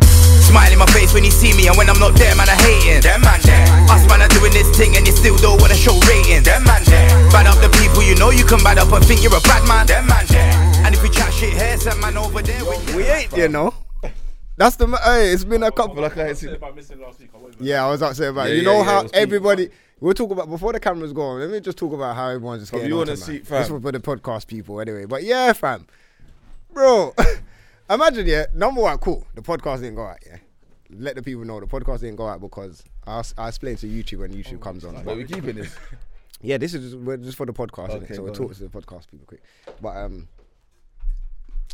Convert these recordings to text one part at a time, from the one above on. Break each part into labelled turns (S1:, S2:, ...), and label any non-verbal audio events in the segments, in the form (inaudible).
S1: Smile in my face when you see me, and when I'm not there, man, I hating. Them man there. Us man are doing this thing, and you still don't wanna show ratings. Them man there. Bad up the people you know you can bad up and think you're a bad man. Them man there. And if we chat shit here, some man over there. with
S2: We ain't, you know. That's the. ma- Hey, it's been a couple.
S3: Like I said,
S4: about missing last week. I won't even-
S2: Yeah, I was upset about. it.
S3: Yeah,
S2: you
S3: yeah,
S2: know
S3: yeah,
S2: how
S3: let's keep-
S2: everybody. We'll talk about before the cameras go on. Let me just talk about how everyone's just
S3: Fam,
S2: getting.
S3: you
S2: on
S3: wanna
S2: to,
S3: see-
S2: man.
S3: fam.
S2: This was for the podcast people, anyway. But yeah, fam, bro. (laughs) imagine, yeah. Number one, cool. The podcast didn't go out. Yeah, let the people know the podcast didn't go out because I s- I explained to YouTube when
S3: Oh,
S2: YouTube comes on.
S3: but
S2: But
S3: we keeping this.
S2: yeah, this is we're just for the podcast, innit?
S3: Okay,
S2: so we'll
S3: go
S2: talk to the podcast people quick. But um,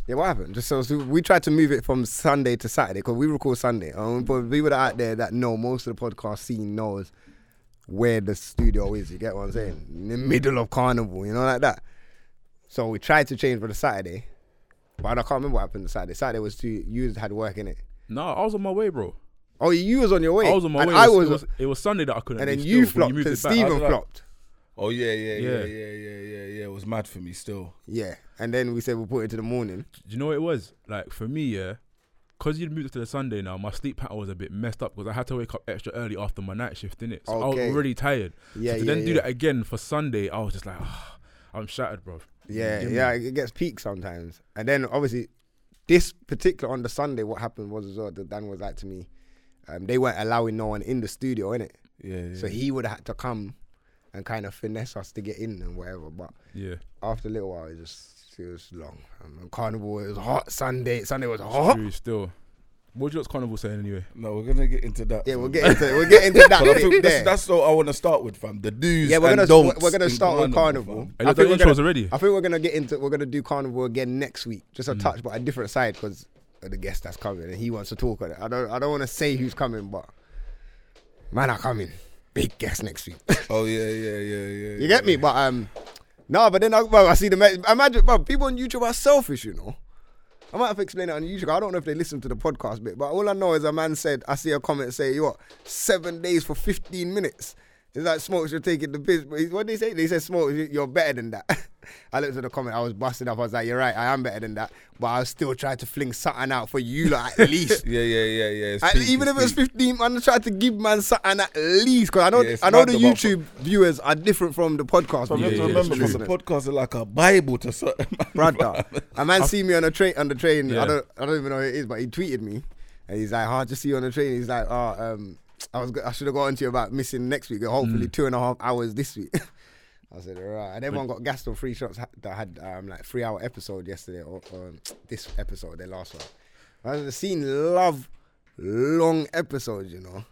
S2: yeah, what happened? Just so, so we tried to move it from Sunday to Saturday because we record Sunday. Um, but people that are out there that know most of the podcast scene knows where the studio is. You get what I'm saying? In the middle of carnival, you know, like that. So we tried to change for the Saturday, but I can't remember what happened. The Saturday, Saturday was too. You had work in it.
S4: No, I was on my way, bro.
S2: Oh, you was on your way.
S4: I was on my
S2: and
S4: way.
S2: I
S4: it,
S2: was,
S4: was, it was Sunday that I couldn't.
S2: and
S4: be
S2: then
S4: still
S2: you
S4: when
S2: flopped,
S4: moved
S2: and
S4: it back. I
S2: Stephen
S4: was like-
S2: flopped.
S3: Oh yeah, yeah, yeah, yeah,
S4: Yeah.
S3: yeah, yeah, yeah. It was mad for me still.
S2: Yeah, and then we said we'll put it to the morning.
S4: Do you know what it was? Like for me, yeah, because you'd moved it to the Sunday now, my sleep pattern was a bit messed up because I had to wake up extra early after my night shift, innit? So I
S2: Okay.
S4: was already tired. So
S2: Yeah,
S4: to
S2: yeah,
S4: then do
S2: yeah.
S4: that again for Sunday, I was just like, "Ah, I'm shattered, bro.
S2: Yeah,
S4: Give me-
S2: yeah, it gets peaked sometimes. And then obviously, this particular on the Sunday, what happened was as well that Dan was like to me, um, they weren't allowing no one in the studio, innit?
S3: Yeah, yeah.
S2: So he would have had to come and kind of finesse us to get in and whatever. But
S4: Yeah.
S2: after a little while, it just it was long. Um, and Carnival it was hot Sunday. Sunday was hot.
S4: True, still. What do you lot's carnival saying anyway?
S3: no, we're gonna get into that.
S2: (laughs) Yeah, we'll
S3: fam.
S2: get into we'll get into that
S3: But I
S2: bit
S3: think
S2: there.
S3: that's, that's what I want to start with, fam. The do's.
S2: yeah, we're
S3: and
S2: gonna
S3: don'ts
S2: we're gonna
S3: in
S2: start with Carnival.
S3: fam.
S4: Have you
S2: think
S4: done
S2: we're gonna-
S4: intros already?
S2: I think we're gonna get into we're gonna do Carnival again next week, just a touch, but a different side because of the guest that's coming and he wants to talk on it. I don't I don't want to say who's coming, but man are coming. Big guest next week. (laughs)
S3: Oh yeah, yeah, yeah, yeah.
S2: you get me? But um, no, but then I, bro, I see the me- imagine, bro, people on YouTube are selfish, you know. I might have to explain it on YouTube. I don't know if they listen to the podcast bit, but all I know is a man said, I see a comment say, you what, seven days for 15 minutes. It's like, Smokes, you're taking the piss. But he- what they say? They said, Smokes, you- you're better than that. (laughs) I looked at the comment, I was busted up. I was like, you're right, I am better than that. But I was still trying to fling something out for you, like, at least.
S3: Yeah, yeah, yeah, yeah. It's
S2: I,
S3: peak,
S2: even if it's
S3: peak.
S2: 15, man, I try to give man something at least. Because I know,
S3: Yeah, it's
S2: I know
S3: mad
S2: the
S3: about-
S2: YouTube viewers are different from the podcast.
S3: Fam, you
S4: Yeah,
S2: viewers.
S3: have to
S4: yeah,
S3: remember
S4: that's
S3: this
S4: true.
S3: podcast is like a bible to certain man,
S4: (laughs)
S2: brother.
S3: fam.
S2: A man see me on a train on the train. I
S4: Yeah.
S2: don't I don't even know who it is, but he tweeted me, and he's like, "Hard to see you on the train." He's like, "Oh, um, I was go- I should have got on to you about missing next week.
S4: Mm.
S2: Hopefully, two and a half hours this week." (laughs) I said, "All right." And everyone got gassed on three shots ha- that had um like three hour episode yesterday or um, this episode, their last one. I've seen love long episodes, you know.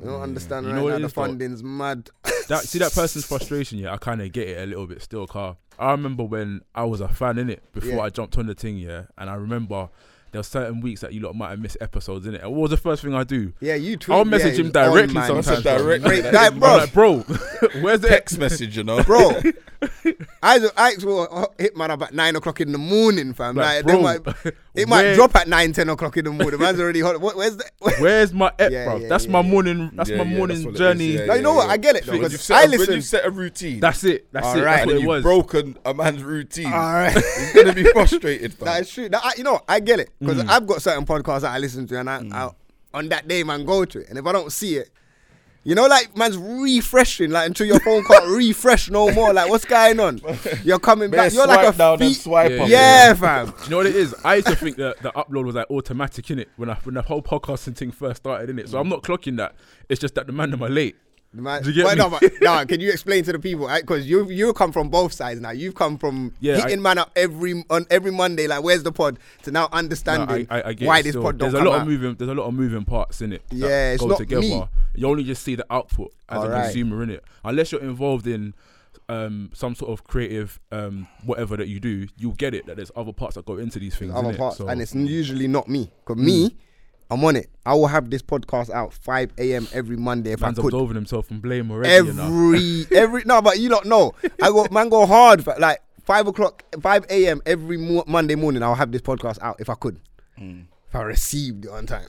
S2: I don't understand
S4: You
S2: right
S4: know what
S2: now.
S4: it
S2: The
S4: is, though?
S2: funding's mad. (laughs)
S4: That see that person's frustration, yeah, I kinda get it a little bit still, car. I remember when I was a fan in it before
S2: Yeah.
S4: I jumped on the thing, yeah, and I remember there were certain weeks that you lot might have missed episodes in it. And what was the first thing I do?
S2: Yeah, you tweet.
S4: I'll
S2: yeah,
S4: message
S2: it
S4: him
S2: was on,
S4: directly
S2: man.
S4: sometimes.
S3: That's a direct-
S4: bro.
S2: Great guy,
S4: I'm
S2: bro.
S4: (laughs) like, bro, (laughs) where's the
S3: Text message, you know, (laughs)
S2: bro. Isaac, Ike's will uh, hit man up at nine o'clock in the morning, fam. Like,
S4: Like,
S2: they
S3: (laughs)
S4: bro,
S2: might, it might
S4: where-
S2: drop at nine, ten o'clock in the morning. Man's already hot. What, where's the?
S4: Where's my ep,
S2: Yeah,
S4: bro?
S2: yeah,
S4: that's
S2: yeah,
S4: my
S2: yeah.
S4: morning. That's
S3: Yeah,
S4: my
S3: yeah,
S4: morning
S3: what it is.
S4: journey.
S3: Yeah,
S2: No, you know
S3: yeah,
S2: what?
S3: yeah.
S2: I get it, though,
S3: When
S2: because
S3: you've set
S2: I
S3: a- when
S2: listen-
S3: you've set a routine,
S4: That's it. That's it.
S2: Alright,
S4: That's
S3: and
S4: what it
S3: you've
S4: was.
S3: broken a man's routine.
S2: All right.
S3: He's gonna be
S2: (laughs)
S3: frustrated, fam.
S2: That is true. That, I, you know, I get it because
S3: Mm.
S2: I've got certain podcasts that I listen to, and I, I on that day, man, go to it. And if I don't see it, you know, like man's refreshing, like until your phone
S3: (laughs)
S2: can't refresh no more. Like, what's going on? You're coming
S3: Better
S2: back. You're like
S3: swipe
S2: a
S3: down and
S2: feet.
S3: swipe
S4: Yeah,
S3: up.
S2: yeah, fam.
S4: Do you know what it is? I used to think that the upload was like automatic innit? when I when the whole podcasting thing first started in it. So I'm not clocking that. It's just that the man am I late.
S2: Man,
S4: Do you get
S2: well,
S4: me?
S2: No, but,
S4: (laughs)
S2: no, can you explain to the people? Because you you come from both sides now. You've come from
S4: Yeah,
S2: hitting
S4: I-
S2: man up every on every Monday, like where's the pod, to now
S4: No,
S2: understanding
S4: I, I, I get
S2: why
S4: it
S2: this
S4: still.
S2: pod don't
S4: There's a
S2: come
S4: lot
S2: out.
S4: of moving. There's a lot of moving parts in it.
S2: Yeah, it's
S4: go
S2: not
S4: together.
S2: me.
S4: You only just see the output as a
S2: Alright.
S4: consumer in it, unless you're involved in um, some sort of creative um, whatever that you do. You'll get it that there's other parts that go into these things.
S2: other
S4: innit?
S2: parts,
S4: So- Hmm.
S2: and it's usually not me. Cause me, I'm on it. I will have this podcast out 5 a.m. every Monday if
S4: Man's
S2: I could.
S4: absolving himself and blame already. you know?
S2: every
S4: (laughs)
S2: every no, but you don't know. I go man go hard fa- like five o'clock, five a.m. every mo- Monday morning. I'll have this podcast out if I could, if I received it on time.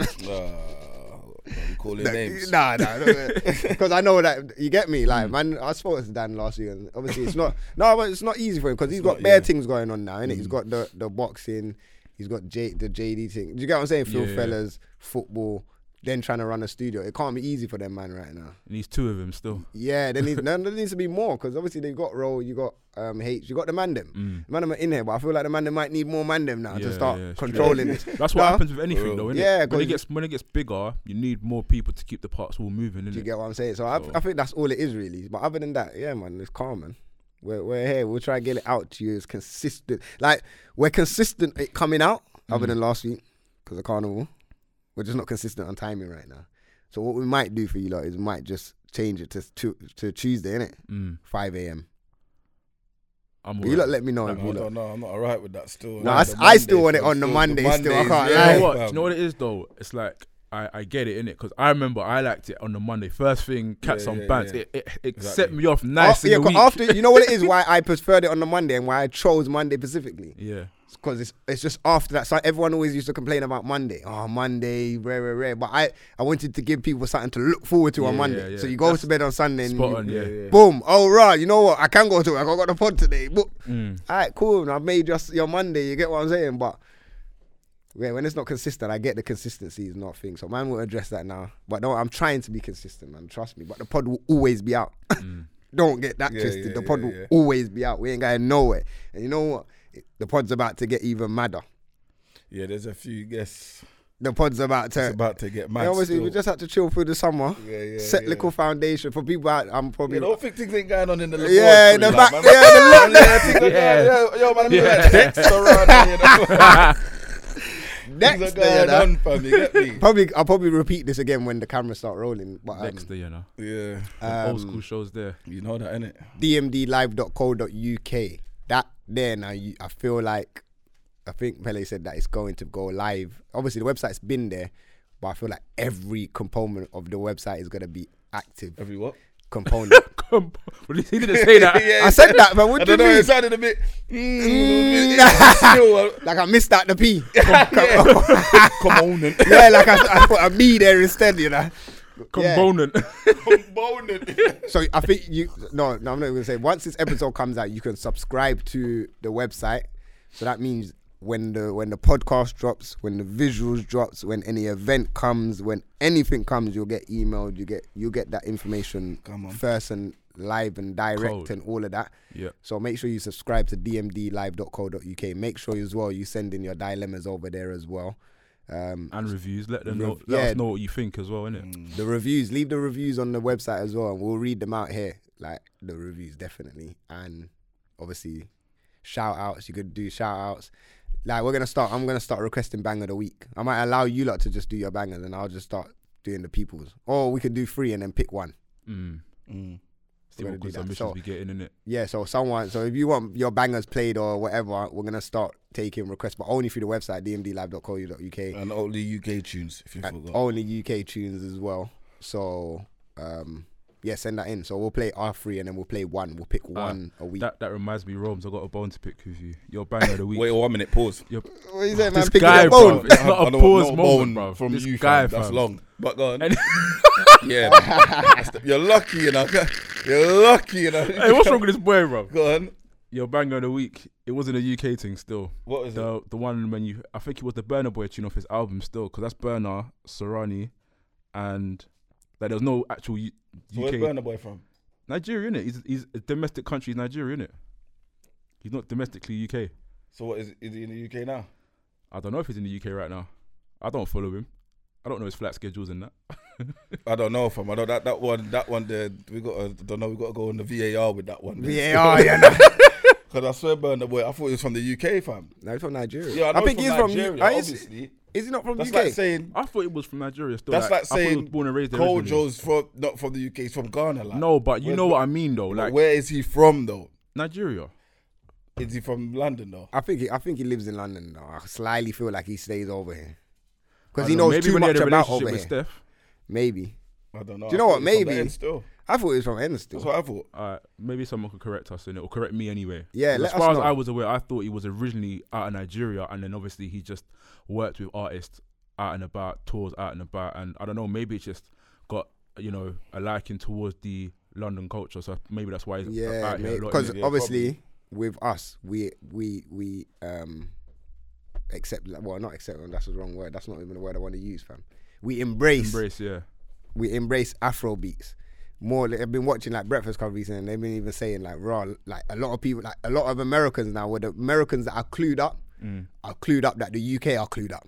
S3: Uh, calling
S2: Nah, (laughs)
S3: names.
S2: Nah, nah,
S4: (laughs)
S2: because I know that you get me.
S4: Hmm.
S2: Like, man, I spoke to Dan last year, and obviously it's
S4: (laughs)
S2: not. no, but it's not easy for him because he's got
S3: not,
S2: bare
S3: yeah.
S2: things
S4: Hmm.
S2: going on now, innit? He's got the the boxing, he's got J, the JD thing. Do you get what I'm saying? Phil
S4: Yeah.
S2: Fellas, football, then trying to run a studio. It can't be easy for them man right now.
S4: And he's two of them still.
S2: Yeah, there needs (laughs) no, there needs to be more because obviously they got Roll, you got um H, you got the man them. The man them are in here, but I feel like the man them might need more man them now
S4: Hmm. Yeah,
S2: to start
S4: yeah, it's true.
S2: controlling
S4: (laughs)
S2: this.
S4: That's what
S2: Nah,
S4: happens with anything, though, isn't
S2: Yeah,
S4: it? When
S2: 'cause
S4: it gets when it gets bigger, you need more people to keep the parts all moving,
S2: Do you
S4: innit?
S2: get what I'm saying? So I,
S4: So-
S2: I think that's all it is really. But other than that, yeah, man, it's calm, man. We're, we're here. We'll try to get it out to you. It's consistent. Like we're consistent at coming out, other
S4: Mm.
S2: than last week because of carnival. We're just not consistent on timing right now. So what we might do for you lot is we might just change it to to, to Tuesday, innit?
S4: Mm,
S2: 5 a.m.
S4: I'm
S2: But You
S4: alright.
S2: lot, let me know.
S3: No,
S2: if you
S3: no,
S2: lot.
S3: no, I'm not alright with that still.
S2: No,
S3: Like
S2: I
S3: the
S2: s- I still
S3: Mondays,
S2: want it
S3: bro,
S2: on the Mondays still, I can't
S4: You know
S2: lie.
S4: what?
S3: fam.
S4: Do you know what it is though? It's like I, I get it in it because I remember I liked it on the Monday. First thing, cats
S3: Yeah,
S4: on
S3: yeah,
S4: bounce.
S3: yeah.
S4: It, it, it set
S3: Exactly.
S4: me off nice
S2: After,
S4: in
S2: yeah,
S4: the
S2: 'cause
S4: week.
S2: after you know what it is
S4: (laughs)
S2: why I preferred it on the Monday and why I chose Monday specifically.
S4: yeah,
S2: because it's it's just after that. So everyone always used to complain about Monday. Oh, Monday, rare, rare, rare. But I, I wanted to give people something to look forward to on
S4: Yeah,
S2: Monday.
S4: yeah, yeah.
S2: So you go
S4: That's
S2: to bed on Sunday and
S4: spot
S2: you-
S4: on. Yeah,
S2: boom. Oh, right. You know what? I can go to work. I got the pod today. But,
S4: Mm.
S2: All right, cool. And I've made your, your Monday. You get what I'm saying? But yeah, when it's not consistent, I get the consistency is not a thing. So man will address that now. But no, I'm trying to be consistent, man. Trust me. But the pod will always be out. (laughs) Don't get that
S3: Yeah,
S2: twisted.
S3: yeah,
S2: the pod
S3: yeah,
S2: will
S3: yeah.
S2: always be out. We ain't going nowhere. And you know what? The pod's about to get even madder.
S3: Yeah, there's a few guests
S2: The pod's about to.
S3: It's about to get
S2: And
S3: mad.
S2: obviously,
S3: still.
S2: we just had to chill through the summer.
S3: Yeah, yeah,
S2: set
S3: yeah.
S2: little foundation for people. Out, I'm probably.
S3: You know, think things ain't going on in the
S2: Yeah, the
S3: laboratory,
S2: back-
S3: man.
S2: yeah, the lock-
S3: Yeah, things are
S4: Yeah.
S3: going- Yo, yo, man, I'm yeah. like text around here.
S2: (laughs) next
S3: (laughs) Things are
S2: day, you
S3: going
S2: know.
S3: on, fam. You get me?
S2: Probably, I'll probably repeat this again when the cameras start rolling. But um,
S4: next day, you know,
S3: Yeah,
S4: Them old school shows there. (laughs)
S3: you know that, innit?
S2: dmdlive.co.uk. That there now, you, I feel like I think Pele said that it's going to go live. Obviously, the website's been there, but I feel like every component of the website is going to be active.
S3: Every what? (laughs)
S2: Component.
S4: (laughs) Well, he didn't say
S2: (laughs)
S4: that.
S3: Yeah,
S2: I said that, but what
S3: I
S2: do you
S3: don't know.
S2: mean?
S3: It sounded a bit. Mm,
S2: Mm. (laughs)
S3: yeah, still,
S2: Like I missed out the
S3: (laughs)
S2: P.
S3: uh, (laughs) Come on, and
S2: yeah, like I, I put a me there instead, you know.
S4: Component.
S2: Mm.
S3: come on, and-
S2: So I think you no, no, I'm not gonna say. Once this episode comes out, you can subscribe to the website. So that means when the when the podcast drops, when the visuals drops, when any event comes, when anything comes, you'll get emailed. You get you get that information
S3: Come on.
S2: first and live and direct
S4: Cold.
S2: and all of that.
S4: Yeah.
S2: So make sure you subscribe to dmdlive.co.uk. Make sure as well you send in your dilemmas over there as well. Um,
S4: (laughs) and reviews. Let them
S2: Rev-
S4: know. Let
S2: yeah. Mm,
S4: us know what you think as well, innit?
S2: the reviews. Leave the reviews on the website as well, and we'll read them out here. Like the reviews, definitely, and obviously, shout outs. You could do shout outs. Like we're gonna start. I'm gonna start requesting bang of the week. I might allow you lot to just do your bangers, and I'll just start doing the people's. Or we could do three and then pick one.
S4: Mm.
S3: Mm.
S4: See
S2: We're gonna
S4: what
S2: do
S4: good
S2: that.
S4: submissions
S2: So-
S4: we getting, innit?
S2: Yeah. So someone. So if you want your bangers played or whatever, we're gonna start taking requests, but only through the website dmdlive.co.uk.
S3: And only UK tunes, if you
S2: Oh, and
S3: forgot.
S2: only UK tunes as well. So um yeah, send that in. So we'll play R three and then we'll play one. We'll pick one um, a week.
S4: Ah, That that reminds me, Rome's. I got a bone to pick with you. Your banger
S2: (laughs)
S4: of the week.
S3: Wait one minute, (laughs) pause.
S4: Your- (laughs)
S2: what you saying,
S4: this guy,
S2: up
S4: bro.
S2: bone?
S4: It's not a
S3: don't
S4: pause
S3: want
S4: moment,
S3: bone
S4: bruv.
S3: From
S4: This
S3: you,
S4: guy,
S3: fam. That's
S4: fam.
S3: long. But go on.
S4: And-
S3: (laughs) yeah, (laughs) that's the- you're lucky, you know. (laughs) You're lucky, you know.
S4: hey,
S2: (laughs)
S4: what's wrong with this boy, bro?
S3: (laughs) Go on.
S4: Your banger of the week. It wasn't a UK thing, still.
S3: What is it?
S4: The the one when you, I think it was the Burner Boy tune off his album, still, because that's Burner, Sorani, and like there's no actual U-
S3: Where's
S4: UK.
S3: Burner Boy from?
S4: Nigeria, innit? He's he's a domestic country. He's Nigeria, innit? He's not domestically UK.
S3: So what is is he in the UK now?
S4: I don't know if he's in the UK right now. I don't follow him. I don't know his flat schedules and that.
S3: I don't know, fam. I know that that one, that one. There, we got. I don't know. We got to go on the VAR with that one.
S2: VAR, (laughs) yeah. No,
S3: Because I swear, Burner Boy. I thought he was from the UK, fam.
S2: no he's from Nigeria.
S3: Yeah, I, know
S2: think
S3: he's
S2: he's
S3: from
S2: from.
S3: Nigeria.
S2: uh, is,
S3: obviously,
S2: is he not from
S3: that's
S2: UK?
S3: like saying
S4: I thought it was from Nigeria. Still,
S3: that's like
S4: I thought he was
S3: saying
S4: born and raised there. originally.
S3: Kojo's from not from the UK. He's from Ghana. Like.
S4: No, but you
S3: Where's
S4: know
S3: the-
S4: what I mean, though. Like
S3: where is he from though?
S4: Nigeria.
S3: Is he from London though?
S2: I think he, I think he lives in London. Though. I slyly feel like he stays over here because
S4: I
S2: he
S4: don't know,
S2: knows
S4: maybe
S2: too
S4: when he
S2: much
S4: had a
S2: about
S4: relationship
S2: over here.
S4: with Steph.
S2: Maybe.
S3: I don't know.
S2: Do you
S3: I
S2: know what?
S3: thought he was from the
S2: Maybe.
S3: end still.
S2: I thought he was from Ennis
S3: That's
S2: still.
S3: what I thought.
S4: Alright, uh, maybe someone could correct us in it, or correct me anyway.
S2: Yeah,
S4: as
S2: let us
S4: far
S2: know.
S4: as I was aware, I thought he was originally out of Nigeria, and then obviously he just worked with artists out and about, tours out and about, and I don't know, maybe it's just got you know a liking towards the London culture, so maybe that's why he's
S2: Yeah,
S4: out here a lot.
S2: because
S4: innit?
S2: obviously with us, we we we um accept. Well, not accept. That's the wrong word. That's not even the word I want to use, fam. We embrace.
S4: Embrace, yeah.
S2: we embrace Afro beats. More, like, I've been watching like Breakfast Club recently, and they've been even saying like, "Raw, like a lot of people, like a lot of Americans now, where the Americans that are clued up,
S4: Mm.
S2: are clued up that the UK are clued up."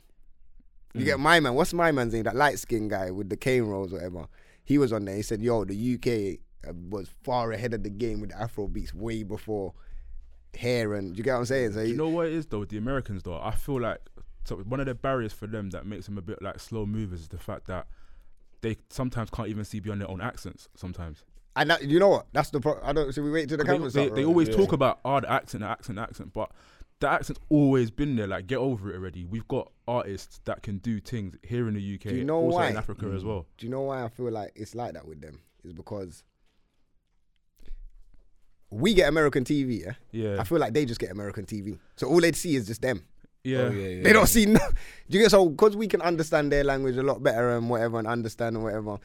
S2: You
S4: Mm.
S2: get my man. What's my man's name? That light skinned guy with the cane rolls, whatever. He was on there. He said, "Yo, the UK uh, was far ahead of the game with Afro beats way before hair and." Do you get what I'm saying? So he-
S4: You know what it is though? The Americans though, I feel like so one of the barriers for them that makes them a bit like slow movers is the fact that they sometimes can't even see beyond their own accents. Sometimes
S2: and that, you know what? That's the pro- I don't. Should we wait till the
S4: they,
S2: cameras?
S4: they,
S2: start
S4: they
S2: rolling?
S4: always talk about oh the accent, the accent, the accent, but the accent's always been there. Like get over it already. We've got artists that can do things here in the UK,
S2: Do you know
S4: also in
S2: why? Oh,
S4: Africa
S3: Mm.
S4: as well.
S2: do you know why I feel like it's like that with them? Is because we get American TV, yeah?
S4: Yeah.
S2: I feel like they just get American TV. So all they'd see is just them.
S4: Yeah,
S3: Oh, yeah, yeah.
S2: They don't see no. (laughs) Do you get so? Because we can understand their language a lot better and whatever, and understand and whatever.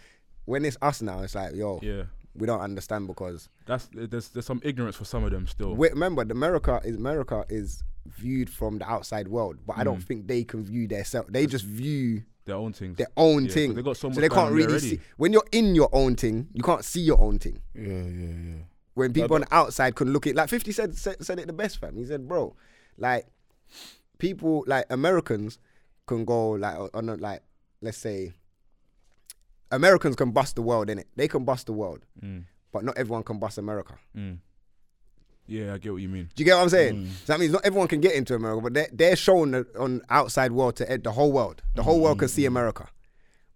S2: When it's us now, it's like, yo,
S4: Yeah.
S2: we don't understand because
S4: That's there's there's some ignorance for some of them still.
S2: we, remember, the America is America is viewed from the outside world, but I don't
S4: Mm.
S2: think they can view their self. They just view
S4: their own things.
S2: their own
S4: Yeah, 'cause
S2: thing.
S4: They got so, much
S2: so they
S4: going
S2: can't
S4: on there
S2: really
S4: already.
S2: see. When you're in your own thing, you can't see your own thing.
S3: Yeah, yeah, yeah.
S2: when people on the outside can look at like 50 said, said said it the best fam he said bro like people like americans can go like on a, like let's say americans can bust the world in it they can bust the world but not everyone can bust america
S4: Yeah, I get what you mean.
S2: do you get what i'm saying so that means not everyone can get into america but they're, they're shown the- on outside world to ed- the whole world the whole world can see america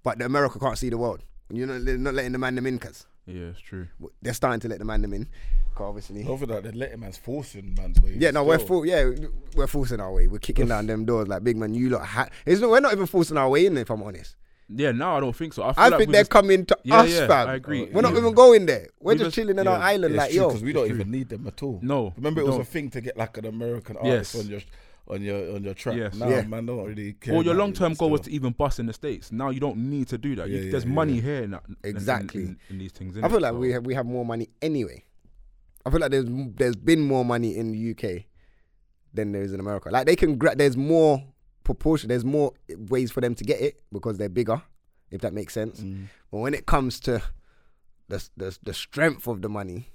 S2: but the america can't see the world you're not, they're not letting the man them in because
S4: Yeah, it's true.
S2: they're starting to let the man them in 'cause obviously
S3: Over that, they let him man's forcing man's way.
S2: Yeah, no, we're
S3: still.
S2: full. Yeah, we're forcing our way. We're kicking down them doors like big man. You lot, ha- it's not, we're not even forcing our way in. If I'm honest,
S4: Yeah, now I don't think so. I, feel
S2: I
S4: like
S2: think
S4: we
S2: they're
S4: just-
S2: coming to
S4: Yeah,
S2: us,
S4: yeah,
S2: fam.
S4: I agree.
S2: We're not
S4: Yeah.
S2: even going there. We're
S4: We
S2: just
S4: just-
S2: chilling in our
S4: yeah,
S2: island, like yo.
S3: because we don't even need them at all.
S4: No,
S3: remember it
S4: we
S3: was
S4: don't.
S3: a thing to get like an American artist
S4: Yes.
S3: on your on your on your track.
S4: Yes.
S3: Now,
S2: Yeah.
S3: man, don't really care.
S4: Or your
S3: about
S4: long term
S3: it
S4: goal was
S3: still.
S4: to even bust in the states. Now you don't need to do that. You-
S3: yeah,
S4: there's
S3: yeah,
S4: money here in, in-
S2: Exactly.
S4: in, in, in these things.
S2: I
S4: innit?
S2: feel like
S4: So-
S2: we have we have more money anyway. I feel like there's there's been more money in the UK than there is in America. Like they can gra- there's more proportion, there's more ways for them to get it because they're bigger, if that makes
S4: Mm.
S2: sense.
S3: Mm,
S2: But when it comes to the s- the, s- the strength of the money,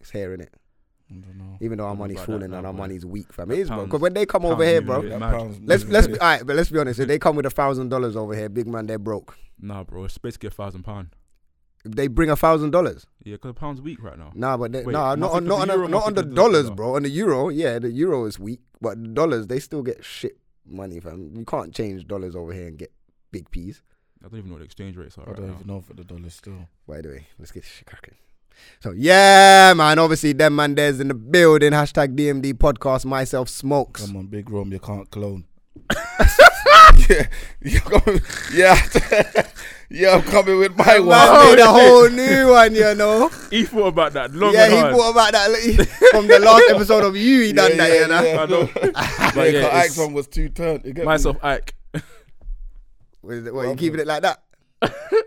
S2: it's here in it.
S3: I don't know.
S2: Even though our
S4: Don't know
S2: money's
S4: about that
S2: falling
S4: now,
S2: and our
S4: boy.
S2: money's weak, fam. It is, bro.
S4: pound's-
S2: Because when they come over
S4: pound's
S2: here,
S4: moving
S2: bro,
S4: a bit
S3: That
S4: mad.
S3: pound's
S2: let's
S3: moving
S2: let's
S3: a
S4: (laughs)
S2: be,
S3: bit.
S2: all right, but let's be honest. If they come with a thousand dollars over here, big man, they're broke.
S4: Nah, bro, it's basically a thousand pound.
S2: If they bring a thousand dollars,
S4: Yeah, because the pound's weak right now.
S2: Nah, but they,
S4: Wait,
S2: nah, not
S4: must it
S2: on
S4: be
S2: not
S4: the
S2: on, the-
S4: euro,
S2: not
S4: must
S2: on
S4: it
S2: the
S4: be the
S2: dollars,
S4: dollar?
S2: bro. On the euro, yeah, the euro is weak, but the dollars they still get shit money, fam. You can't change dollars over here and get big peas.
S4: I don't even know what the exchange rates are
S3: I
S4: right
S3: don't
S4: now.
S3: even know for the dollar still.
S2: By the way, let's get this shit cracking. So yeah, man. Obviously, them man there's in the building. Hashtag DMD podcast. Myself smokes.
S3: Come on, big Rome, you
S2: (laughs)
S3: can't clone. (laughs) yeah, you're coming, yeah, (laughs) yeah, I'm coming with my one.
S2: Man
S4: (laughs)
S2: made a whole new one, you know.
S4: He thought about that long
S2: yeah,
S4: and
S2: he
S4: hard.
S2: thought about that
S4: (laughs)
S2: like, from the last episode of you. He done that, you know. (laughs)
S3: (laughs)
S4: I know.
S3: but
S4: yeah,
S3: yeah,
S4: it's-
S3: Ike's one was two turned. You get me?
S4: Myself, Ike. (laughs)
S2: What, is it- what, you keeping it like that?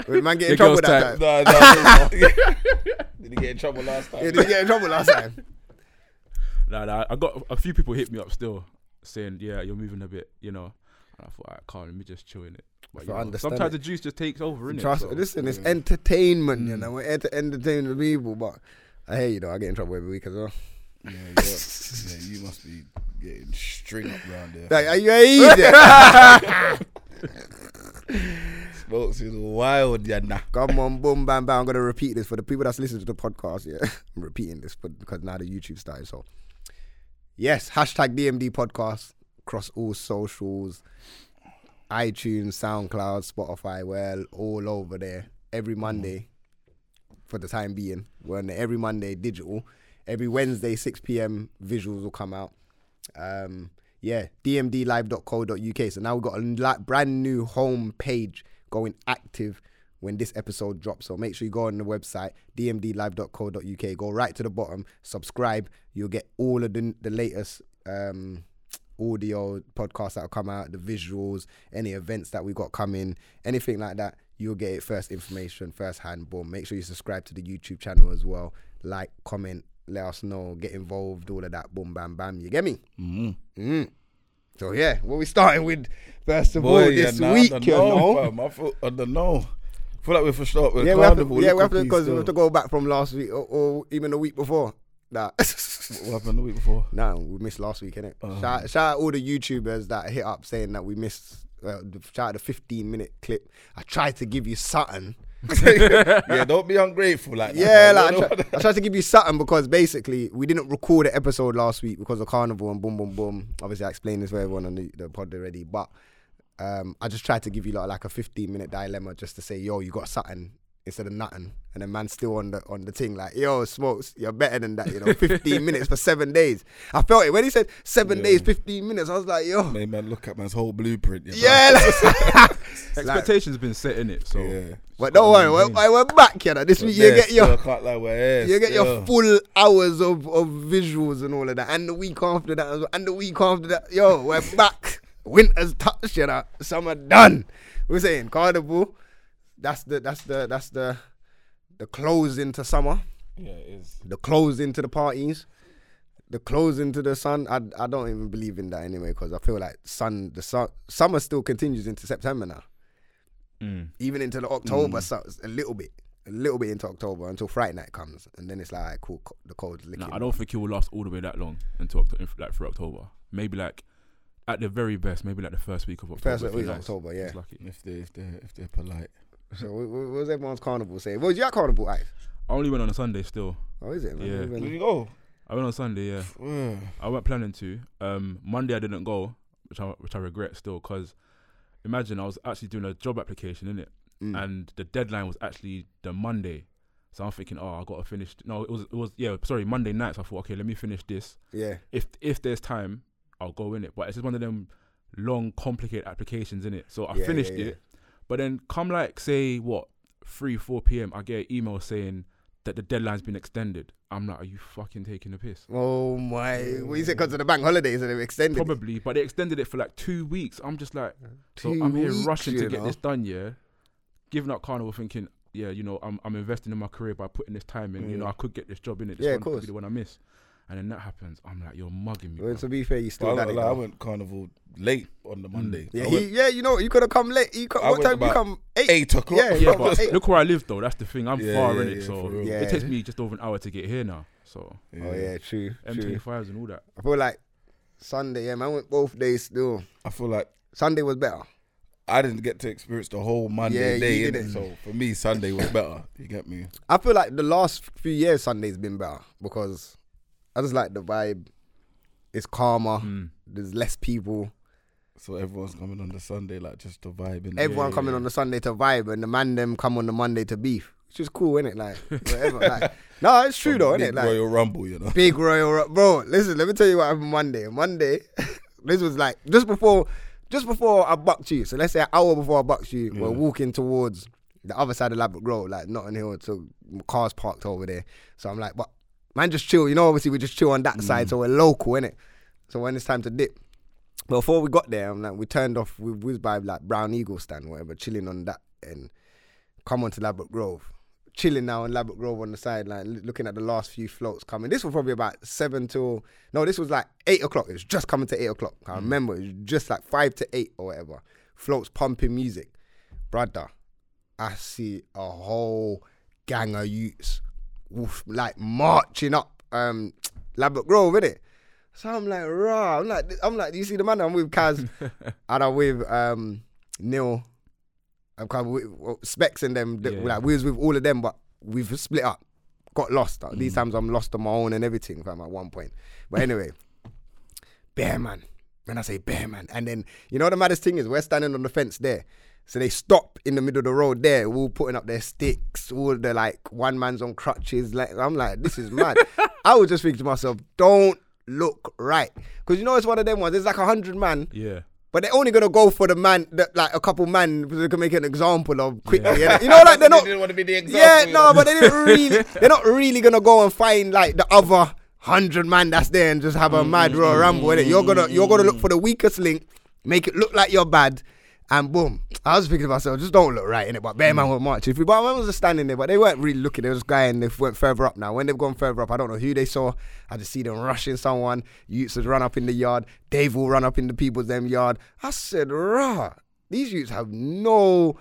S2: Will man get in
S4: Your
S2: trouble
S4: girl's
S2: that
S4: tight.
S2: time? (laughs)
S3: (laughs) Nah, nah, Did he get in trouble last time?
S2: Yeah, did he get in trouble last time?
S4: Nah, nah, I got a few people hit me up still saying, yeah, you're moving a bit, you know. And I thought, I can't, let me just chill in it. But, you
S2: I
S4: know,
S2: understand
S4: sometimes
S2: it.
S4: the juice just takes over, innit?
S2: Trust,
S4: So-
S2: listen, it's entertainment, you know. We're here to entertain the people, but I hear you though. I get in trouble every week as well.
S3: Yeah, yeah. yeah, you must be getting string up round there.
S2: Like, are you an
S4: (laughs)
S2: idiot?
S3: Smokes is wild, yeah, nah.
S2: Come on, boom, bam, bam. I'm gonna repeat this for the people that's listening to the podcast. Yeah, (laughs) I'm repeating this, but because now the YouTube started, so yes, hashtag DMD podcast across all socials, iTunes, SoundCloud, Spotify, well, all over there every Monday. For the time being, we're on there every Monday digital. Every Wednesday, 6 p.m. visuals will come out. um, yeah, dmdlive.co.uk. So now we've got a li- brand new home page going active when this episode drops. So make sure you go on the website, dmdlive.co.uk, go right to the bottom, subscribe. You'll get all of the, the latest um, audio podcasts that will come out, the visuals, any events that we've got coming, anything like that. You'll get it first information, first hand. Boom. Make sure you subscribe to the YouTube channel as well. Like, comment, let us know, get involved, all of that. Boom, bam, bam. You get me? So yeah, what we starting with first of all
S3: yeah,
S2: this
S3: nah,
S2: week,
S3: I
S2: you
S3: don't know.
S2: know.
S3: fam. I feel, I don't know. I feel like we're for start with
S2: Yeah, we have
S3: carnival.
S2: to, yeah, we
S3: look
S2: have
S3: at
S2: to
S3: these
S2: because we have to
S3: still.
S2: go back from last week or, or even the week before. Nah.
S3: What happened the week before?
S2: (laughs) Nah, we missed last week, innit?
S3: Oh.
S2: Shout, shout out all the YouTubers that hit up saying that we missed. Uh, the- shout out the 15 minute clip. I tried to give you something. (laughs)
S3: yeah, don't be ungrateful like that. (laughs)
S2: Yeah,
S3: man.
S2: like I,
S3: Don't-
S2: try, I tried to give you something because basically we didn't record an episode last week because of carnival and boom, boom, boom. Obviously, I explained this to everyone on the, the pod already, but um, I just tried to give you like, like a 15 minute dilemma just to say, yo, you got something instead of nothing. And the man's still on the on the thing like, yo, smokes, you're better than that, you know, 15 (laughs) minutes for seven days. I felt it when he said seven days, 15 minutes. I was like, yo,
S3: Made man look at man's whole blueprint. you know?
S2: yeah. like- (laughs) like-
S4: Expectations have been set in it, so
S3: Yeah.
S2: but don't worry, we're, we're back, you know. This
S3: But
S2: week you
S3: there
S2: get your
S3: still, I can't lie, we're here
S2: You get your
S3: still.
S2: full hours of, of visuals and all of that, and the week after that, as well, and the week after that. Yo, we're back. Winter's touched, you know. Summer done. We're saying carnival. That's the that's the that's the the close into summer.
S3: Yeah, it is.
S2: The close into the parties. The close into the sun. I, I don't even believe in that anyway because I feel like sun the sun summer still continues into September now,
S4: Mm.
S2: even into the October. So it's a little bit. A little bit into October until Friday night comes, and then it's like, all right, cool, co- the cold's licking.
S4: Nah, I don't think it will last all the way that long until Oct- if- like through October. Maybe like at the very best, maybe like the first week of October.
S2: First
S4: if
S2: week
S4: you're
S2: of
S4: nice.
S2: October, yeah.
S4: It's lucky.
S3: If they if they if they're polite.
S2: So what, what was everyone's carnival saying? What was your carnival ice?
S4: I only went on a Sunday still.
S2: Oh, is it? Man?
S4: Yeah.
S2: Even-
S3: Did you go?
S4: I went on Sunday, yeah.
S3: Yeah.
S4: I weren't planning to. Um, Monday I didn't go, which I which I regret still because imagine I was actually doing a job application in it,
S2: Mm.
S4: and the deadline was actually the Monday. So I'm thinking, oh, I gotta finish. No, it was it was yeah. Sorry, Monday night. So I thought, okay, let me finish this.
S2: yeah.
S4: If if there's time, I'll go in it. But it's just one of them long, complicated applications in it. So I
S2: Yeah,
S4: finished
S2: yeah, yeah.
S4: it, but then come like say what three four p.m. I get an email saying that the deadline's been extended. I'm like, are you fucking taking a piss?
S2: Oh my! What is it? Because of the bank holidays and they've extended. it.
S4: Probably, but they extended it for like two weeks. I'm just like, so
S2: Two
S4: I'm here
S2: weeks,
S4: rushing to
S2: you
S4: get this
S2: know?
S4: done, yeah. Giving up carnival, thinking, yeah, you know, I'm I'm investing in my career by putting this time in. You know, I could get this job in it.
S2: Mm.
S4: This
S2: Yeah,
S4: one
S2: of
S4: could
S2: course.
S4: be the one I miss. And then that happens. I'm like, you're mugging me.
S2: Well,
S4: bruv.
S2: to be fair, you
S3: Well,
S2: still
S3: I,
S2: got
S3: went,
S2: it.
S3: like, I
S2: though.
S3: went carnival late on the Monday.
S2: Mm. yeah,
S3: I
S2: he,
S3: went
S2: yeah, you know, you could have come late. You co-
S3: I
S2: what
S3: went
S2: time you
S3: about
S2: come? Eight.
S3: eight o'clock.
S2: Yeah,
S3: (laughs)
S2: (laughs)
S4: yeah,
S2: you
S4: but
S2: Hey.
S4: look where I live though. That's the thing. I'm
S3: Yeah,
S4: far
S3: yeah,
S4: in it,
S3: yeah, for
S4: so
S3: real.
S2: Yeah.
S4: it takes me just over an hour to get here now. So
S2: Oh yeah, true, true.
S4: M25s and all that.
S2: I feel like Sunday. Yeah, man, I went both days still.
S3: I feel like
S2: Sunday was better.
S3: I didn't get to experience the whole
S2: Yeah,
S3: Monday
S2: you
S3: day.
S2: didn't.
S3: innit? So for me, Sunday was better. You get me?
S2: I feel like the last few years Sunday's been better because I just like the vibe. It's calmer.
S3: Hmm.
S2: There's less people.
S3: So everyone's coming on the Sunday, like just to vibe and
S2: everyone
S3: yeah,
S2: coming on the Sunday to vibe, and the man them come on the Monday to beef, which is cool, innit?
S3: (laughs)
S2: Like whatever. like, no, it's true though,
S3: big
S2: innit? Like
S3: Royal Rumble, you know.
S2: (laughs) big royal, Ru- bro. Listen, let me tell you what happened Monday. Monday, (laughs) this was like just before, just before I bucked you. So let's say an hour before I bucked you, we're walking towards the other side of Labrick Road, like Notting Hill, to cars parked over there. So I'm like, but man, just chill. You know, obviously we just chill on that side, so we're local, innit? So when it's time to dip. But before we got there, I'm like, we turned off. We, we was by like Brown Eagle stand, whatever, chilling on that, and come on to Labrick Grove. Chilling now in Labrick Grove on the sideline, l- looking at the last few floats coming. This was probably about seven till no, this was like eight o'clock. It was just coming to eight o'clock. I remember it was just like five to eight or whatever. Floats pumping music, brother. I see a whole gang of youths woof, like marching up um Labrick Grove, innit? So I'm like, rah, I'm like, I'm like, you see the man I'm with Kaz and I'm with um Neil. I'm kind of with, well, Specs and them. th-
S4: Yeah.
S2: Like we was with all of them, but we've split up, got lost. Like, These times I'm lost on my own and everything, fam. At one point, but anyway, (laughs) bear man. When I say bear man, and then you know what the maddest thing is, we're standing on the fence there. So they stop in the middle of the road there, all putting up their sticks, all the like one man's on crutches. Like I'm like, this is mad. I was just thinking to myself, don't look right. Cause you know it's one of them ones, there's like a hundred man
S4: Yeah.
S2: but they're only gonna go for the man, that like a couple man, because they can make an example of quickly. Yeah. You know, like they're
S3: (laughs) They
S2: not.
S3: didn't want to be the
S2: Yeah,
S3: example, you
S2: no,
S3: know.
S2: Oh, but they didn't really. They're not really gonna go and find like the other hundred man that's there and just have a mad royal ramble. innit? You're gonna you're gonna look for the weakest link, make it look like you're bad, and boom. I was thinking to myself, just don't look right in it. But bear man were marching through. But I was just standing there, but they weren't really looking. There was a guy and they went further up now. When they've gone further up, I don't know who they saw. I just see them rushing someone. Utes would run up in the yard. Dave will run up in the people's them yard. I said, rah, these utes have no uh,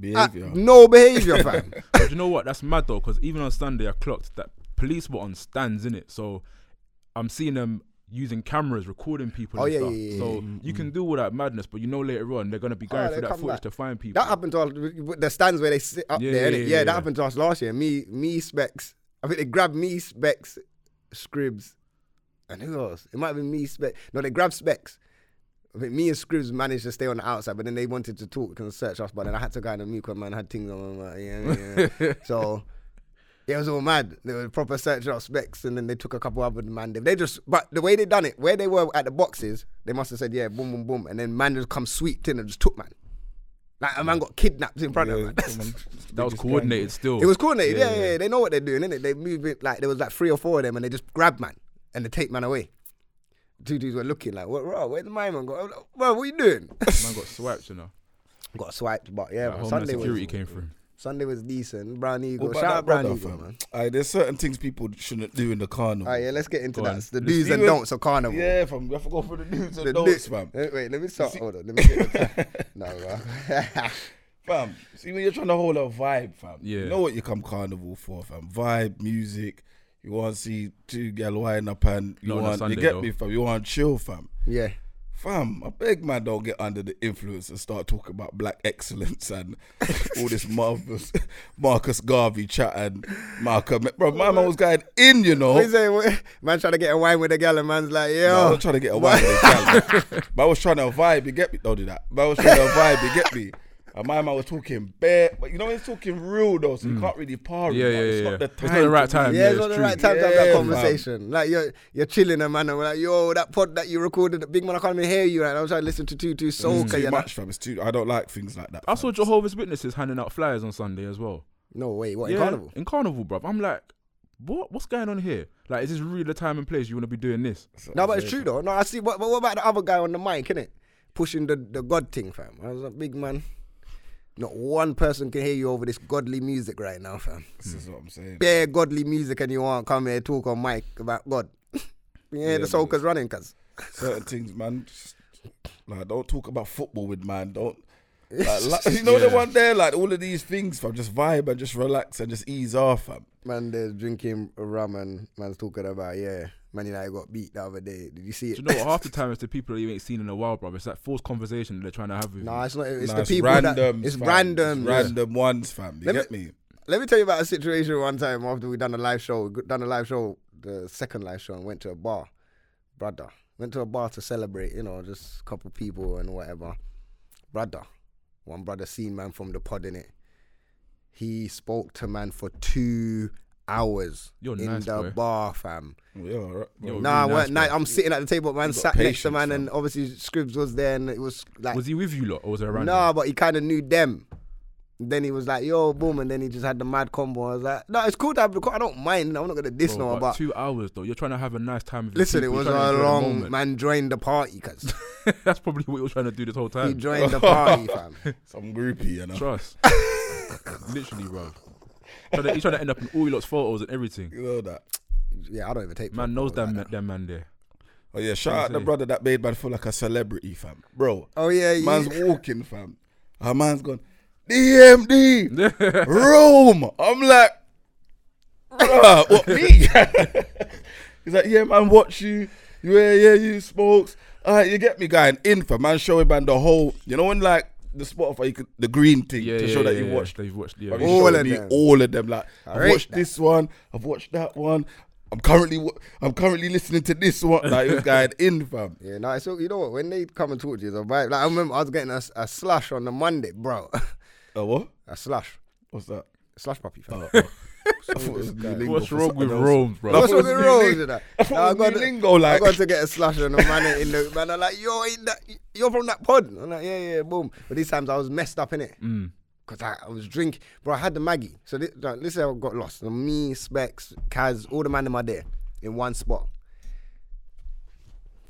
S3: Behavior.
S2: no behavior, fam.
S4: But you know what? That's mad though, because even on Sunday, I clocked that police were on stands in it. So I'm seeing them using cameras, recording people.
S2: Oh,
S4: and
S2: yeah,
S4: stuff.
S2: yeah, yeah, Mm.
S4: So you can do all that madness, but you know later on they're gonna be going
S2: they
S4: through that
S2: come
S4: footage
S2: back.
S4: to find people.
S2: That happened to us with the stands where they sit up
S4: Yeah,
S2: there.
S4: yeah,
S2: innit?
S4: yeah,
S2: yeah, that
S4: yeah.
S2: happened to us last year. Me, me, Specs. I think they grabbed me, Specs, Scribs, and who else? It might have been me, Specs. No, they grabbed Specs. I think me and Scribs managed to stay on the outside, but then they wanted to talk and search us. But then I had to go in the mute 'cause man had things on. Like, yeah,
S4: (laughs)
S2: yeah. so yeah, it was all mad. They were proper search of specs, and then they took a couple other man. They- They just, but the way they done it, where they were at the boxes, they must have said, yeah, boom, boom, boom, and then man just come sweeped in and just took man. Like
S4: Mm.
S2: a man got kidnapped in front of man. (laughs)
S4: that was coordinated still.
S2: it was coordinated. Yeah, yeah, yeah, They know what they're doing, innit? They moved it like there was like three or four of them, and they just grabbed man and they take man away. Two dudes were looking like, what, bro, where's my man? Go, I'm like, bro, what are you doing? (laughs)
S4: Man got swiped, you know.
S2: got swiped, but yeah,
S4: Like,
S2: man,
S4: Homeland
S2: Oh, Sunday
S4: security
S2: was
S4: came
S2: (laughs)
S4: through.
S2: Sunday was decent. Brown
S3: What
S2: Eagle,
S3: about
S2: shout
S3: that
S2: out Brown
S3: brother,
S2: Eagle,
S3: fam?
S2: man.
S3: Aye, there's certain things people shouldn't do in the carnival.
S2: All right, yeah, let's get into
S4: Go
S2: that.
S4: on.
S2: The do's
S3: Let's
S2: and
S3: do it.
S2: don'ts of carnival.
S3: Yeah, fam. We have to go for the news
S2: The
S3: and
S2: do-
S3: don'ts, fam.
S2: Eh, Wait, let me start. Hold on, let me get the
S3: (laughs)
S2: No, bro.
S3: Fam, see when you're trying to hold a vibe, fam.
S4: Yeah.
S3: You know what you come carnival for, fam. Vibe, music. You want to see two gal wind up and you
S4: Not on a
S3: want
S4: Sunday,
S3: you get
S4: though.
S3: me, fam. You want to chill, fam.
S2: (laughs) yeah.
S3: Fam, I beg man don't get under the influence and start talking about black excellence and (laughs) all this Marcus Marcus Garvey chat and Malcolm. Bro, my man was going in, you know.
S2: What you say? What? Man trying to get a wine with a gal, and man's like,
S3: No, I
S4: Oh.
S2: yo.
S3: was trying to get away with the gal.
S4: (laughs)
S3: man. But I was trying to vibe, you get me? Don't do that. But I was trying to vibe, you get me? And my man was talking bare, but you know, he's talking real though, so you can't really par.
S4: Mm. Yeah,
S3: it,
S4: yeah,
S3: man.
S4: yeah.
S3: It's
S4: yeah.
S3: not the time.
S4: right
S3: to be-
S4: time.
S2: yeah, it's
S4: it's
S2: not the
S4: true.
S2: right time to have that
S3: Yeah,
S2: conversation. Like you're you're chilling, and man, and we're like, yo, that pod that you recorded, the big man, I can't even hear you. And I was trying to listen to two two soul.
S3: Too
S2: Mm,
S3: much, fam. It's too. I don't like things like that.
S4: I
S3: fam.
S4: saw Jehovah's Witnesses handing out flyers on Sunday as well.
S2: no way, what
S4: yeah,
S2: in carnival?
S4: In carnival, bruv. I'm like, what? What's going on here? Like, is this really the time and place you want to be doing this?
S2: No, but it's true though. No, I see. But, but what about the other guy on the mic, innit? Pushing the, the God thing, fam. I was like, big man. Not one person can hear you over this godly music right now, fam.
S3: This is what I'm saying.
S2: Bare godly music, and you want to come here talk on mic about God. (laughs) yeah, the soakers running, cuz.
S3: certain things, man. Just, like, don't talk about football with man. Don't. Like, like- you know the
S4: Yeah.
S3: one there, like all of these things, fam. Just vibe and just relax and just ease off, fam.
S2: Man, there's drinking rum and man's talking about yeah. Man, United got beat the other day. Did you see it?
S4: Do you know what? Half the time it's the people that you ain't seen in a while, bruv. It's that forced conversation that they're trying to have
S2: (laughs)
S4: with
S2: nah,
S4: you.
S2: it's not. It's
S3: Nah,
S2: the people
S3: randoms,
S2: that it's
S3: fam.
S2: random.
S3: It's
S2: yeah.
S3: random ones, fam. You
S2: Let
S3: get
S2: me-
S3: me?
S2: Let me tell you about a situation one time after we done a live show. We done a live show, the second live show, and went to a bar. Brother. Went to a bar to celebrate, you know, just a couple people and whatever. Brother. One brother seen man from the pod in it. He spoke to man for two hours
S4: You're
S2: in
S4: nice,
S2: the
S4: boy.
S2: bar, fam.
S3: Yeah, all right, bro.
S4: Yo,
S2: No, nah, I
S4: really
S2: weren't
S4: nice,
S2: nice. I'm sitting at the table, man, sat next to
S3: patience,
S2: man,
S3: fam.
S2: and obviously Scribs was there, and it was like
S4: Was he with you lot or was it around?
S2: no, but he kind of knew them. Then he was like, "Yo, boom!" and then he just had the mad combo. I was like, "No, it's cool to have the. co- I don't mind. I'm not gonna diss no one, but
S4: two hours though. You're trying to have a nice time. With your
S2: listen, it
S4: people,
S2: was
S4: you're trying
S2: a
S4: to enjoy the
S2: long
S4: moment.
S2: man joined the party
S4: (laughs)
S2: because
S4: That's probably what you're trying to do this whole
S2: he
S4: time.
S2: joined the
S4: (laughs)
S2: party, fam.
S3: Some groupie, you
S2: (laughs)
S3: know.
S4: Trust. Literally, bro. Trying to, he's trying to end up in all your lot's photos and everything.
S3: You know that.
S2: Yeah, I don't even take
S4: Man knows
S2: photos
S4: that,
S2: like
S4: man, that man there.
S3: Oh yeah, shout out the
S4: see.
S3: brother that made man feel like a celebrity, fam. Bro.
S2: Oh yeah, you-
S3: man's walking, fam. Her man's gone,
S4: (laughs)
S3: DMD, Rome. I'm like, bruh, what
S4: (laughs)
S3: me? He's like, yeah, man, watch you. Yeah, yeah, you smokes. All right, you get me, guy. And in for man, showing man the whole, you know, when like the Spotify, you could, the green thing
S4: Yeah,
S3: to
S4: yeah,
S3: show that
S4: yeah,
S3: you
S4: yeah.
S3: watched.
S4: They've watched. Yeah,
S3: Bro,
S4: yeah.
S3: he
S2: All
S3: showed
S2: of
S3: me
S2: them.
S3: All of them. Like I've
S2: rate
S3: watched
S2: that.
S3: this one. I've watched that one. I'm currently wa- I'm currently listening to this one. Like it was going in, fam.
S2: Yeah, no, it's all, you know what? When they come and talk to you, it's a vibe. Like I remember, I was getting a, s- a slush on the Monday, bro. (laughs)
S3: Oh what?
S2: a slush,
S3: What's that?
S2: slush puppy, fam.
S3: Oh, oh. I thought it was new lingo
S4: What's
S3: for
S4: wrong
S3: something
S4: with
S3: else.
S4: Rome,
S3: No,
S4: bro?
S2: What's
S3: thought
S2: with
S3: it
S2: the
S3: was
S2: rules
S3: new
S2: in that?
S3: I thought
S2: Nah,
S3: it was
S2: got-
S3: new lingo, like.
S2: I got to get a slush and the man in the man. I'm like, yo, ain't that, you're from that pod. I'm like, yeah, yeah, boom. But these times I was messed up in it because I, I was drinking. Bro, I had the Maggie. So this, this is how I got lost. So me, Specs, Kaz, all the man in my day in one spot.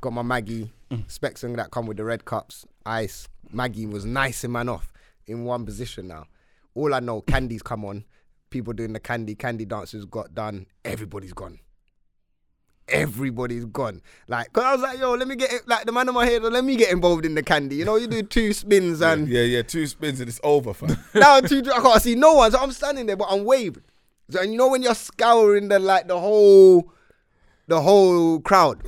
S2: Got my Maggie, Specs and that come with the red cups, ice. Maggie was nice in man off. in one position now. All I know, Candy's come on. People doing the Candy Candy dances got done. Everybody's gone. Everybody's gone. Like, cause I was like, yo, let me get it. Like the man in my head, let me get involved in the Candy. You know, you do two spins and
S3: (laughs) Yeah, yeah, two spins and it's over, fam.
S2: now two, I can't see no one. So I'm standing there, but I'm waving. So, and you know when you're scouring the like the whole, the whole crowd.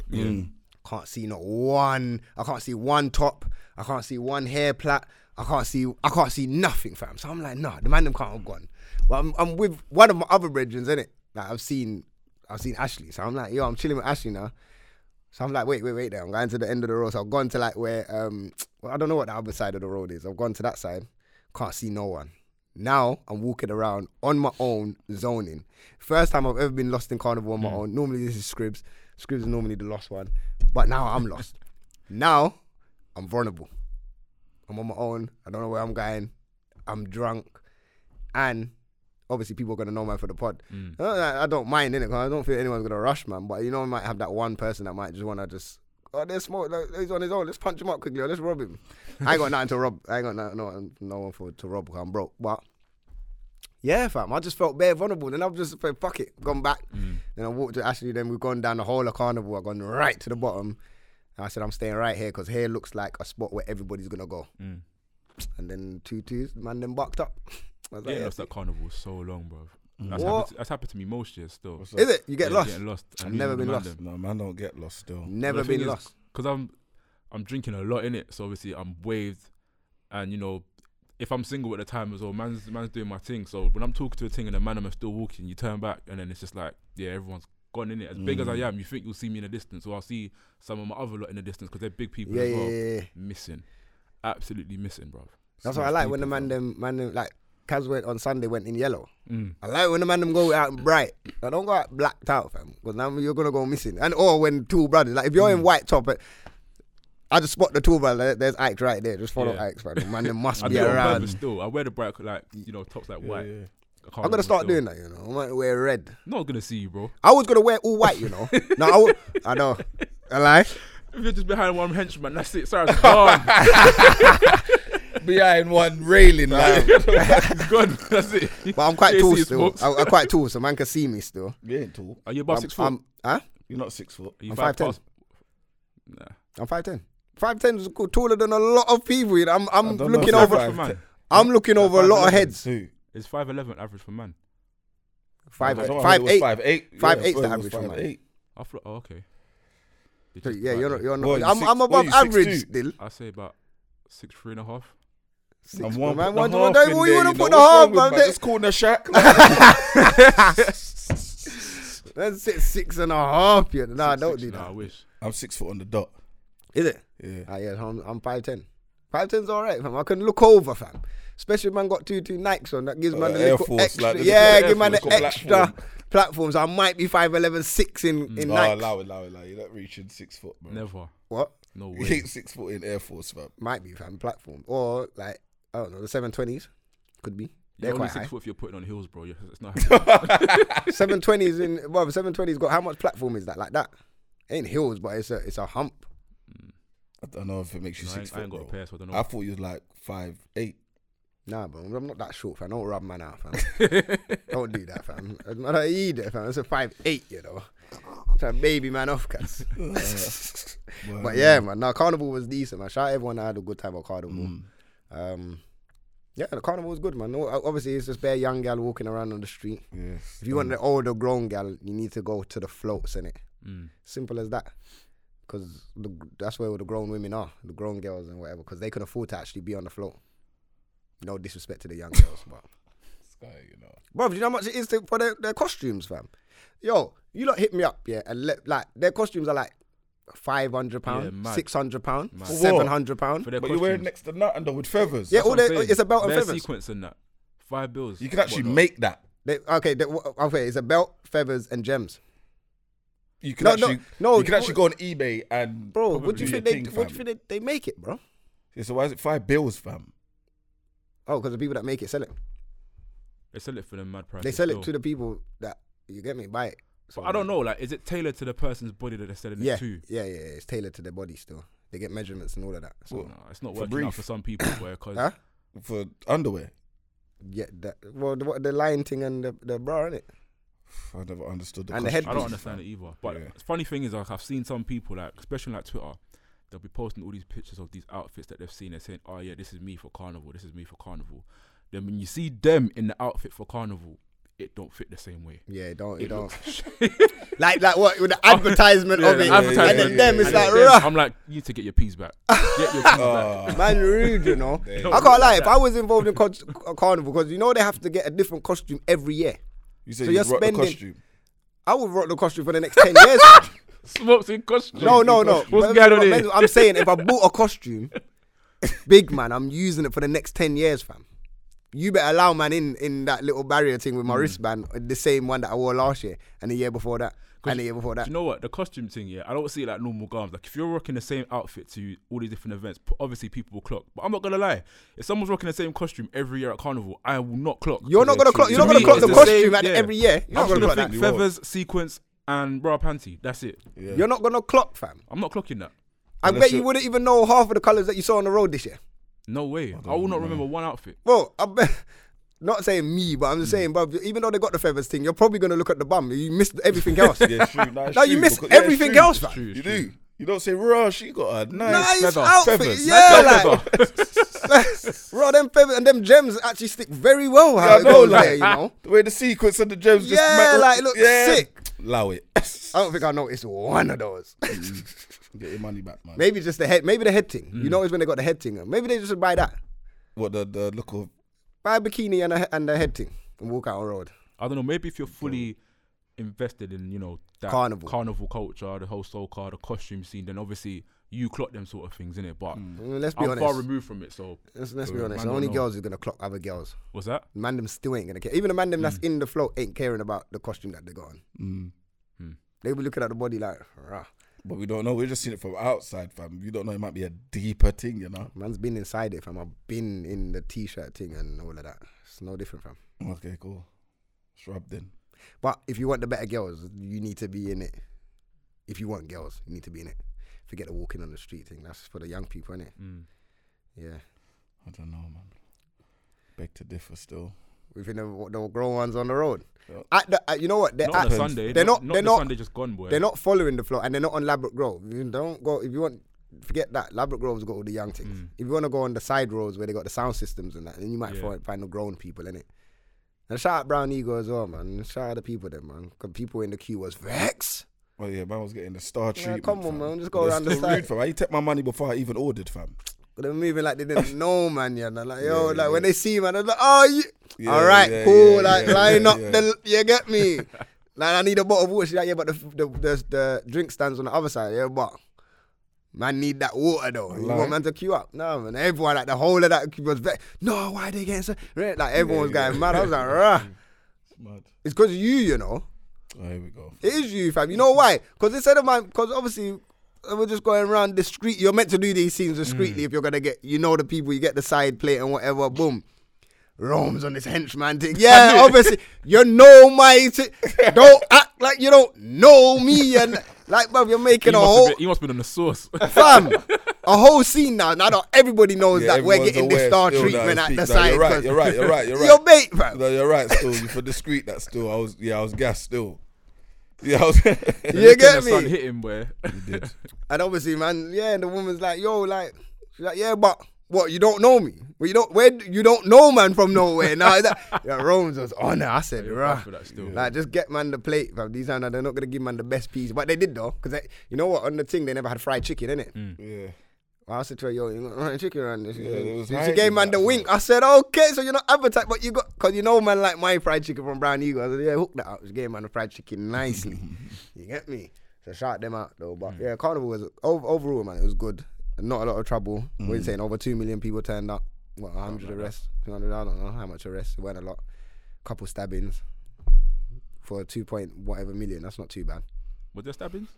S2: Can't see not one. I can't see one top. I can't see one hair plait. I can't see. I can't see nothing, fam. So I'm like, nah, the man them can't have gone. But I'm, I'm with one of my other brethren, innit? Like I've seen, I've seen Ashley. So I'm like, yo, I'm chilling with Ashley now. So I'm like, wait, wait, wait there. I'm going to the end of the road. So I've gone to like where um well, I don't know what the other side of the road is. I've gone to that side, can't see no one. Now I'm walking around on my own zoning. First time I've ever been lost in carnival on my own. Normally this is Scribs. Scribs is normally the lost one. But now I'm lost. now I'm vulnerable. I'm on my own. I don't know where I'm going. I'm drunk. And obviously people are gonna know man for the pod. Uh, I, I don't mind in it. I don't feel anyone's gonna rush man. But you know, I might have that one person that might just wanna just. Oh, there's smoke. Like, he's on his own. Let's punch him up quickly. Or let's rob him. I ain't got nothing to rob. I ain't got no no, no one for to rob. 'cause I'm broke. But yeah, fam, I just felt bare vulnerable. Then I've just said, fuck it, gone back. Then I walked to Ashley. Then we've gone down the whole of carnival. I've gone right to the bottom. And I said, I'm staying right here because here looks like a spot where everybody's gonna go. And then two twos, man, then bucked up. (laughs) I was like,
S4: Getting
S2: yeah,
S4: lost at carnival was so long, bro. That's
S2: What?
S4: happened, to, that's happened to me most years still.
S3: What's up?
S2: Is it? You get
S4: Yeah,
S2: lost.
S4: Getting lost.
S2: I've never been lost.
S3: No, man, don't get lost still.
S2: Never been lost.
S4: Because I'm, I'm drinking a lot in it. So obviously I'm waved, and you know, if I'm single at the time as well, man's man's doing my thing. So when I'm talking to a thing and the man I'm still walking, you turn back and then it's just like, yeah, everyone's gone in it. As big as
S2: Mm.
S4: I am, you think you'll see me in the distance, or I'll see some of my other lot in the distance because they're big people
S2: yeah,
S4: as well.
S2: yeah, yeah, yeah.
S4: Missing, absolutely missing, bro.
S2: That's what I like when the man them man them like Cavs went on Sunday went in yellow.
S4: Mm.
S2: I like when the man them go out bright. I don't go out blacked out, fam. Because now you're gonna go missing. And or when two brothers like if you're in
S4: Mm.
S2: white top, eh, I just spot the two brothers. There's Ike right there. Just follow
S4: Yeah.
S2: Ike, fam. The
S4: (laughs)
S2: Man, them must
S4: I
S2: be
S4: do it on purpose
S2: around.
S4: still. I wear the bright like you know tops like white.
S3: yeah.
S2: I'm gonna start doing that, you know. I might wear red.
S4: Not gonna see you, bro.
S2: I was gonna wear all white, you
S4: (laughs)
S2: know. no, I w- I know. A lie.
S4: If you're just behind one henchman, that's it. Sorry,
S2: (laughs)
S4: it's gone.
S3: Behind one railing, like.
S4: it's gone. (laughs) That's it.
S2: But I'm quite
S4: Can't
S2: tall
S4: see it,
S2: still.
S4: smokes.
S2: I, I'm quite tall, so man can see me still.
S3: You ain't tall.
S4: Are you above
S2: I'm-
S4: six foot?
S2: I'm, huh?
S3: You're not six foot.
S4: Are you
S2: I'm
S4: five
S2: 5'10".
S4: past? Nah.
S2: I'm five ten. Five ten is cool, taller than a lot of people. you know. I'm I'm
S3: don't
S2: looking
S3: know if
S2: over.
S3: I-
S4: Average for man.
S2: I'm looking over a lot of heads.
S3: Two.
S4: It's five eleven average for man.
S2: Five
S3: I
S2: eight,
S3: thought it
S2: five
S3: was
S2: eight.
S3: Five eight.
S2: Five
S3: yeah,
S2: eight's
S3: I
S2: the
S3: thought it was
S2: average for
S3: five
S2: man.
S3: eight.
S4: I thought, oh, okay. You're
S2: So,
S4: just
S2: yeah,
S4: about
S2: you're
S4: there.
S2: not. You're not.
S3: Boy, you
S2: I'm,
S3: six-
S2: I'm
S3: boy,
S2: above
S3: you
S2: average
S3: 6'2".
S2: still.
S4: I say about six three and a half.
S2: Six,
S3: And
S2: foot,
S3: one
S2: man.
S3: put the
S2: One, don't,
S3: half
S2: don't,
S3: in
S2: you
S3: there,
S2: want to
S3: you
S2: put
S3: know,
S2: the
S3: what's
S2: half,
S3: wrong with
S2: man.
S3: man? Just (laughs) calling a shack.
S2: (laughs)
S3: (laughs)
S2: That's six, six and a half. You know. Nah,
S4: Six,
S2: don't
S4: six,
S2: do
S4: nah,
S2: that.
S4: I wish.
S3: I'm six foot on the dot.
S2: Is it?
S3: Yeah.
S2: Ah, yeah. I'm, I'm five ten. Five ten's all right, fam. I can look over, fam. Especially if man got two two Nikes on that gives man
S3: Uh,
S2: the
S3: Air
S2: little
S3: Force, like
S2: extra.
S3: the little
S2: yeah,
S3: Air
S2: give man the
S3: Force
S2: extra
S3: platform.
S2: platforms. I might be five eleven six in in
S3: Oh,
S2: Nikes.
S3: allow it, allow it, allow it. You're not reaching six foot, bro. (laughs)
S4: Never.
S2: What? (laughs)
S4: No
S3: You
S4: way.
S3: ain't six foot in Air Force, man.
S2: might be fam platform or like I don't know the seven twenties could be they're
S4: You're only
S2: quite
S4: six
S2: high.
S4: foot if you're putting on heels, bro. You're,
S2: (laughs)
S4: it's not happening. (laughs)
S2: Seven twenties in well seven twenties got how much platform is that like that? Ain't hills but it's a it's a hump.
S3: I don't know if it makes you
S4: No, I
S3: six
S4: ain't- I
S3: foot,
S4: ain't got a
S3: bro.
S4: pair, so I don't know.
S3: I thought you was like five eight.
S2: Nah, bro, I'm not that short, fam. Don't rub man out, fam.
S4: (laughs)
S2: don't do that, fam. Man, I eat it, fam. It's a five eight, you know. It's a baby man off,
S4: (laughs)
S2: cuz. (laughs) But yeah, man. Now carnival was decent, man. Shout out everyone that had a good time at carnival.
S4: Mm.
S2: Um, yeah, the carnival was good, man. No, obviously, it's just bare young gal walking around on the street.
S3: Yes.
S2: If you want an older grown gal, you need to go to the floats, innit?
S4: Mm.
S2: Simple as that. Because that's where all the grown women are, the grown girls and whatever, because they can afford to actually be on the float. No disrespect to the young girls, but.
S3: This guy, you know.
S2: Bro, do you know how much it is to, for their, their costumes, fam? Yo, you lot hit me up, yeah, and let, like, their costumes are like £500,
S4: Yeah, mad.
S2: £600,
S4: Mad.
S2: £700.
S4: For their
S3: But you're wearing
S4: costumes.
S3: next to nothing though with feathers.
S2: yeah,
S4: That's
S2: all
S4: what I'm
S2: their,
S4: saying.
S2: it's a belt and
S4: Their
S2: feathers.
S4: sequence and that. Five bills.
S3: You can actually
S4: whatnot.
S3: make that.
S2: They, okay, they, okay, it's a belt, feathers, and gems.
S3: You can
S2: No, no,
S3: actually
S2: no,
S3: you can
S2: you-
S3: actually go on eBay and
S2: Bro, what do
S3: probably
S2: you
S3: your
S2: think they
S3: thing,
S2: do- what do
S3: fam.
S2: you think they, they make it, bro?
S3: Yeah, so why is it five bills, fam?
S2: Oh, because the people that make it sell it.
S4: They sell it for the mad price.
S2: They sell
S4: still.
S2: it to the people that you get me buy it. So
S4: But I don't know. Like, is it tailored to the person's body that they're selling
S2: Yeah,
S4: it to?
S2: yeah, yeah. It's tailored to their body still. They get measurements and all of that. So
S4: Oh, No, it's not working out
S2: (coughs)
S3: brief.
S4: for some people, where because
S2: Huh?
S3: for underwear.
S2: Yeah, that, well, the, what- the line thing and the, the bra, innit?
S3: Pff, I never understood the
S2: And the
S3: costume.
S2: headpiece.
S4: I don't understand it either. But
S3: Yeah.
S4: the funny thing is, like, I've seen some people, like especially on, like Twitter, they'll be posting all these pictures of these outfits that they've seen and saying, "Oh yeah, this is me for carnival. This is me for carnival." Then when you see them in the outfit for carnival, it don't fit the same way.
S2: Yeah, it don't it,
S4: It
S2: don't
S4: looks- (laughs) Oh,
S2: like like what with the advertisement
S4: Yeah,
S2: of
S4: the
S2: it,
S4: advertisement,
S2: and then them it's
S4: and then
S2: like
S4: them, (laughs)
S2: rah,
S4: I'm like, you need to get your peas back. Get your peas back.
S3: Ah,
S2: man, rude, you know.
S3: They-
S2: I can't lie. If I was involved in cons- a carnival, because you know they have to get a different costume every year.
S3: You said
S2: So
S3: you
S2: you're
S3: rock the
S2: spending-
S3: costume.
S2: I would rock the costume for the next ten years.
S4: Smokes in costume.
S2: no, no, no.
S4: What's going on here?
S2: I'm saying
S4: (laughs)
S2: if I bought a costume, big man, I'm using it for the next ten years, fam. You better allow man in in that little barrier thing
S4: Hmm.
S2: with my wristband, uh, the same one that I wore last year and the year before that and the year before that.
S4: Do you know what the costume thing? Yeah, I don't see it like normal garms. Like if you're rocking the same outfit to all these different events, p- obviously people will clock. But I'm not gonna lie, if someone's rocking the same costume every year at carnival, I will not clock.
S2: You're not gonna clock. You're
S4: To
S2: not gonna
S4: me,
S2: clock
S4: it's
S2: the
S4: the
S2: costume
S4: same-
S2: at
S4: yeah.
S2: every year. You're not
S4: I'm just
S2: gonna
S4: gonna
S2: clock that.
S4: think feathers, sequence, and bra panty. That's it.
S3: Yeah.
S2: You're not gonna clock, fam.
S4: I'm not clocking that.
S2: I
S3: Unless
S2: bet you
S3: it-
S2: wouldn't even know half of the colours that you saw on the road this year.
S4: No way. I, will not remember one outfit.
S2: Well, I bet. (laughs) Not saying me, but I'm
S4: Hmm.
S2: just saying, bro. Even though they got the feathers thing, you're probably gonna look at the bum. You missed everything
S4: (laughs)
S2: else.
S3: Yeah,
S2: (laughs)
S3: it's true. Nah, it's
S2: No, you
S3: true,
S2: missed
S3: because- yeah, it's
S2: everything
S3: true.
S2: else, fam.
S4: True,
S3: You
S4: true.
S3: do. You don't say, raw, she got a nice,
S2: Nice
S4: feather,
S2: outfit,
S3: feathers.
S2: yeah,
S4: Nice
S2: like,
S4: feather.
S2: (laughs) bro. Them feathers and them gems actually stick very well.
S3: Yeah,
S2: How
S3: I
S2: it
S3: know,
S2: goes
S3: like,
S2: there, you know.
S3: the way the sequence and the gems just
S2: Yeah,
S3: matter.
S2: like, it looks sick. (laughs)
S3: Allow it. (laughs)
S2: I don't think I noticed one of those. (laughs)
S3: Get your money back, man.
S2: maybe just the head. Maybe the head thing.
S3: Mm.
S2: You know, it's when they got the head thing. Maybe they just buy that,
S3: What the, the look of
S2: buy a bikini and a, he- and a head thing, and walk out on the road.
S4: I don't know. Maybe if you're fully invested in, you know, that
S2: Carnival.
S4: carnival culture, the whole soul car, the costume scene, then obviously you clock them sort of things, innit? But
S2: Mm, Let's be
S4: I'm
S2: honest.
S4: far removed from it. So uh,
S2: Let's, let's be honest.
S4: man
S2: The
S4: don't
S2: only
S4: know.
S2: girls who's gonna clock other girls.
S4: what's that?
S2: Man them still ain't gonna care. Even the man them that's
S3: Mm.
S2: in the float ain't caring about the costume that they got on. They be looking at the body like, rah.
S3: But we don't know. We're just seeing it from outside, fam. You don't know. It might be a deeper thing, you know.
S2: Man's been inside it, fam. I've been in the t-shirt thing and all of that. It's no different, fam.
S3: Okay, cool. Shrub then.
S2: But if you want the better girls, you need to be in it. If you want girls, you need to be in it. Forget the walking on the street thing. That's for the young people, innit?
S4: Mm.
S2: Yeah.
S3: I don't know, man. Beg to differ still.
S2: Within the, the grown ones on the road.
S3: Yeah.
S2: At the, at, you know what? Ah, They're
S4: Not on
S2: at-
S4: a Sunday.
S2: They're
S4: not.
S2: not.
S4: not
S2: they're
S4: the
S2: not.
S4: Sunday just gone, boy.
S2: They're not following the flow, and they're not on Labrador Grove. You don't go if you want. Forget that Labrador Grove's got all the young things. If you want to go on the side roads where they got the sound systems and that, then you might
S4: Mm. Yeah.
S2: find, find the grown people in it. And shout out Brown Eagle as well, man. Shout out the people there, man. 'Cause people in the queue was vex.
S3: Oh yeah, man was getting the star treatment.
S2: come on,
S3: fam.
S2: man, just go
S3: They're
S2: around the
S3: still
S2: side.
S3: rude, fam. I take my money before I even ordered, fam.
S2: They were moving like they
S3: (laughs)
S2: didn't know, man. Yeah, they're like yo,
S3: Yeah,
S2: like when
S3: yeah.
S2: they see man, they're like, oh, you.
S3: Yeah,
S2: all right,
S3: yeah,
S2: cool.
S3: yeah,
S2: like
S3: yeah,
S2: line
S3: yeah,
S2: up.
S3: yeah.
S2: The, you get
S3: (laughs)
S2: me? like I need a bottle of water. She's like, yeah, but the, the the the drink stands on the other side. Yeah, but man need that water though. You
S3: Like-
S2: want man to queue up? No, man. Everyone like the whole of that queue was like, no, why they getting so? Right? Like everyone's
S3: yeah.
S2: going mad. I was
S3: (laughs)
S2: like, rah.
S3: Mad.
S2: It's because you, you know.
S3: Oh, here we go.
S2: It is you, fam. You know why? Because instead of man, because obviously uh, we're just going around discreet. You're meant to do these scenes discreetly
S3: Mm.
S2: if you're gonna get, you know, the people. You get the side plate and whatever. Boom. Rome's on this henchman
S3: (laughs)
S2: thing. Yeah, obviously you know my. T- don't act like you don't know me and like, bruv, you're
S4: He
S2: making a
S4: must have
S2: whole
S4: been- he must have been on
S2: (laughs)
S4: the source. (laughs)
S2: fam.
S3: (laughs)
S2: A whole scene now. Now that everybody knows
S3: Yeah,
S2: that we're
S3: everyone's
S2: getting this
S3: aware
S2: star
S3: still now,
S2: treatment at
S3: speak
S2: the
S3: now.
S2: side.
S3: You're right,
S2: 'cause
S3: you're right, you're
S2: (laughs)
S3: right, you're right.
S2: Your mate, fam.
S3: No, you're right. Still, you for discreet. That still, I was. Yeah, I was gassed. Still. Yeah, I was. (laughs)
S2: You
S4: Can the
S2: get me?
S4: sun hit him, boy. (laughs)
S3: did.
S2: And obviously, man, yeah, the woman's like, yo, like, she's like, yeah, but what? You don't know me? Well, you don't, where d- you don't know man from nowhere? Now
S4: (laughs)
S2: that yeah, Rome's was on it. I said,
S4: You're
S2: rah.
S4: bad for that still.
S2: Like, just get man the plate, fam. These are they're not gonna give man the best piece, but they did though, because you know what? On the thing, they never had fried chicken, innit?
S3: Yeah.
S2: I said to her, yo, you got fried chicken around this.
S3: it was
S2: she
S3: hype
S2: gave
S3: and
S2: man the
S3: that,
S2: wink. I said, okay, so you're not appetite, but you got, because you know, man, like my fried chicken from Brown Eagle. I said, yeah, hook that up. She gave man the fried chicken
S4: (laughs)
S2: nicely. you get me? So shout them out, though.
S4: Mm.
S2: But yeah, Carnival was, ov- overall, man, it was good. Not a lot of trouble. We're
S4: Mm.
S2: saying over 2 million people turned up. What, 100 arrests? 200, I don't know how much arrests. It weren't a lot. Couple stabbings for 2 point whatever million. That's not too bad.
S4: Was there stabbings?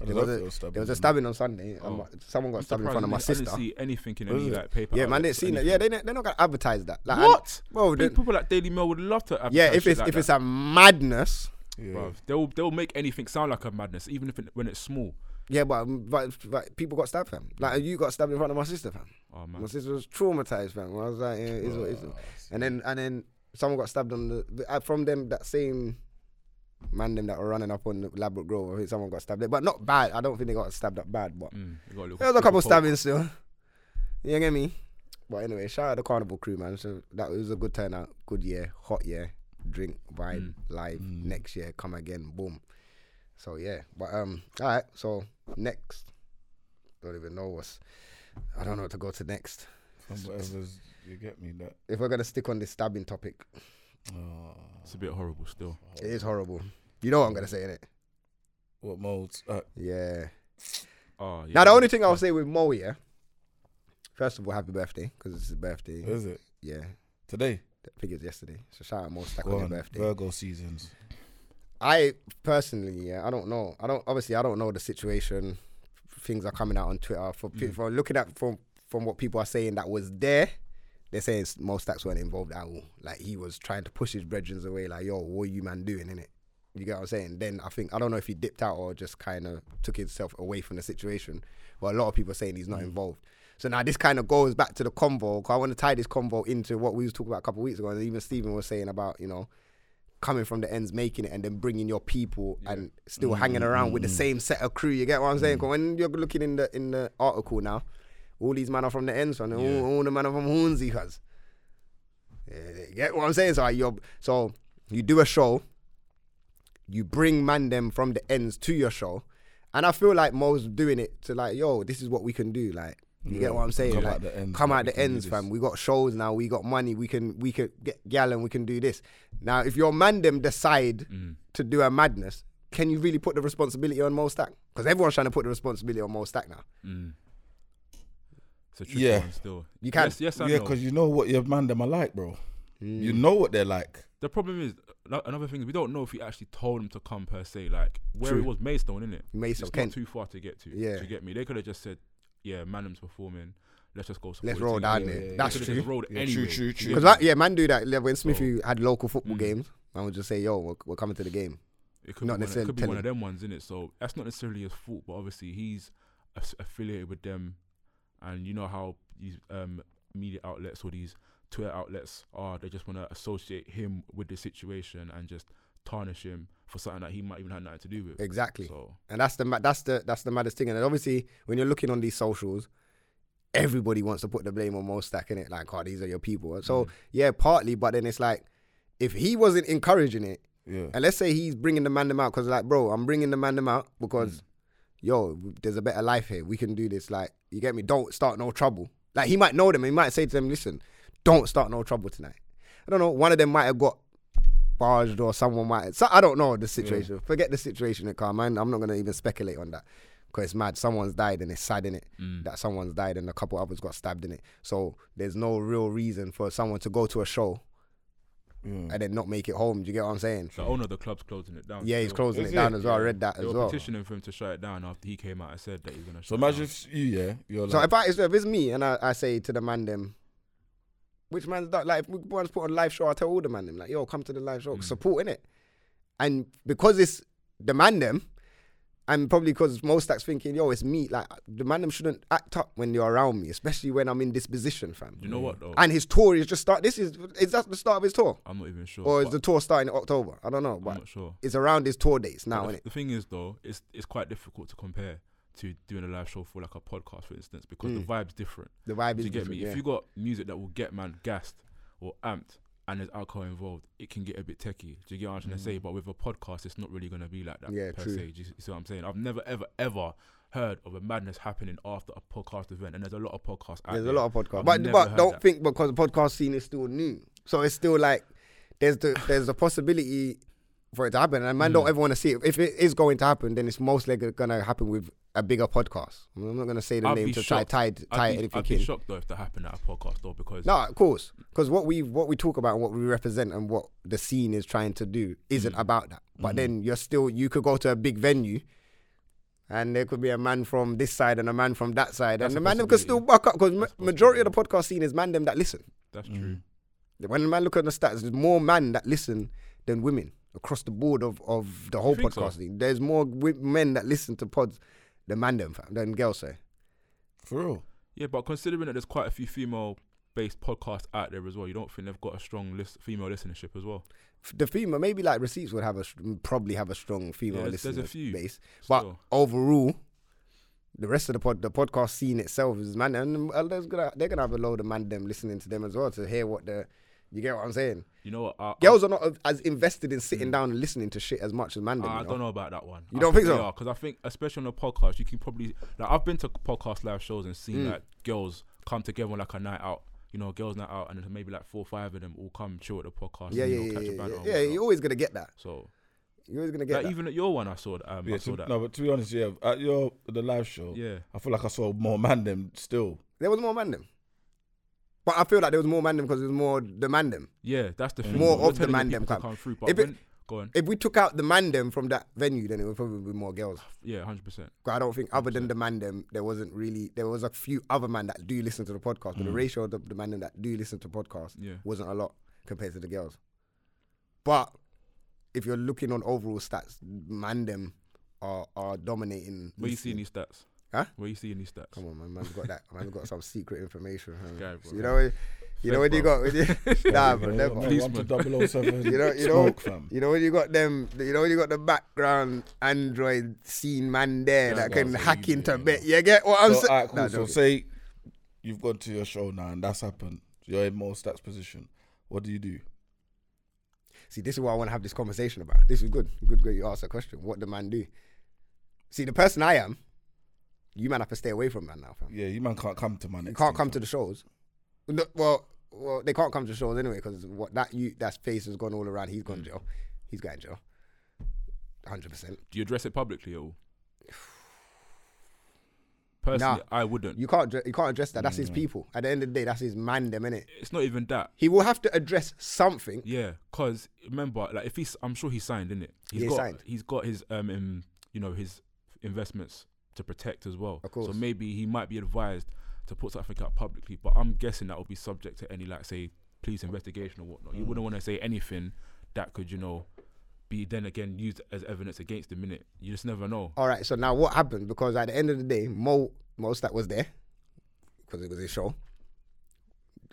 S3: I
S2: There
S3: don't
S2: was,
S3: know if
S2: a,
S3: it was
S2: there was a
S3: stabbing.
S2: stabbing on Sunday. and my- someone got
S4: I'm
S2: stabbed in front of
S4: surprised
S2: my
S4: Oh, I didn't-
S2: sister.
S4: I didn't see anything in any like paper.
S2: Yeah, man, they
S4: outlets or
S2: seen it.
S4: anything.
S2: Yeah, they they're not gonna advertise that. Like,
S4: What?
S2: I, well, they,
S4: Pe- people like Daily Mail would love to.
S2: yeah,
S4: advertise
S2: if
S4: shit
S2: it's
S4: like
S2: if
S4: that,
S2: it's a madness,
S3: Yeah.
S4: bruv. they'll they'll make anything sound like a madness, even if it, when it's small.
S2: Yeah, but, but, but people got stabbed, fam. Like you got stabbed in front of my sister, fam.
S4: Oh man.
S2: My sister was traumatized, fam. I was like, yeah, it is what it is. And then and then someone got stabbed on the, the uh, from them that same man them that were running up on the Labrador Grove. I think someone got stabbed there, but not bad. I don't think they got stabbed up bad, but
S4: Mm, you got a little-
S2: there was a couple
S4: little poke.
S2: stabbings still. You get me? But anyway, shout out the carnival crew, man. So that was a good turnout, good year, hot year, drink,
S3: Mm.
S2: vibe, live. Next year, come again, boom. So yeah, but um, all right. So next, don't even know what's. I don't know what to go to next.
S3: And whatever's, you get me that.
S2: If we're gonna stick on this stabbing topic,
S3: uh,
S4: It's a bit horrible still.
S2: it is horrible. You know what I'm gonna say, innit?
S3: What modes? Uh,
S2: Yeah.
S4: Oh yeah.
S2: Now the only thing I'll say with Mo, yeah. First of all, happy birthday because it's his birthday.
S3: is it
S2: Yeah,
S3: today?
S2: I think it's yesterday. So shout out Mo Stack
S3: Go
S2: on your
S3: on,
S2: birthday.
S3: Virgo seasons.
S2: I personally, yeah, I don't know. I don't obviously I don't know the situation. Things are coming out on Twitter for pe- for looking at from from what people are saying that was there. They're saying s- Mo Stacks weren't involved at all. Like he was trying to push his brethren away. Like yo, what are you man doing in it? You get what I'm saying? Then I think I don't know if he dipped out or just kind of took himself away from the situation. But a lot of people are saying he's not involved. So now this kind of goes back to the convo. 'cause I want to tie this convo into what we was talking about a couple of weeks ago, and even Stephen was saying about you know coming from the ends, making it, and then bringing your people and still hanging around with the same set of crew. You get what I'm saying? 'Cause when you're looking in the in the article now, all these men are from the ends, and all, all the men are from Hornsey, cuz. Yeah, you get what I'm saying? So you so you do a show, you bring man them from the ends to your show, and I feel like Mo's doing it to like, yo, this is what we can do, like. You get what I'm saying?
S3: Come
S2: like,
S3: out the ends,
S2: come
S3: like,
S2: out
S3: we
S2: the
S3: can do
S2: ends,
S3: this.
S2: fam. We got shows now. We got money. We can we could get gal and we can do this. Now, if your man them decide
S3: Mm.
S2: to do a madness, can you really put the responsibility on Mo Stack? Because everyone's trying to put the responsibility on Mo Stack now.
S4: It's a tricky
S3: Yeah.
S4: one still.
S2: You can.
S4: Yes, yes, I
S3: Yeah,
S4: know.
S3: because you know what your man them are like, bro.
S2: Mm.
S3: You know what they're like.
S4: The problem is ano- another thing is we don't know if he actually told him to come per se. Like where it was Maidstone, isn't it?
S2: Maidstone,
S4: it's
S2: Kent.
S4: not too far to get to.
S2: Yeah.
S4: to get me, they could have just said, "Yeah, Manham's performing. Let's just go. support
S2: Let's
S4: the
S2: roll
S4: team."
S2: down
S4: Yeah,
S2: there.
S4: yeah, yeah.
S2: That's
S4: They could've just
S2: true.
S4: rolled
S3: Yeah,
S4: anyway.
S3: true, true, true.
S2: Because yeah, man do that. Like, When Smith you had local football games, man would just say, "Yo, we're, we're coming to the game."
S4: It could
S2: Not
S4: be, one of,
S2: necessarily
S4: could be one
S2: telling.
S4: of them ones, isn't it? So that's not necessarily his fault, but obviously he's as- affiliated with them, and you know how these um, media outlets or these Twitter outlets are. They just want to associate him with the situation and just tarnish him for something that he might even have nothing to do with.
S2: Exactly.
S4: So
S2: And that's the ma- that's the that's the maddest thing. And then obviously, when you're looking on these socials, everybody wants to put the blame on Mo Stack in it. Like, oh, these are your people. So yeah, partly, but then it's like, if he wasn't encouraging it,
S3: Yeah.
S2: and let's say he's bringing the man them out, because like, bro, I'm bringing the man them out because, yo, w- there's a better life here. We can do this. Like, you get me? Don't start no trouble. Like he might know them. He might say to them, listen, don't start no trouble tonight. I don't know. One of them might have got barged or someone might. So I don't know the situation. Forget the situation, car man. I'm not gonna even speculate on that because it's mad. Someone's died and it's sad in it that someone's died and a couple others got stabbed in it. So there's no real reason for someone to go to a show and then not make it home. Do you get what I'm saying?
S4: the owner of the club's closing it down.
S2: Yeah, he's
S4: So
S2: closing
S3: Is
S2: it down
S3: it?
S2: as well. I read that
S4: They
S2: as
S4: were
S2: well.
S4: petitioning for him to shut it down after he came out and said that he's gonna.
S3: So
S4: shut
S3: imagine
S4: it down.
S3: if you, yeah, you're
S2: So
S3: like,
S2: if I if it's me and I, I say to the man them, which man's that? Like if we once put on live show, I tell all the man them like, yo, come to the live show,
S4: Mm.
S2: supporting it. And because it's the man them, and probably because most acts thinking, yo, it's me. Like the man them shouldn't act up when you're around me, especially when I'm in this position, fam.
S4: you know what though,
S2: And his tour is just start. This is is that the start of his tour,
S4: I'm not even sure.
S2: or is
S4: but
S2: the tour starting in October? I don't know,
S4: I'm
S2: but
S4: not sure.
S2: it's around his tour dates
S4: But
S2: now,
S4: the,
S2: innit?
S4: the thing is though, it's it's quite difficult to compare to doing a live show for like a podcast, for instance, because
S2: Hmm.
S4: the vibe's different.
S2: The vibe
S4: Do
S2: is
S4: you get
S2: different,
S4: me?
S2: yeah.
S4: If you got music that will get man gassed or amped and there's alcohol involved, it can get a bit techie. Do you get what I'm trying to say? But with a podcast, it's not really going to be like that
S2: Mm. Yeah,
S4: per
S2: true.
S4: se. Do you, see what I'm saying? I've never, ever, ever heard of a madness happening after a podcast event, and there's a lot of podcasts. out
S2: There's a
S4: there.
S2: lot of podcasts,
S4: I've
S2: but
S4: never
S2: but
S4: heard
S2: don't
S4: that.
S2: think because the podcast scene is still new, so it's still like there's the there's the possibility for it to happen, and man
S4: Mm.
S2: don't ever want to see it. If it is going to happen, then it's most likely gonna happen with a bigger podcast. I am not gonna say the
S4: I'd
S2: name
S4: be
S2: to
S4: shocked.
S2: try tie tie
S4: I'd be,
S2: anything
S4: I'd be
S2: in.
S4: shocked though if that happened at a podcast though, because
S2: No, of course, because what we what we talk about and what we represent and what the scene is trying to do isn't
S4: Mm.
S2: about that. But then you're still you could go to a big venue, and there could be a man from this side and a man from that side,
S4: That's
S2: and the
S4: a
S2: man them could still
S4: possibility.
S2: buck up because majority of the podcast scene is man them that listen.
S4: that's
S2: Mm.
S4: true.
S2: When a man look at the stats, there's more men that listen than women across the board of, of the whole
S4: think so?
S2: podcasting. There's more wi- men that listen to pods the man them fam, then girls say.
S3: For real.
S4: Yeah, but considering that there's quite a few female based podcasts out there as well, you don't think they've got a strong list female listenership as well.
S2: F- The female, maybe like receipts would have a str- probably have a strong female
S4: there's-
S2: listener
S4: there's a few
S2: base,
S4: still.
S2: but overall, the rest of the pod, the podcast scene itself is man, and uh, there's gonna they're gonna have a load of man them listening to them as well to hear what the. You get what I'm saying?
S4: You know what? I,
S2: Girls are not uh, as invested in sitting down and listening to shit as much as man them.
S4: Mm. Ah, I, I
S2: you know?
S4: don't know about that one.
S2: You don't think so?
S4: Because I think, especially on a podcast, you can probably like I've been to podcast live shows and seen
S2: Mm.
S4: like girls come together on, like a night out. You know, girls night out, and there's maybe like four, or five of them all come chill at the podcast.
S2: Yeah,
S4: and,
S2: yeah,
S4: you know,
S2: yeah,
S4: catch a
S2: yeah.
S4: banter
S2: yeah.
S4: and
S2: yeah
S4: whatnot.
S2: you're always gonna get that.
S4: So,
S2: You're always gonna get
S4: like,
S2: that.
S4: even at your one, I saw. Um,
S3: Yeah,
S4: I saw
S3: to-
S4: that.
S3: no, but to be honest, yeah, at your the live show,
S4: Yeah.
S3: I feel like I saw more man them still.
S2: There was more mandem. But I feel like there was more mandem because there was more the mandem.
S4: yeah, that's the thing.
S2: More
S4: We're
S2: of the
S4: telling
S2: man them
S4: people to
S2: come.
S4: come through, but
S2: If it-
S4: when- go on.
S2: If we took out the mandem from that venue, then it would probably be more girls.
S4: yeah, hundred percent.
S2: 'Cause I don't think other than the mandem, there wasn't really there was a few other men that do listen to the podcast, but the
S3: Mm.
S2: ratio of the, the mandem that do listen to podcasts
S4: Yeah.
S2: wasn't a lot compared to the girls. But if you're looking on overall stats, mandem are are dominating.
S4: Where you
S2: listening.
S4: seeing these stats?
S2: Huh?
S4: Where you seeing these stats?
S2: Come on, man. Man's got that. Man's got some secret information. man.
S4: Guy, bro.
S2: you know, what- you know what you (laughs) got.
S3: (laughs)
S2: with you- nah, bro. Never.
S3: Please, one to 007
S2: (laughs) You know, you know,
S3: smoke, fam.
S2: you know when you got them. You know when you got the background Android scene man there that
S3: well,
S2: can
S3: so
S2: hack
S3: you
S2: into
S3: do,
S2: bit. You get what I'm
S3: So,
S2: saying?
S3: alright, cool. so say you've gone to your show now and that's happened. You're in more stats position. What do you do?
S2: See, this is what I want to have this conversation about. This is good. Good, good. You asked a question. What the man do? See, the person I am, you man have to stay away from man now, fam.
S3: Yeah, you man can't come to my next.
S2: You can't
S3: thing,
S2: come
S3: fam.
S2: to the shows. No, well, well, they can't come to shows anyway because what that you that face has gone all around. He's gone jail. He's going jail. Hundred percent.
S4: Do you address it publicly at all? Personally, I wouldn't.
S2: You can't. dr- You can't address that. That's his people. At the end of the day, that's his man. Them innit?
S4: it's not even that.
S2: He will have to address something.
S4: Yeah, cause remember, like if he's, I'm sure he signed, isn't it?
S2: Yeah, he
S4: got,
S2: signed.
S4: He's got his um, in, you know, his investments to protect as well.
S2: Of course.
S4: So maybe he might be advised to put something out publicly, but I'm guessing that will be subject to any, like, say, police investigation or whatnot.
S2: Mm.
S4: You wouldn't want to say anything that could, you know, be then again used as evidence against the minute. You just never know.
S2: All right. So now what happened? Because at the end of the day, Mo most that was there because it was his show.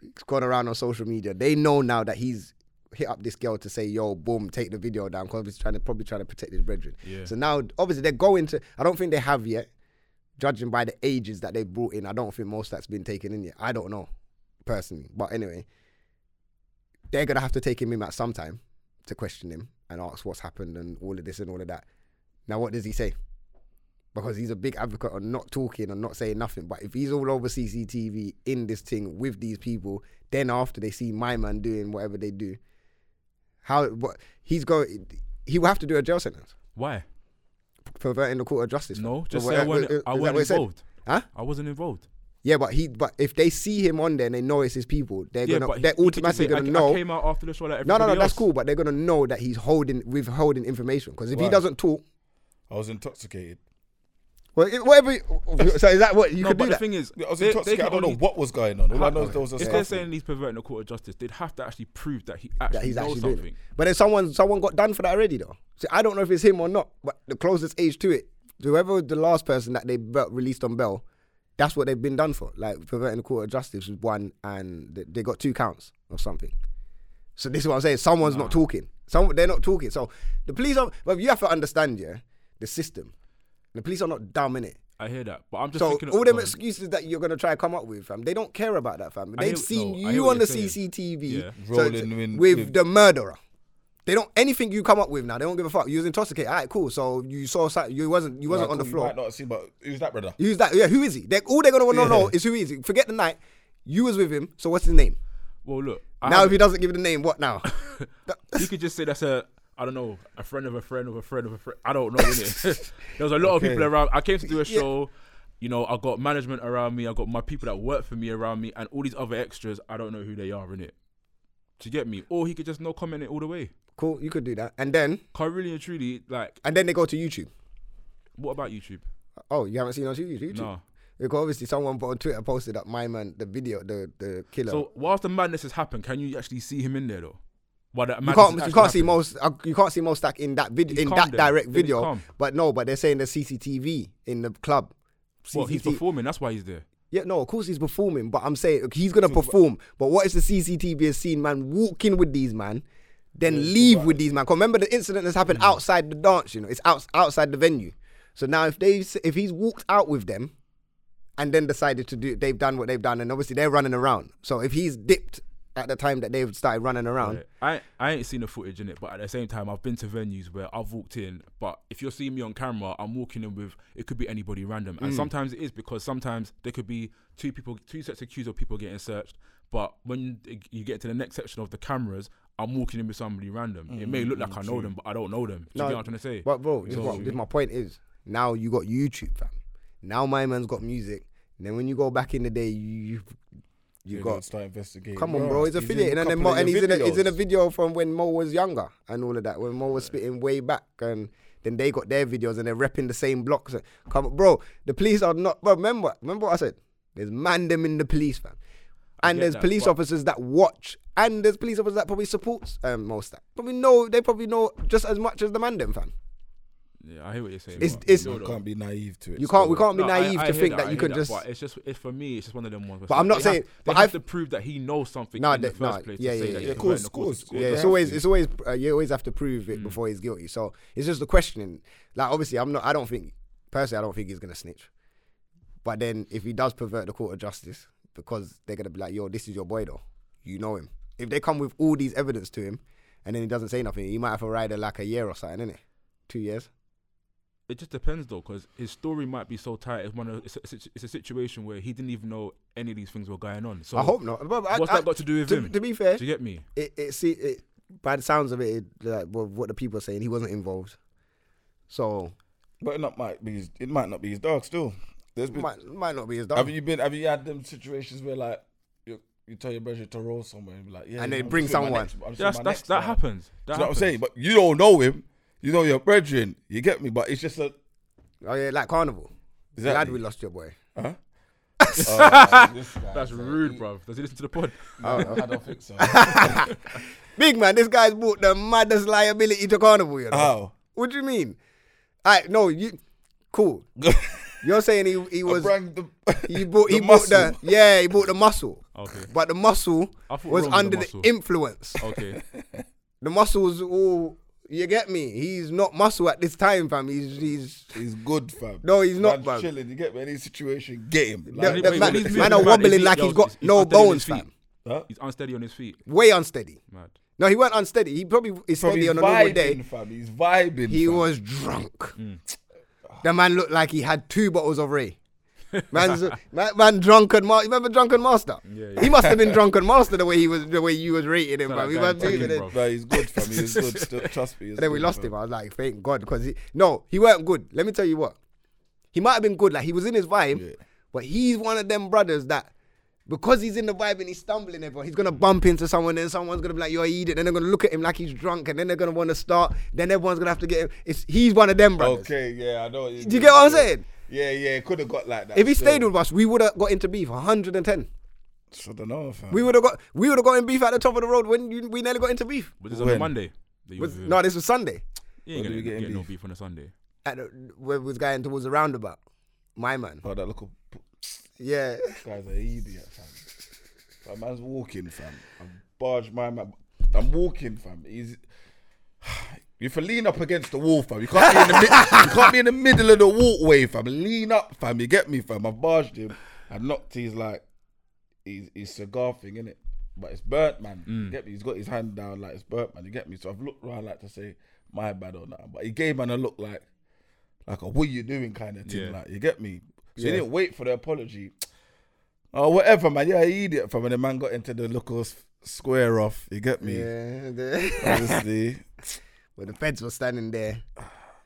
S2: It's gone around on social media. They know now that he's hit up this girl to say, "Yo, boom, take the video down," because he's trying to probably trying to protect his brethren.
S4: Yeah.
S2: So now, obviously, they're going to. I don't think they have yet. Judging by the ages that they brought in, I don't think most that's been taken in yet. I don't know personally, but anyway, they're gonna have to take him in at some time to question him and ask what's happened and all of this and all of that. Now, what does he say? Because he's a big advocate on not talking and not saying nothing. But if he's all over CCTV in this thing with these people, then after they see my man doing whatever they do, how what he's going, he will have to do a jail sentence,
S4: Why?
S2: perverting the court of justice.
S4: No,
S2: Is
S4: just
S2: what-
S4: say I
S2: is-
S4: weren't,
S2: is
S4: I
S2: that
S4: weren't
S2: what it said?
S4: involved.
S2: Huh?
S4: I wasn't involved.
S2: Yeah, but he, but if they see him on there and they know it's his people, they're
S4: yeah,
S2: gonna,
S4: but
S2: they're
S4: he could just
S2: automatically
S4: say,
S2: gonna
S4: I,
S2: know.
S4: I came out after the show like
S2: No, no, no,
S4: everybody
S2: that's
S4: else.
S2: cool, but they're gonna know that he's holding withholding information because if he
S3: Right.
S2: doesn't talk,
S3: I was intoxicated.
S2: well, it- whatever. you- So is that what you
S4: No,
S2: could
S4: but
S2: do
S4: the
S2: that?
S4: thing is,
S3: I was
S4: they, they
S3: intoxicated.
S4: can
S3: I don't know
S4: only-
S3: what was going on. All I know is there was a
S4: If they're
S3: scuffle.
S4: saying he's perverting the court of justice, they'd have to actually prove that he actually
S2: that he's
S4: knows
S2: actually doing.
S4: something.
S2: it. But if someone someone got done for that already though, so I don't know if it's him or not. But the closest age to it, whoever was the last person that they be- released on bail, that's what they've been done for. Like perverting the court of justice was one, and th- they got two counts or something. So this is what I'm saying. Someone's not talking. Some they're not talking. So the police are. But you have to understand, yeah, the system. The police are not dumb in it.
S4: I hear that, but I'm just
S2: So
S4: thinking.
S2: all them
S4: um,
S2: excuses that you're gonna try and come up with, fam, they don't care about that, fam.
S4: I
S2: They've
S4: hear-
S2: seen
S4: no, I hear
S2: you
S4: what
S2: on the
S4: you're saying.
S2: CCTV
S4: Yeah.
S2: so-
S3: Rolling in
S2: with,
S3: with-
S2: the murderer. They don't anything you come up with now. They don't give a fuck. You was intoxicated. All right, cool. So you saw some- you wasn't you wasn't
S3: Like,
S2: on the
S3: cool, you
S2: floor.
S3: Might not have seen, but who's that brother?
S2: Who's that? Yeah, who is he? They, all they're gonna want to know
S3: Yeah.
S2: is who is he. Forget the night. You was with him. So what's his name?
S4: well, look. I
S2: now if he
S4: haven't-
S2: doesn't give the name, what now? (laughs)
S4: you could just say that's a. I don't know, a friend of a friend of a friend of a friend. I don't
S2: (laughs)
S4: know, innit? (laughs) there was a lot of people around. I came to do a show, you know, I got management around me, I got my people that work for me around me, and all these other extras, I don't know who they are, innit? Do you get me? Or he could just no comment it all the way.
S2: cool, you could do that. And then
S4: Cause really and truly, like,
S2: and then they go to YouTube.
S4: what about YouTube?
S2: Oh, you haven't seen on YouTube? YouTube.
S4: No.
S2: Because obviously someone put on Twitter posted up my man the video the the killer.
S4: So whilst the madness has happened, can you actually see him in there though? Well, that
S2: You
S4: madness
S2: can't,
S4: is
S2: you
S4: actually
S2: can't see
S4: happening.
S2: most. Uh, you can't see most stack in that video,
S4: He's
S2: in
S4: calm
S2: that
S4: then.
S2: direct
S4: Then he's
S2: video.
S4: calm.
S2: But no, but they're saying there's CCTV in the club.
S4: Well, he's
S2: CCTV
S4: performing. That's why he's there.
S2: Yeah, no, of course he's performing, but I'm saying look, he's gonna perform. But what if the CCTV has seen man walking with these man, then leave with these man? 'Cause remember the incident that's
S4: Mm.
S2: happened outside the dance. You know, it's out, outside the venue. So now if they s- if he's walked out with them, and then decided to do they've done what they've done, and obviously they're running around. So if he's dipped at the time that they've started running around,
S4: I I ain't seen the footage in it, but at the same time, I've been to venues where I've walked in, but if you're seeing me on camera, I'm walking in with it could be anybody random,
S2: Mm.
S4: and sometimes it is because sometimes there could be two people, two sets of queues of people getting searched, but when you get to the next section of the cameras, I'm walking in with somebody random. It may look like I know them, but I don't know them. Do you get what I'm trying to say?
S2: Mm, But bro, this is what, this my point is. Now you got YouTube, fam. Now my man's got music. And then when you go back in the day, you you, you
S3: You
S2: got.
S3: start investigating.
S2: Come on,
S3: Bruh,
S2: bro, he's
S3: in
S2: affiliating, and then
S3: couple
S2: Mo,
S3: of
S2: and
S3: your
S2: he's in, a, he's in a
S3: videos.
S2: video from when Mo was younger and all of that. When Mo was spitting way back, and then they got their videos and they're repping the same blocks. Come, on, bro, the police are not. Bro, remember, remember what I said? There's man them in the police, fam. And
S4: get
S2: there's
S4: that,
S2: police
S4: but-
S2: officers that watch, and there's police officers that probably supports um, most that probably know they probably know just as much as the man them, fam.
S4: yeah, I hear what you're saying.
S2: It's-
S4: but
S2: it's-
S4: still
S3: You
S4: though.
S3: can't be naive to it.
S2: You can't. We
S3: still.
S2: can't be
S4: No, I-
S2: naive
S4: I
S2: to
S4: hear
S2: think
S4: that,
S2: that you
S4: I hear
S2: can
S4: that,
S2: just.
S4: But it's just it's for me. It's just one of them ones. where
S2: But I'm not
S4: they
S2: saying-
S4: Have,
S2: but
S4: they have
S2: I've-
S4: to prove that he knows something.
S2: No,
S4: in the
S2: they- no,
S4: first place
S2: yeah,
S4: to say
S2: yeah,
S4: that
S2: yeah.
S4: he's
S2: Of
S4: converting
S3: course,
S4: the course
S3: of
S4: to
S3: course,
S2: Yeah,
S3: They
S2: it's
S3: have
S2: always
S3: to.
S2: it's always uh, you always have to prove
S4: Mm.
S2: it before he's guilty. So it's just the questioning. Like obviously, I'm not. I don't think personally, I don't think he's gonna snitch. But then if he does pervert the court of justice, because they're gonna be like, "Yo, this is your boy, though. You know him." If they come with all these evidence to him, and then he doesn't say nothing, he might have to ride a, like a year or something, innit? Two years.
S4: It just depends though, because his story might be so tight. It's one of it's a, situ- it's a situation where he didn't even know any of these things were going on. So
S2: I hope not. But I-
S4: What's
S2: I-
S4: that got to do with him?
S2: To be fair,
S4: Do you get me?
S2: it, it see it by the sounds of it, it like, what what the people are saying, he wasn't involved. So
S3: But it not might be. His, it might not be his dog. Still, there's
S4: Mm.
S3: been.
S2: might might not be as
S3: Have
S2: dumb.
S3: you been? Have you had them situations where like you, you tell your brother to roll somewhere and be like, yeah,
S2: And
S3: yeah,
S2: they
S3: I'm
S2: bring
S3: just with my
S2: someone.
S3: next- I'm just with
S4: That's,
S3: my
S4: that's
S3: next
S4: that
S3: guy.
S4: happens. That
S3: That's what I'm
S4: happens.
S3: saying. But you don't know him. You know your brethren. You get me? But it's just a.
S2: Oh yeah, like carnival. Glad
S3: Exactly.
S2: we lost your boy.
S3: Huh? Oh,
S4: (laughs)
S3: this guy,
S4: That's
S3: so
S4: rude,
S3: he-
S4: bruv. Does he listen to the pod?
S3: I don't, I don't
S2: (laughs)
S3: think so.
S2: Big man, this guy's brought the maddest liability to carnival, you know.
S3: How? (laughs)
S2: What do you mean? I no, you cool. You're saying he he was
S3: Bring the,
S2: he bought he
S3: the
S2: bought the
S3: muscle.
S2: yeah, he bought the muscle.
S4: Oh, Okay.
S2: But the muscle
S4: I
S2: was
S4: thought wrong with the
S2: under the,
S4: muscle.
S2: influence.
S4: Okay.
S2: The muscle's all you get me? He's not muscle at this time, fam. He's he's
S3: (laughs) He's good, fam.
S2: No, he's not,
S3: Man's
S2: fam.
S3: chilling. You get me? Any situation, get him.
S2: the,
S4: wait,
S2: the
S4: wait,
S2: man,
S4: wait,
S2: man
S4: wait,
S2: are
S4: wait,
S2: wobbling
S4: wait,
S2: like
S4: yo,
S2: he's got
S4: he's- he's
S2: no
S4: not dead on
S2: bones,
S4: his feet.
S2: fam.
S3: Huh?
S4: He's unsteady on his feet.
S2: Way unsteady.
S4: Mad.
S2: No, he weren't unsteady. He probably is
S3: Fam,
S2: steady
S3: he's
S2: on a normal
S3: vibing,
S2: day.
S3: fam. He's vibing.
S2: He
S3: fam.
S2: was drunk.
S4: Mm.
S2: The man looked like he had two bottles of Ray. Man's, (laughs) man, man, drunken master. Remember drunken master?
S4: Yeah, yeah.
S2: He must have been drunken master the way he was, the way you was rating him,
S4: Sound
S2: man.
S4: like
S2: We
S4: Dan
S2: weren't
S4: Teddy,
S2: even it.
S4: bro.
S3: No, he's good, fam. He's
S2: (laughs)
S3: good. Still, trust me. he's
S2: And then we
S3: good,
S2: lost
S3: fam.
S2: him. I was like, thank God, because he, no, he weren't good. Let me tell you what, he might have been good. Like he was in his vibe,
S3: Yeah.
S2: but he's one of them brothers that. Because he's in the vibe and he's stumbling everywhere, he's gonna bump into someone, then someone's gonna be like, "Yo, he did," and they're gonna look at him like he's drunk, and then they're gonna want to start. Then everyone's gonna have to get him. It's he's one of them brothers.
S3: Okay, yeah, I know. Do
S2: you get what I'm saying?
S3: Yeah, yeah, could have got like that.
S2: If he
S3: still.
S2: stayed with us, we would have got into beef 110.
S3: I don't know, fam.
S2: We would have got we would have got in beef at the top of the road when you, we nearly got into beef.
S4: Was this on
S3: When?
S4: a Monday? that you
S2: Was-
S4: was with him?
S2: no, this was Sunday.
S4: you
S3: When
S4: ain't gonna
S3: did we
S4: get,
S3: get in
S4: no
S3: beef?
S4: beef on a Sunday.
S2: At the, where we was going towards the roundabout. My man.
S3: Oh, that local p-
S2: Yeah.
S3: guy's an idiot, fam. My man's walking, fam. I'm barge my man. I'm walking, fam. He's. You have to lean up against the wall, fam. You can't be in the mid- you can't be in the middle of the walkway, fam. Lean up, fam. You get me, fam. I barged him. I knocked his like, his, his cigar thing in it, but it's burnt, man.
S2: Mm.
S3: You get me? He's got his hand down like it's burnt, man. You get me? So I've looked round like to say my bad or nothing, but he gave man a look like, like a what you doing kind of thing,
S4: Yeah.
S3: like you get me? So he didn't wait for the apology. Oh, whatever, man. Yeah, idiot, fam. And the man got into the local s- square off. You get me?
S2: Yeah. the- (laughs)
S3: Obviously,
S2: Where the feds were standing there.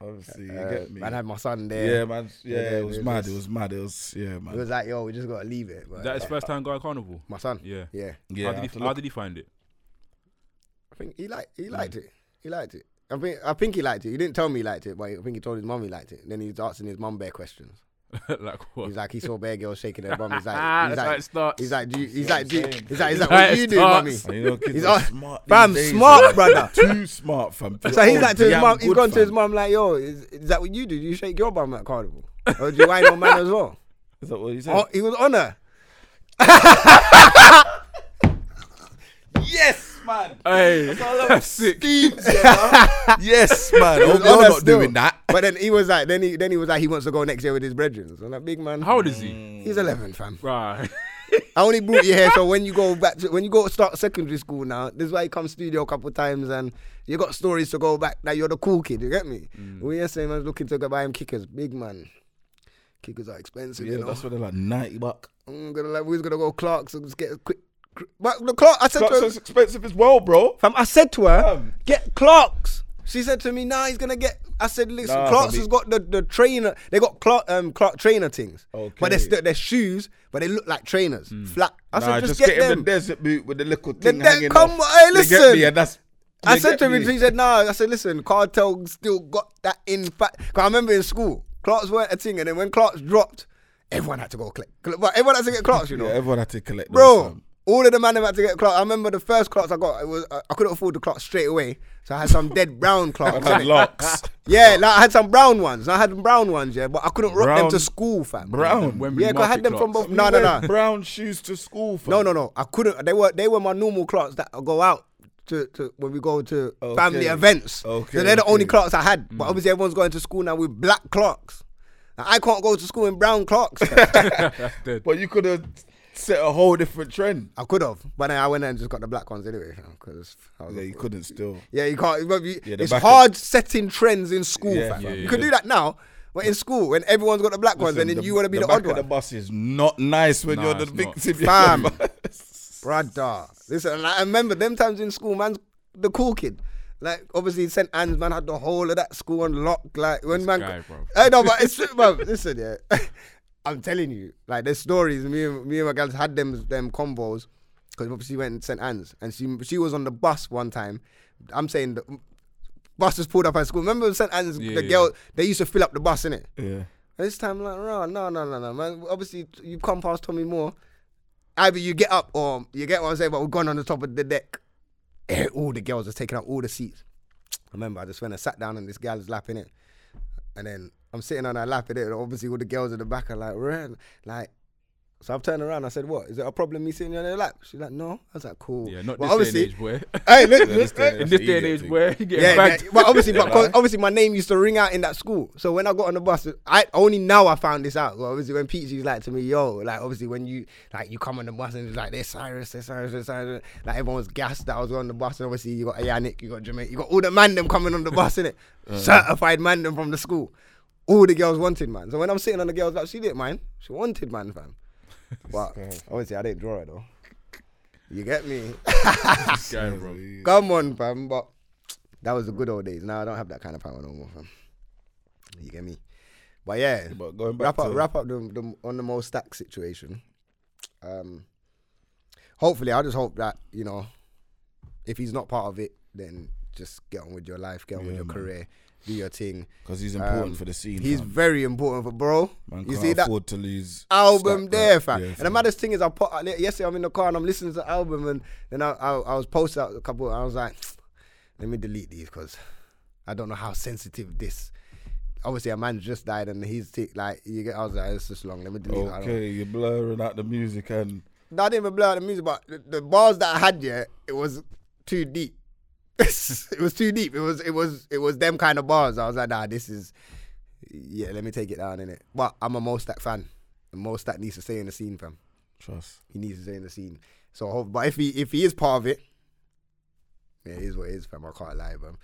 S3: obviously, you
S2: Uh,
S3: get me?
S2: Man had my son there.
S3: Yeah, man. Yeah,
S2: Yeah,
S3: it was
S2: it
S3: mad.
S2: was-
S3: It was mad. It was yeah,
S2: It
S3: man.
S2: was like, yo, we just gotta leave it. But,
S4: That is first time going carnival.
S2: my son.
S4: Yeah.
S2: Yeah.
S3: yeah,
S4: how,
S3: I
S4: did
S3: have to
S4: he, how
S3: look.
S4: did he find it?
S2: I think he liked he liked it. He liked it. I think I think he liked it. He didn't tell me he liked it, but I think he told his mum he liked it. Then he was asking his mum bare questions.
S4: (laughs) like what?
S2: He's like, he saw bear girls shaking their bum. He's like,
S4: That's
S2: he's
S4: how it
S2: like,
S4: starts.
S2: he's like, do you, he's like, do you,
S3: what I'm
S2: he's like, he's like,
S4: That's how
S2: what
S4: it
S2: you do, mummy?
S4: starts.
S3: And you know, kids
S2: He's
S3: are
S2: on-
S3: smart. these
S2: Fam,
S3: days,
S2: smart,
S3: man.
S2: brother.
S3: (laughs) Too smart, fam.
S2: So he's
S3: Oh,
S2: like to his
S3: damn
S2: mum. He's
S3: good,
S2: gone to his
S3: fam.
S2: mum like, yo, is, is that what you do? Do you shake your bum at carnival, or do you wine on man as well?
S3: Is that what he said?
S2: Oh, he was on her.
S3: yes, man.
S4: Hey, that's sick.
S3: Schemes, yeah, man. yes, man.
S2: He
S3: Hope
S2: was
S3: you're
S2: on her
S3: not
S2: still.
S3: doing that.
S2: But then he was like, then he then he was like, he wants to go next year with his brethren. So I'm like, big man,
S4: (laughs) How old is he?
S2: He's 11, fam.
S4: Right. (laughs)
S2: I only brought you here so when you go back to when you go start secondary school now, this is why you come studio a couple times and you got stories to go back that you're the cool kid. You get me?
S3: Mm.
S2: We are saying man's looking to go buy him kickers, big man. Kickers are expensive,
S3: Yeah,
S2: you know.
S3: that's what they're like. Ninety buck.
S2: I'm gonna like, we're gonna go Clark's and just get a quick. But the Clark, I said to her,
S3: That's expensive as well, bro.
S2: fam, I said to her,
S3: Fam.
S2: get Clark's. She said to me, nah, he's gonna get. I said, listen,
S3: Nah,
S2: Clark's
S3: fam,
S2: has got the, the trainer. They got Clark um Clark trainer things, but they're,
S3: Okay. Mm.
S2: st- they're shoes, but they look like trainers, flat. I
S3: nah,
S2: said, just,
S3: just,
S2: get,
S3: him
S2: them.
S3: the desert boot with the little thing
S2: de-
S3: hanging
S2: come
S3: off.
S2: on, hey,
S3: You get
S2: listen.
S3: me? And that's,
S2: I
S3: you
S2: said
S3: get
S2: to him,
S3: me?
S2: he said, nah. I said, listen, Cartel still got that in fact. Because I remember in school, Clarks weren't a thing. And then when Clarks dropped, everyone had to go click. But everyone had to get Clarks, you know.
S3: Yeah, everyone had to collect.
S2: Bro,
S3: those, fam.
S2: all of the man them had to get Clarks. I remember the first Clarks I got, it was I I couldn't afford the Clarks straight away. So I had some dead
S3: (laughs)
S2: brown Clarks.
S3: I had
S2: innit?
S3: locks.
S2: Yeah, like I had some brown ones. I had brown ones, yeah. But I couldn't rock them
S3: Brown-
S2: to school, fam.
S3: Brown.
S4: Wembley
S2: Yeah, 'cause I had
S4: Market
S2: them from
S4: Clarks.
S2: both. No, no,
S3: Wear (laughs)
S2: no.
S3: Brown shoes to school. Fam.
S2: No, no, no. I couldn't. They were they were my normal clocks that I go out to, to when we go to family
S3: Okay.
S2: events.
S3: Okay,
S2: So they're the only
S3: okay. Mm.
S2: clocks I had. But obviously everyone's going to school now with black clocks. Now, I can't go to school in brown
S3: (laughs)
S2: clocks.
S4: That's dead.
S3: But you could have set a whole different trend.
S2: I could have, but then I went and just got the black ones anyway. Because
S3: Yeah, you couldn't still.
S2: yeah, you can't. you- you-
S3: Yeah, the
S2: it's
S3: back-
S2: hard setting trends in school.
S3: Yeah,
S2: fam.
S3: yeah,
S2: you
S4: yeah.
S2: can do that now, but in school when everyone's got the black ones and then
S3: the-
S2: you want to be the,
S3: back
S2: odd
S3: of
S2: one.
S3: The bus is not nice when
S4: Nah,
S3: you're the
S4: it's not.
S3: victim.
S2: Fam.
S3: yeah.
S2: Brother. Listen, and I remember them times in school, man's the cool kid. Like obviously St. Anne's man had the whole of that school on lock. Like when man
S4: guy,
S2: (laughs)
S4: bro.
S2: I know, but it's bro, listen, yeah. (laughs) I'm telling you, like the stories, me and me and my girls had them them combos. Because obviously she went to St. Anne's and she she was on the bus one time. I'm saying the bus was pulled up at school. Remember St. Anne's
S4: Yeah,
S2: the
S4: yeah.
S2: girl they used to fill up the bus, innit?
S3: yeah.
S2: And This time, like, no, no, no, no, no, man. Obviously, t- you come past Tommy Moore. Either you get up or you get what I'm saying, but we've gone on the top of the deck. Eh, All the girls are taking up all the seats. I remember I just went and sat down on this gal's lap, innit? And then I'm sitting on her lap, innit? And obviously, all the girls in the back are like, "Ren," like, so I've turned around. I said, "What? Is it a problem me sitting on your lap?" She's like, "No." I was like, "Cool."
S4: Yeah, not
S2: But
S4: this day and age where.
S2: (laughs) Hey, look,
S3: this day and
S4: (laughs) In
S3: That's
S4: this day and
S3: idiot
S4: age
S3: thing.
S4: where you get
S2: yeah,
S4: bagged.
S2: yeah. But
S4: (laughs)
S2: obviously, but 'cause obviously, my name used to ring out in that school. So when I got on the bus, I only now I found this out. Well, obviously, when Peachy's like to me, yo, like obviously when you like you come on the bus and it's like they're Cyrus, they're Cyrus, they're Cyrus. Like everyone's gassed that I was on the bus, and obviously you got Yannick, you got Jamaica, you got all the man them coming on the bus, innit? Certified man them from the school. All the girls wanted man. So when I'm sitting on the girls, like she didn't mind. She wanted man, fam. But obviously I didn't draw it though. You get me?
S4: This guy, bro.
S2: Come on, fam. But that was the good old days. Now I don't have that kind of power no more, fam. You get me? But yeah,
S3: But going back
S2: wrap
S3: to
S2: up, wrap up the, the on the most stack situation. Um, hopefully, I just hope that you know, if he's not part of it, then just get on with your life, get on with
S3: Yeah,
S2: your
S3: man.
S2: career, do your thing.
S3: because he's important
S2: Um,
S3: for the scene.
S2: He's
S3: fam.
S2: very important for bro.
S3: man
S2: you
S3: can't
S2: see that
S3: afford to lose
S2: album
S3: stuff,
S2: there,
S3: like-
S2: fam.
S3: yeah,
S2: and the maddest thing is, I put yesterday I'm in the car and I'm listening to the album, and then I I, I was posted out a couple. I was like, let me delete these because I don't know how sensitive this. Obviously, a man just died and he's t- like, you get. I was like, it's just long. Let me delete. it. I don't-
S3: Okay, you're blurring out the music and
S2: no, I didn't even blur out the music, but the, the bars that I had, yeah, it was too deep. (laughs) it was too deep. It was it was it was them kind of bars. I was like, nah, this is yeah. Let me take it down in it. But I'm a Mostak fan. And Mostak needs to stay in the scene, fam.
S3: trust.
S2: He needs to stay in the scene. So, I hope, but if he if he is part of it, yeah, it is what it is, fam. I can't lie, fam.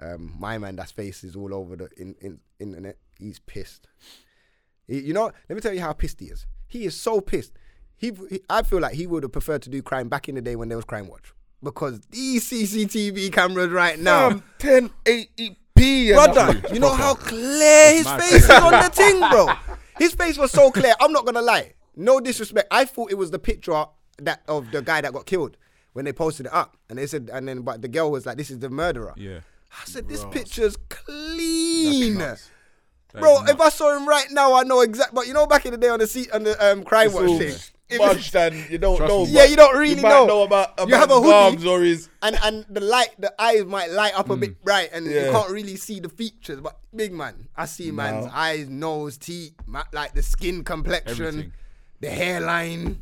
S2: Um, my man, that's face is all over the in, in, internet. He's pissed. He- you know, let me tell you how pissed he is. He is so pissed. He, he- I feel like he would have preferred to do crime back in the day when there was Crime Watch because these CCTV cameras right now.
S3: Um, 1080p,
S2: Brother, you know how clear his
S4: mad.
S2: face is on the thing, bro. His face was so clear. I'm not gonna lie. No disrespect. I thought it was the picture that of the guy that got killed when they posted it up, and they said, and then but the girl was like, "This is the murderer."
S4: Yeah.
S2: I said, "This picture's clean."
S4: That
S2: Bro,
S4: is
S2: if
S4: nuts.
S2: I saw him right now, I know exact. But you know, back in the day on the seat on the um, crime watch
S3: all
S2: thing, it was-
S3: Fudged and you don't
S4: Trust
S3: know.
S4: me.
S2: Yeah,
S3: but
S2: you don't really
S3: you might
S2: know.
S3: know about, about
S2: You have a
S3: his
S2: hoodie.
S3: arms or his.
S2: and and the light, the eyes might light up a bit bright, and
S3: Yeah.
S2: you can't really see the features. But big man, I see man's
S3: No.
S2: eyes, nose, teeth, ma- like the skin complexion,
S4: Everything.
S2: the hairline.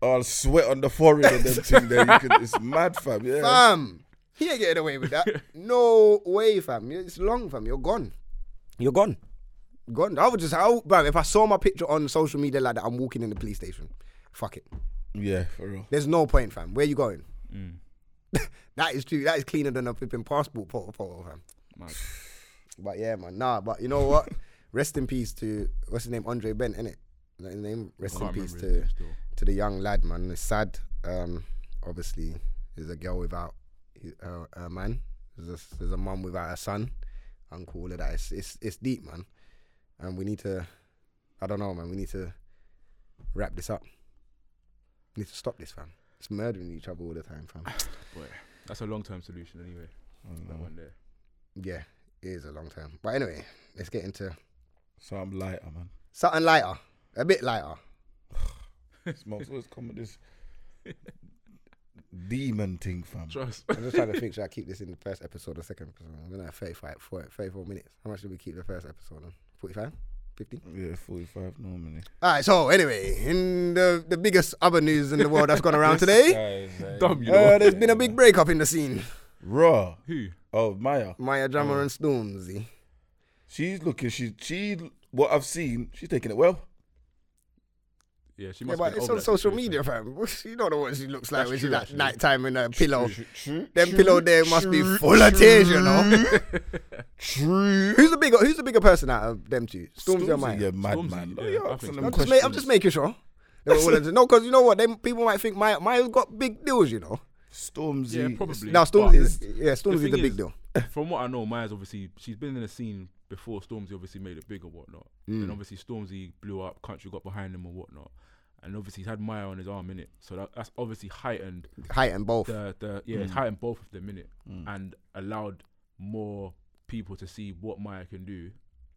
S3: I'll sweat on the forehead (laughs) and them thing there. You can, it's mad, fam. Yeah.
S2: Fam, Um, he ain't getting away with that. no way, fam. It's long, fam. You're gone. You're gone. Gone. I would just, I, would- bro. If I saw my picture on social media like that, I'm walking in the police station. Fuck it.
S3: Yeah, for real.
S2: There's no point, fam. Where you going?
S4: Mm.
S2: (laughs) that is true. That is cleaner than a flipping passport photo, photo fam.
S4: Mad.
S2: (sighs) But yeah, man. Nah, but you know
S4: (laughs)
S2: what? Rest in peace to what's his name, Andre Bent, innit? Is that His name. Rest in
S4: Can't
S2: peace
S4: remember his
S2: to
S4: name still.
S2: to the young lad, man. It's sad. Um, obviously, there's a girl without a uh, a man. There's a, there's a mum without a son. Uncle, all of that. It's, it's it's deep, man. And we need to. I don't know, man. We need to wrap this up. We need to stop this, fam. It's murdering each other all the time, fam.
S4: That's a long term solution anyway.
S2: Mm.
S4: That one there. (laughs)
S2: Yeah, it is a long time. But anyway, let's get into
S3: So I'm lighter, man.
S2: something lighter, a bit lighter.
S3: Smokes always come with (laughs) this demon thing, fam.
S4: Trust.
S2: I'm just trying to think, should I keep this in the first episode or second episode? I'm going to have 35, 40, 34 minutes. How much did we keep the first episode on? 45? 50?
S3: Yeah, 45 normally.
S2: All right, so anyway, in the, the biggest other news in the world that's gone
S3: (laughs)
S2: around today,
S4: (laughs) Dumb, you know.
S2: uh, there's been a big breakup in the scene.
S3: Raw.
S4: Who?
S3: Oh, Maya.
S2: Maya Drummer and Stormzy.
S3: She's looking. She she. What I've seen, she's taking it well.
S4: Yeah, she
S2: Yeah,
S4: must. have
S2: but
S4: been
S2: it's
S4: over
S2: on
S4: that
S2: social
S4: situation.
S2: media, fam. (laughs) You don't know what she looks like
S4: That's
S2: when she's
S4: true,
S2: at
S4: actually.
S2: nighttime in a pillow.
S3: True, true,
S2: Them
S3: true,
S2: pillow there must be
S3: true,
S2: full of tears, you know.
S3: True.
S2: Who's the bigger? Who's the bigger person out of them two? Stormzy, or Maya?
S3: Yeah, mad
S4: Stormzy,
S3: man.
S4: yeah,
S3: Oh, you're
S4: I
S3: asking
S4: think
S3: them
S2: I'm just,
S4: so.
S3: questions.
S2: ma- I'm just making sure. They were
S4: (laughs)
S2: willing to know because you know what? They, people might think Maya, Maya's got big deals, you know.
S3: Stormzy.
S4: (laughs) Yeah, probably.
S2: Now
S4: But
S2: Stormzy is yeah,
S4: the
S2: Stormzy the,
S4: thing
S2: the big
S4: is,
S2: deal.
S4: (laughs) From what I know, Maya's obviously she's been in the scene before Stormzy obviously made it big or whatnot.
S2: Mm.
S4: And obviously Stormzy blew up, country got behind him or whatnot. And obviously he's had Maya on his arm in it. So that, that's obviously heightened
S2: Height and both.
S4: the the yeah, it's heightened both of them in it and allowed more people to see what Maya can do,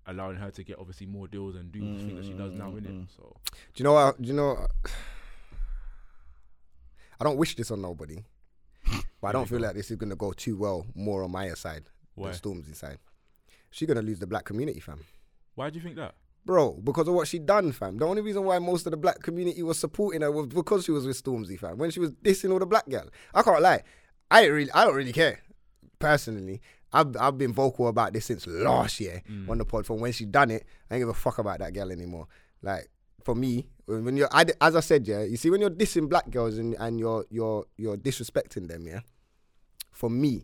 S4: allowing her to get obviously more deals and do the thing that she does now in it. So
S2: Do you know what? Do you know? I don't wish this on nobody, but I don't feel like this is gonna go too well. More on Maya's side
S4: Why?
S2: than Stormzy's side. She's gonna lose the black community, fam.
S4: why do you think that?
S2: Bro, because of what she done, fam. The only reason why most of the black community was supporting her was because she was with Stormzy, fam. When she was dissing all the black girl, I can't lie. I ain't really, I don't really care, personally. I've I've been vocal about this since last year on the pod. From when she done it, I ain't give a fuck about that girl anymore. Like for me, when when you're I, d- as I said, yeah, you see when you're dissing black girls and, and you're you're you're disrespecting them, yeah. For me,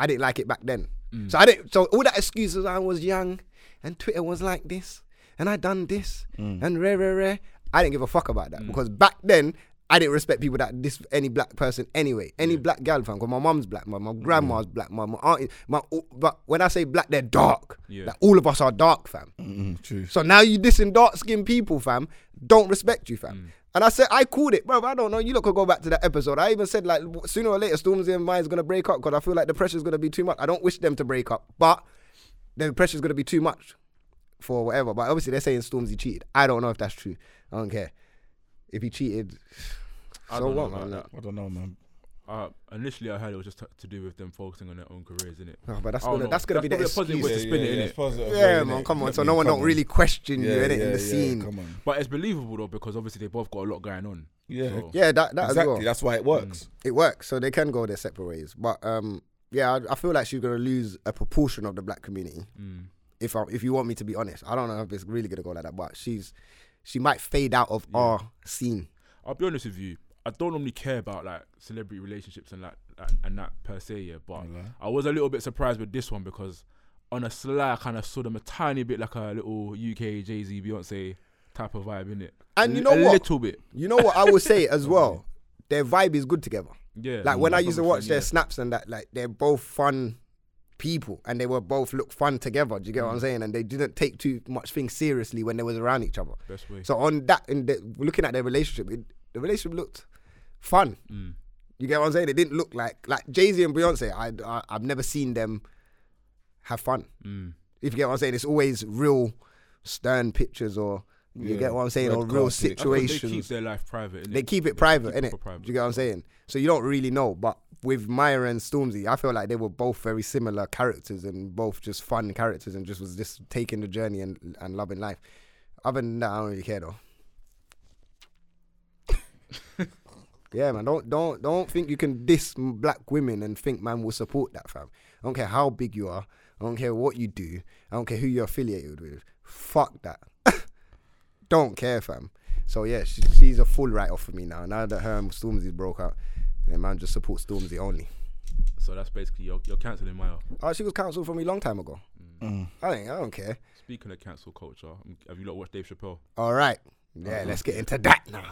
S2: I didn't like it back then. So I didn't. So all that excuses I was young, and Twitter was like this, and I done this, and rare, rare, rare. I didn't give a fuck about that because back then I didn't respect people that this any black person anyway, any black gal fam. Because my mum's black, my, my grandma's black, my my auntie, my. all- But when I say black, they're dark.
S4: Yeah.
S2: Like all of us are dark, fam.
S3: Mm, true.
S2: So now you dissing dark skinned people, fam, don't respect you,
S4: Mm.
S2: fam. And I said, I called it, bro. I don't know. You look could go back to that episode. I even said, like, w- sooner or later, Stormzy and Maya's going to break up because I feel like the pressure's going to be too much. I don't wish them to break up, but the pressure's going to be too much for whatever. But obviously, they're saying Stormzy cheated. I don't know if that's true. I don't care. If he cheated,
S4: I
S2: so
S4: don't know
S2: what,
S4: about
S2: man?
S4: that.
S3: I don't know, man.
S4: Uh, initially, I heard it was just t- to do with them focusing on their own careers, innit?
S2: Oh, but that's gonna- that's gonna be the
S4: probably a positive way
S2: excuse.
S4: to spin it, innit?
S2: Yeah, man, come on. So no one don't really question you innit, in the scene.
S3: Come on.
S4: But it's believable though because obviously they both got a lot going on.
S3: Yeah.
S4: So,
S2: Yeah, that, that as well.
S3: Exactly. That's why it works.
S2: it works, so they can go their separate ways. But um, yeah, I, I feel like she's gonna lose a proportion of the black community. If I, if you want me to be honest, I don't know if it's really gonna go like that, but she's she might fade out of our scene.
S4: I'll be honest with you. I don't normally care about like celebrity relationships and like and, and that per se, yeah. But I was a little bit surprised with this one because on a sly, I kind of saw them a tiny bit like a little UK Jay Z Beyonce type of vibe in it.
S2: And you know
S4: a
S2: what?
S4: little bit.
S2: You know what I will say as well? Their vibe is good together.
S4: Yeah.
S2: Like when I
S4: that's
S2: used to
S4: what I'm
S2: watch
S4: saying,
S2: their
S4: yeah.
S2: snaps and that, like they're both fun people and they were both look fun together. Do you get
S4: Mm.
S2: what I'm saying? And they didn't take too much things seriously when they was around each other.
S4: Best way.
S2: So on that, in the, looking at their relationship, it, the relationship looked fun.
S4: Mm.
S2: You get what I'm saying? It didn't look like like Jay Z and Beyonce. I,
S4: Mm.
S2: I I've never seen them have fun. If you get what I'm saying, it's always real stern pictures or you
S3: Yeah,
S2: get what I'm saying
S3: red
S2: or real
S3: carpet. That's
S4: That's 'cause They keep
S2: situations.
S4: their life private. innit?
S2: They keep it
S4: They
S2: private,
S4: keep
S2: innit?
S4: it private.
S2: Do you get what I'm saying? So you don't really know. But with Maya and Stormzy, I feel like they were both very similar characters and both just fun characters and just was just taking the journey and, and loving life. Other than that, I don't really care
S4: (laughs)
S2: though. yeah, man. Don't don't don't think you can diss m- black women and think man will support that, fam. I don't care how big you are. I don't care what you do. I don't care who you're affiliated with. Fuck that. don't care, fam. So yeah, she, she's a full write off for me now. Now that her and Stormzy broke up, then man just supports Stormzy only.
S4: So that's basically you're, you're cancelling my.
S2: Oh, she was cancelled for me long time ago. I think I don't care.
S4: Speaking of cancel culture, um, have you lot watched Dave Chappelle?
S2: All right, yeah, let's get into that now.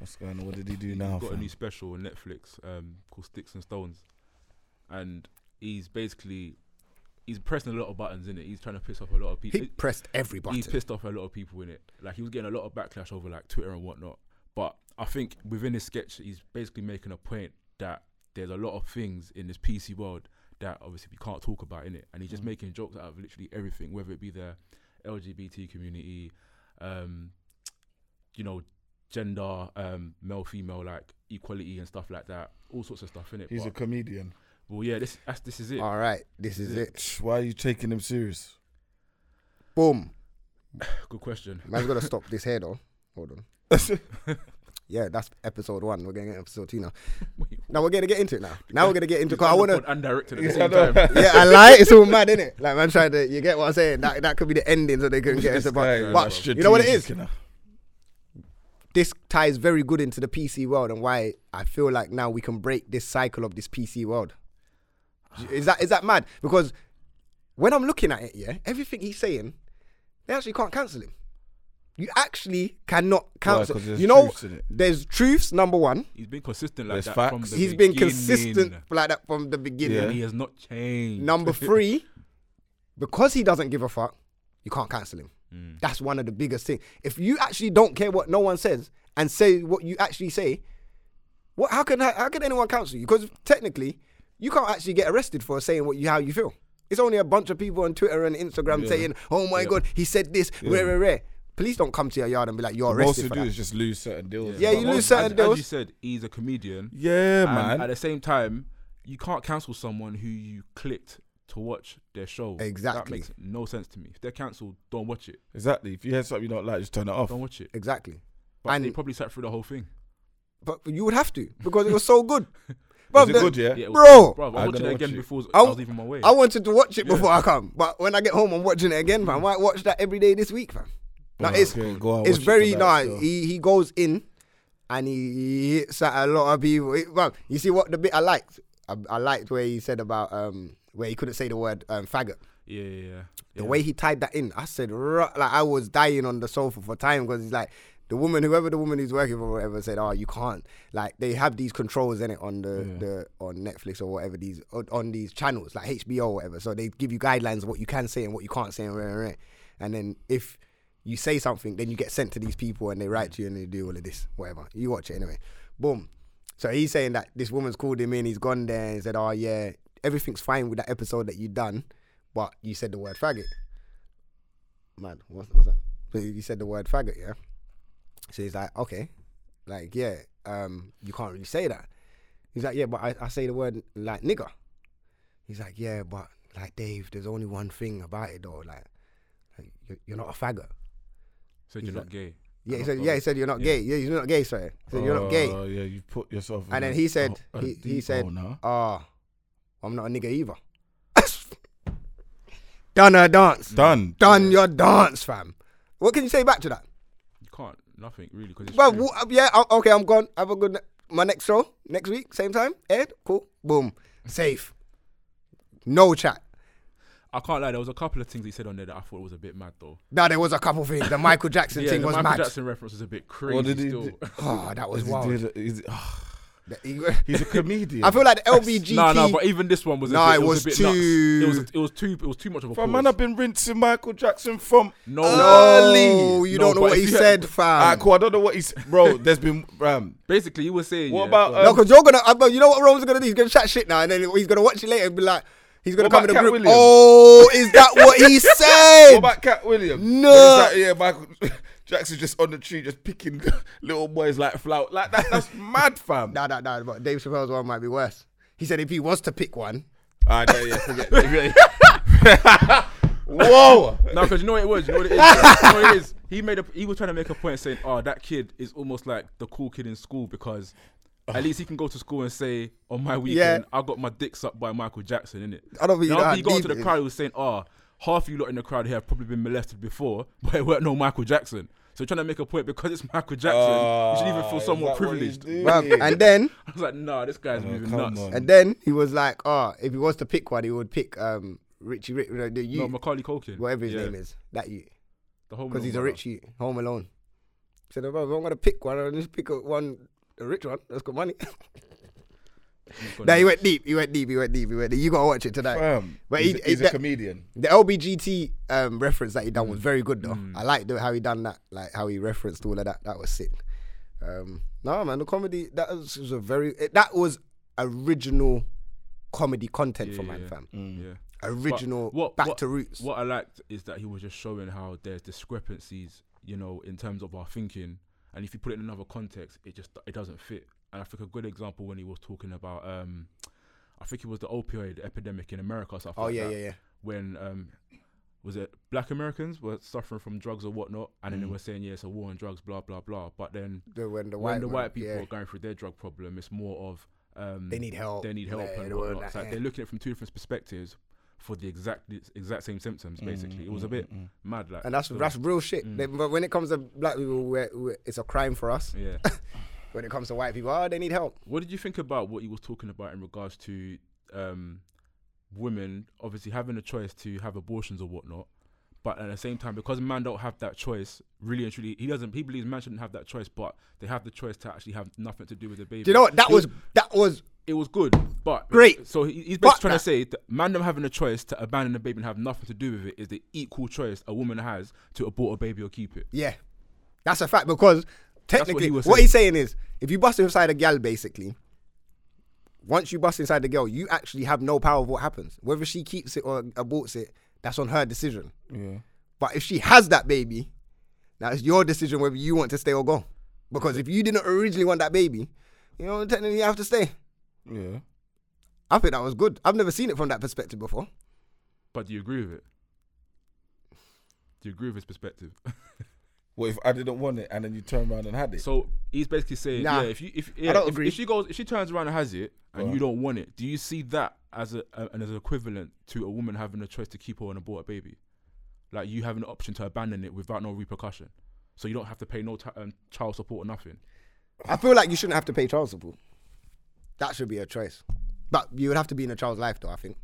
S3: What's going on? What did he do now?
S4: got a
S3: fam?
S4: new special on Netflix um, called Sticks and Stones, and he's basically he's pressing a lot of buttons in it. He's trying to piss off a lot of people.
S2: He pressed every button.
S4: He pissed off a lot of people in it. Like he was getting a lot of backlash over like Twitter and whatnot. But I think within his sketch, he's basically making a point that there's a lot of things in this PC world that obviously we can't talk about in it, and he's
S2: Mm.
S4: just making jokes out of literally everything, whether it be the LGBT community, um, you know, gender, um, male, female, like equality and stuff like that, all sorts of stuff in it.
S3: He's a comedian.
S4: well, yeah, this that's, this is it.
S2: All right, this is it.
S3: Tch, Why are you taking him serious?
S2: Boom.
S4: Good question.
S2: Man's gotta stop this here though. Hold on. Yeah, that's episode one. We're gonna get episode two now. Now we're gonna get into it now. Now we're gonna get into. Cause I wanna.
S4: and directed at the
S3: Yeah, I
S4: same
S3: know.
S4: time.
S2: yeah, I lie. It's all mad, innit? Like man, trying to. You get what I'm saying? That that could be the ending, so they couldn't get us
S3: This
S2: about.
S3: guy,
S2: But
S3: strategic,
S2: you know what it is?
S3: you know.
S2: this ties very good into the PC world and why I feel like now we can break this cycle of this PC world. Is that is that mad? Because when I'm looking at it, yeah, everything he's saying, they actually can't cancel him. You actually cannot cancel.
S3: 'Cause there's
S2: you know,
S3: truths in it.
S2: there's truths. Number one,
S4: He's been consistent like
S3: There's
S4: that from
S3: facts.
S4: the
S2: he's
S4: beginning.
S2: been consistent like that from the beginning.
S4: and he has not changed.
S3: (laughs)
S4: (laughs)
S2: Number three, because he doesn't give a fuck, you can't cancel him.
S3: Hmm.
S2: That's one of the biggest things. If you actually don't care what no one says and say what you actually say, what how can how can anyone cancel you? Because technically, you can't actually get arrested for saying what you how you feel. It's only a bunch of people on Twitter and Instagram saying, "Oh my god, he said this." Rare, rare, rare. Police don't come to your yard and be like, "You're
S3: Most
S2: arrested
S3: you
S2: for
S3: do
S2: that."
S3: is just lose certain deals.
S2: Yeah,
S3: But
S2: you
S3: most-
S2: lose
S4: As-
S2: certain
S4: as,
S2: deals.
S4: you said, he's a comedian.
S3: Yeah,
S4: and
S3: man.
S4: At the same time, you can't cancel someone who you clicked to watch their show. That
S2: Exactly.
S4: makes no sense to me. If they're cancelled, don't watch it.
S3: Exactly. If you hear something you don't like, just turn it off.
S4: Don't watch it.
S2: Exactly.
S4: But
S2: and-
S4: they probably sat through the whole thing.
S2: But you would have to because it was so good.
S3: (laughs) Was
S2: Bruv,
S3: it
S2: the-
S3: good? Yeah.
S4: it was-
S2: Bro,
S4: bro,
S3: I
S4: I watched
S3: don't
S4: it
S3: watch
S4: again
S3: it.
S4: before
S2: I
S4: I
S2: w-
S4: was even my way.
S2: I wanted to watch it before I come, but when I get home, I'm watching it again, man. I might watch that every day this week, man. Now
S3: Okay,
S2: it's
S3: go out,
S2: it's
S3: watch it
S2: very
S3: tonight,
S2: nice.
S3: so.
S2: He he goes in, and he, he hits at a lot of people. It- well, you see what the bit I liked. I, I liked where he said about um where he couldn't say the word um, faggot.
S4: yeah, yeah, yeah.
S2: The
S4: Yeah.
S2: way he tied that in, I said, "Ruh," like I was dying on the sofa for time because he's like, the woman, whoever the woman who's working for, or whatever, said, "Oh, you can't." Like they have these controls in it on the, the on Netflix or whatever these on, on these channels, like HBO or whatever. So they give you guidelines of what you can say and what you can't say and rah, rah, rah. And then if you say something, then you get sent to these people and they write to you and they do all of this, whatever. You watch it anyway. Boom. So he's saying that this woman's called him in, he's gone there and said, "Oh yeah, everything's fine with that episode that you done." But you said the word faggot. Man, what's, what's that? So you said the word faggot, yeah? So he's like, okay. Like, yeah, um, you can't really say that. He's like, yeah, but I, I say the word like nigger. He's like, yeah, but like Dave, there's only one thing about it though. Like, like, you're, you're not a faggot.
S4: Said you're not gay.
S2: Yeah, he
S4: I'm
S2: said,
S4: not
S2: yeah, he said you're not gay. Yeah, you're not gay, sorry. He said you're not gay.
S3: Oh, yeah, you put yourself. in
S2: And then
S3: a-
S2: he said,
S3: a- a
S2: he, he
S3: deep
S2: said,
S3: hole now.
S2: ah, I'm not a nigger either. (laughs) Done her dance.
S3: done.
S2: Done your dance, fam. What can you say back to that?
S4: You can't. Nothing really. Because
S2: Well, w- uh, yeah, o- okay, I'm gone. Have a good ne- my next show next week, same time. Ed, cool, boom, safe. No chat.
S4: I can't lie. There was a couple of things he said on there that I thought was a bit mad though.
S2: Now there was a couple things. The Michael Jackson
S4: (laughs) Yeah,
S2: thing
S4: the
S2: was
S4: Michael
S2: mad. (sighs)
S4: Jackson reference was a bit crazy.
S3: did he
S4: still. (laughs)
S3: do?
S2: Oh, that was
S3: He
S2: wild.
S3: did it. He's- ah,
S2: The- he-
S3: He's a comedian.
S2: I feel like the LBGT.
S4: No, no, but even this one was.
S2: No,
S4: a bit,
S2: it
S4: it
S2: was
S4: was, a bit
S2: too-
S4: Nuts. It was. It was too. It was too much of a.
S3: Fam,
S4: pause.
S3: man, I've been rinsing Michael Jackson from
S4: No.
S2: (laughs) Uh, oh,
S3: early.
S2: you
S4: No,
S2: don't know
S4: but
S2: what
S4: if
S2: he
S4: you had-
S2: said, fam.
S3: Alright, cool. I don't know what he's bro. There's been um,
S4: Basically, you were saying.
S3: What
S4: yeah,
S3: about,
S4: go on.
S2: uh, No, because you're gonna. I, but you know what Rome's gonna do? He's gonna chat shit now, and then he's gonna watch it later and be like, He's gonna
S3: What
S2: come
S3: about
S2: in the
S3: Cat
S2: group.
S3: Williams?
S2: Oh, is that what
S4: (laughs)
S2: he
S3: What
S2: said?
S3: about Cat Williams?
S2: No.
S3: When he's like, yeah, Michael (laughs) Jackson's just on the tree, just picking (laughs) little boys like flout. Like that,
S2: (laughs)
S3: that's mad, fam.
S2: nah, nah, nah. But Dave Chappelle's one might be worse. He said if he was to pick one,
S3: Ah, no, yeah, forget. it. (laughs) Whoa!
S4: No, because you know what it was. You know what it is. yeah? You know what it is. He made a. He was trying to make a point saying, "Oh, that kid is almost like the cool kid in school because at least he can go to school and say, on my weekend, I got my dick sucked by Michael Jackson, innit?
S2: I don't think you know
S4: Now,
S2: how
S4: if he got
S2: deep
S4: to
S2: it
S4: the
S2: is.
S4: crowd, he was saying, "Oh, half you lot in the crowd here have probably been molested before, (laughs) but it weren't no Michael Jackson." So trying to make a point because it's Michael Jackson, you should even
S3: Ah,
S4: feel
S3: is
S4: somewhat
S3: that what he's
S4: privileged.
S3: doing?
S4: (laughs) I
S2: Bruv, and then
S4: was like, "Nah, this guy's moving
S3: come
S4: nuts."
S3: on.
S2: and then he was like, oh, if he was to pick one, he would pick um Richie, Rich, the you,
S4: No, Macaulay Culkin,
S2: whatever his
S4: Yeah,
S2: name is, that you,
S4: the Home
S2: because he's a
S4: Alone
S2: rich you, Home Alone. He said, bro, if I'm gonna pick one, I'll just pick a- one, a rich one that's got money. (laughs)
S4: brother.
S2: Nah, he went deep. He went deep. He went deep. He went deep. You gotta watch it tonight.
S3: Fam,
S2: But
S3: he's,
S2: he-
S3: he's
S2: that-
S3: a comedian.
S2: The LBGT um, reference that he done
S4: Mm.
S2: was very good though. I liked the, how he done that, like how he referenced all of that. That was sick. Um, no man, the comedy that was, was a very it, that was original comedy content for man fam.
S4: Yeah. But
S2: Original, back to roots.
S4: What I liked is that he was just showing how there's discrepancies, you know, in terms of our thinking, and if you put it in another context, it just it doesn't fit. And I think a good example when he was talking about, um, I think it was the opioid epidemic in America or something.
S2: oh
S4: like
S2: yeah,
S4: that,
S2: yeah, yeah.
S4: When um, was it black Americans were suffering from drugs or whatnot, and then they were saying yeah, it's a war on drugs, blah blah blah. But then
S2: The, when Mm. the white,
S4: when the
S2: man-
S4: white people
S2: yeah.
S4: are going through their drug problem, it's more of um,
S2: They need help.
S4: They need help
S2: Yeah,
S4: and
S2: the world
S4: whatnot.
S2: like
S4: It's like
S2: that.
S4: they're looking at it from two different perspectives for the exact the exact same symptoms. Basically, it was a bit mad. Like,
S2: and that's
S4: so,
S2: that's real shit.
S4: Mm.
S2: They- but when it comes to black people, we're, we're- it's a crime for us.
S4: (laughs) yeah.
S2: When it comes to white people, oh, they need help.
S4: what did you think about what he was talking about in regards to um, women obviously having a choice to have abortions or whatnot? But at the same time, because man don't have that choice, really and truly, he doesn't. He believes man shouldn't have that choice, but they have the choice to actually have nothing to do with the baby.
S2: Do you know what? That
S4: He
S2: was that was
S4: it was good, but
S2: Great.
S4: So he- he's
S2: But
S4: basically trying
S2: that-
S4: to say that man them having a choice to abandon a baby and have nothing to do with it is the equal choice a woman has to abort a baby or keep it.
S2: Yeah, that's a fact because technically,
S4: he
S2: what,
S4: was
S2: he's saying is, if you bust inside a gal, basically, once you bust inside the girl, you actually have no power of what happens. Whether she keeps it or aborts it, that's on her decision.
S3: Yeah.
S2: But if she has that baby, now it's your decision whether you want to stay or go. Because if you didn't originally want that baby, you know, technically you have to stay.
S3: Yeah.
S2: I think that was good. I've never seen it from that perspective before.
S4: But do you agree with it? Do you agree with his perspective? (laughs)
S3: What if I didn't want it and then you turn around and had it?
S4: so he's basically saying,
S2: Nah,
S4: yeah, if you if, yeah,
S2: don't
S4: if,
S2: agree.
S4: if she goes, if she turns around and has it, and
S3: Go
S4: you
S3: on.
S4: don't want it, do you see that as a, a and as an equivalent to a woman having a choice to keep or and abort a baby? Like you have an option to abandon it without no repercussion, so you don't have to pay no t- um, child support or nothing.
S2: I feel like you shouldn't have to pay child support. That should be a choice. But you would have to be in a child's life, though, I think.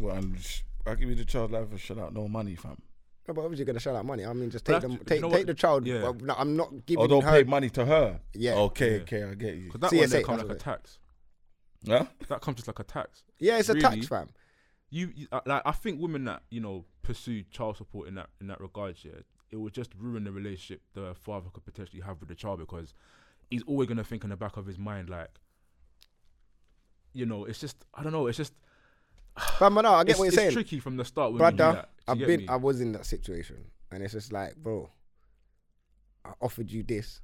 S3: Well, and sh- I give you the child life and shut out no money, fam.
S2: No, but obviously you're gonna shell out money. I mean, just take
S4: that's-
S2: them,
S4: you
S2: take
S4: know
S2: take
S4: what?
S2: the child.
S4: Yeah.
S2: Well, no, I'm not
S3: Or
S2: giving
S3: don't
S2: her.
S3: pay money to her.
S2: Yeah.
S3: Okay,
S4: Yeah.
S3: okay, I get you.
S4: Because that one
S2: CSA,
S4: there comes
S2: that's
S4: like a
S2: what
S4: tax.
S3: Huh?
S4: That comes just like a tax.
S2: yeah, it's a tax,
S4: Really?
S2: fam.
S4: You, you uh, like I think women that you know pursue child support in that in that regard, yeah, it would just ruin the relationship the father could potentially have with the child because he's always gonna think in the back of his mind like, you know, it's just I don't know, it's just
S2: Fam, no, I get
S4: it's,
S2: what you're
S4: it's
S2: saying,
S4: tricky from the start. When we do
S2: brother.
S4: that. Do you
S2: I've
S4: get
S2: been,
S4: me?
S2: I was in that situation, and it's just like, bro, I offered you this,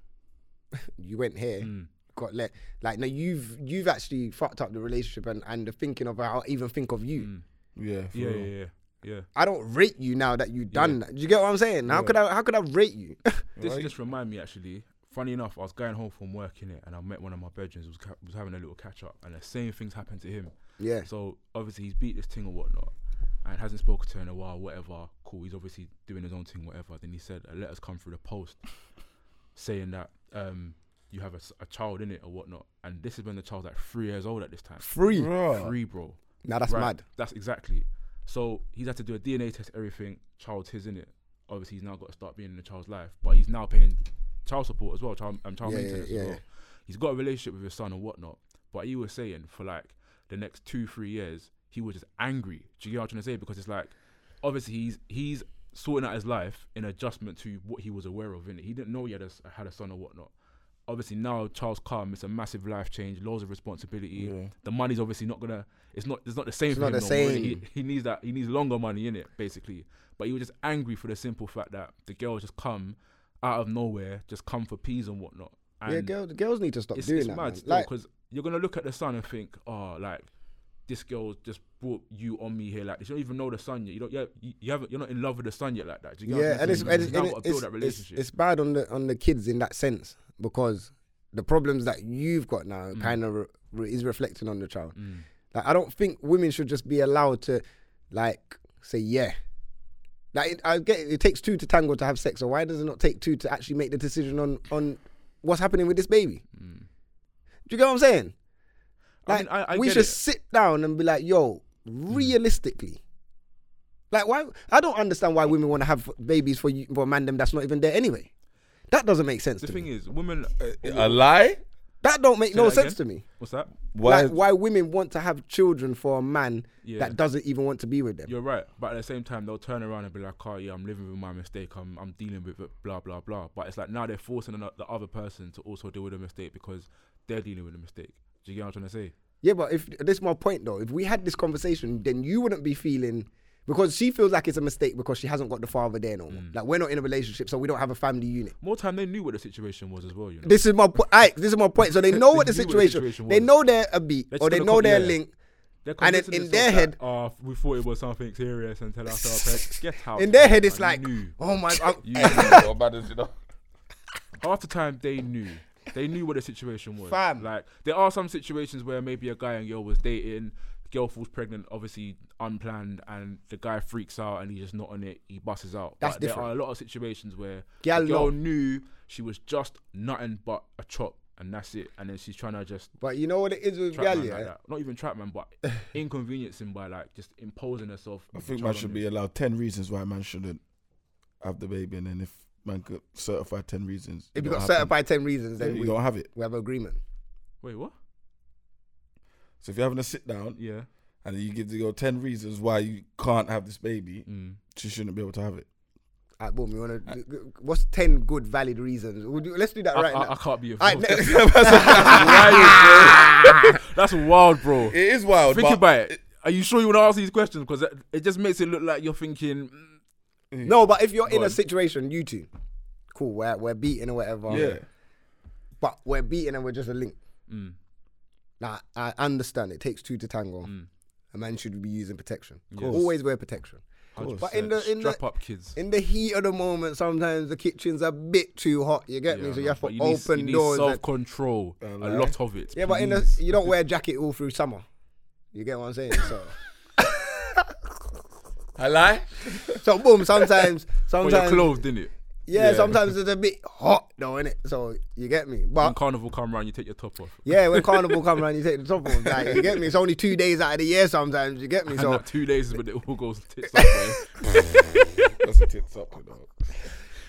S2: (laughs) you went here,
S4: Mm.
S2: got let. Like, no, you've you've actually fucked up the relationship and and the thinking of how I even think of
S4: Mm.
S2: you.
S3: Yeah, for
S4: yeah,
S3: real.
S4: yeah, yeah, yeah.
S2: I don't rate you now that you've done that. Do you get what I'm saying? How could I? How could I rate you? (laughs)
S4: This
S3: Right.
S4: just remind me actually. Funny enough, I was going home from work in it, and I met one of my bedrooms. Was, ca- was having a little catch up, and the same things happened to him.
S2: yeah,
S4: So obviously he's beat this thing or whatnot, and hasn't spoken to her in a while. Whatever, cool. He's obviously doing his own thing, whatever. Then he said, "A letter's come through the post, saying that um, you have a, s- a child in it or whatnot." And this is when the child's like three years old at this time.
S2: free.
S3: Bruh.
S4: Three, bro.
S2: Now that's
S4: Right,
S2: mad.
S4: That's exactly. So he's had to do a DNA test, everything. Child's his, in it. Obviously, he's now got to start being in the child's life, but he's now paying child support as well, child, um, child
S2: Yeah, yeah,
S4: maintenance
S2: yeah.
S4: as well. He's got a relationship with his son and whatnot. But he was saying for like the next two, three years, he was just angry. Do you get what I'm trying to say? Because it's like, obviously, he's he's sorting out his life in adjustment to what he was aware of. In it, he didn't know he had a, s- had a son or whatnot. Obviously now Charles calm. It's a massive life change, loads of responsibility. The money's obviously not gonna. it's not it's not the same.
S2: It's
S4: for
S2: not the
S4: him no more, innit?
S2: same.
S4: He, he needs that. He needs longer money in it, basically. But he was just angry for the simple fact that the girls just come out of nowhere, just come for peas and whatnot. And
S2: yeah, girls, girls need to stop
S4: it's,
S2: doing
S4: it's
S2: that. man.
S4: mad still
S2: like,
S4: because you're gonna look at the sun and think, oh, like this girl just brought you on me here like this. You don't even know the sun yet. You don't. Yeah, you, you haven't. You're not in love with the sun yet like that. Do you get what I'm
S2: yeah, and
S4: saying?
S2: it's
S4: You
S2: and it's,
S4: now
S2: and
S4: gotta
S2: it's,
S4: build that
S2: it's,
S4: relationship.
S2: it's bad on the on the kids in that sense because the problems that you've got now
S4: Mm.
S2: kind of re- re- is reflecting on the child. Like, I don't think women should just be allowed to, like, say yeah. Like, it, I get it, it takes two to tango to have sex, so why does it not take two to actually make the decision on on what's happening with this baby?
S4: Mm.
S2: Do you get what I'm saying?
S4: I
S2: Like,
S4: mean, I, I
S2: we
S4: get
S2: should
S4: it.
S2: sit down and be like, yo, realistically. Like, why? I don't understand why women want to have babies for you, for a man them that's not even there anyway. That doesn't make sense
S4: The
S2: to
S4: thing
S2: me.
S4: is, women. uh,
S3: A lie?
S2: That don't make
S4: Say
S2: no
S4: that
S2: sense
S4: again.
S2: to me.
S4: What's that?
S3: Why?
S2: Like, why women want to have children for a man
S4: Yeah.
S2: that doesn't even want to be with them.
S4: You're right, but at the same time, they'll turn around and be like, "Oh yeah, I'm living with my mistake. I'm I'm dealing with it. Blah blah blah." But it's like now they're forcing ano- the other person to also deal with a mistake because they're dealing with a mistake. Do you get what I'm trying to say?
S2: Yeah, but if this is my point though, if we had this conversation, then you wouldn't be feeling because she feels like it's a mistake because she hasn't got the father there no more.
S4: Mm.
S2: Like we're not in a relationship, so we don't have a family unit.
S4: More time, they knew what the situation was as well. You know.
S2: This is my point. This is my point.
S4: (laughs)
S2: So they know what the
S4: They knew
S2: situation. they
S4: was.
S2: know they're a beat
S4: They're
S2: or
S4: just
S2: they
S4: gonna
S2: know
S4: copy
S2: they're
S4: it.
S2: linked.
S4: They're
S2: And then
S4: convincing
S2: in their
S4: themselves
S2: head-
S4: that, "Oh, we thought it was something serious and
S2: (laughs)
S4: tell ourselves, get out."
S2: In their head,
S4: man,
S2: it's like,
S4: you knew.
S2: oh
S4: (laughs)
S2: my, I'm- (laughs)
S4: You
S3: Your manners, you know.
S4: half the time they knew. They knew what the situation was.
S2: Fam.
S4: Like there are some situations where maybe a guy and girl was dating, girl falls pregnant, obviously unplanned, and the guy freaks out and he's just not on it. He busses out.
S2: That's
S4: but
S2: different.
S4: There are a lot of situations where
S2: Girl
S4: the girl
S2: lot.
S4: knew she was just nothing but a chop, and that's it. And then she's trying to just
S2: But you know what it is with
S4: trap
S2: Gal,
S4: man
S2: yeah?
S4: like that. Not even trap man,
S2: (laughs)
S4: but inconveniencing by like just imposing herself.
S3: I think man should be allowed 10 reasons why man shouldn't have the baby. And then if man could certify 10 reasons. it
S2: If you
S3: don't
S2: got
S3: happen,
S2: certified ten reasons, then
S3: you
S2: we,
S3: don't have it.
S2: we have agreement.
S4: Wait, what?
S3: So if you're having a sit down
S4: Yeah.
S3: and you give the girl 10 reasons why you can't have this baby,
S4: Mm.
S3: she shouldn't be able to have it.
S2: Alright, boom. You wanna? what's ten good valid reasons? Would you, let's do that
S4: I,
S2: right
S4: I-
S2: now.
S4: I can't be
S2: Alright,
S4: (laughs)
S2: (laughs)
S4: involved.
S2: next-
S4: That's wild, bro.
S3: It is
S2: Oh,
S3: wild.
S4: Think
S3: but
S4: about it. Are you sure you want to ask these questions? Because it just makes it look like you're thinking. mm,
S2: no, but if you're in
S4: Go
S2: a
S4: on.
S2: situation, you two, cool. We're we're beating or whatever.
S3: Yeah.
S2: But we're beating and we're just a link.
S4: Mm.
S2: Now I understand it takes two to tango.
S4: Mm.
S2: A man should be using protection. Always wear protection. But in the in
S4: strap
S2: the
S4: up, kids.
S2: in the heat of the moment, sometimes the kitchen's a bit too hot. You get me? So you have to
S4: But
S2: open
S4: need, you
S2: doors.
S4: Need
S2: and-
S4: self-control. a
S3: lie.
S4: lot of it.
S2: yeah, but in the,
S4: please.
S2: you don't wear a jacket all through summer. You get what I'm saying?
S4: (laughs)
S2: So,
S3: I lie.
S2: so boom.
S4: (laughs)
S2: Sometimes,
S4: But you're
S2: sometimes,
S4: clothed, innit?
S2: yeah,
S3: yeah.
S2: Sometimes it's a bit hot though, innit? So you get me?
S4: When
S2: But
S4: carnival come round, you take your top off.
S2: yeah, when carnival comes around, you take the top off. Like, you get me? It's only two days out of the year. Sometimes you
S4: (laughs)
S2: get me?
S4: And
S2: So
S4: that two days, but it all goes
S2: (laughs)
S4: tits up. man.
S3: (laughs) That's a tits up, you know.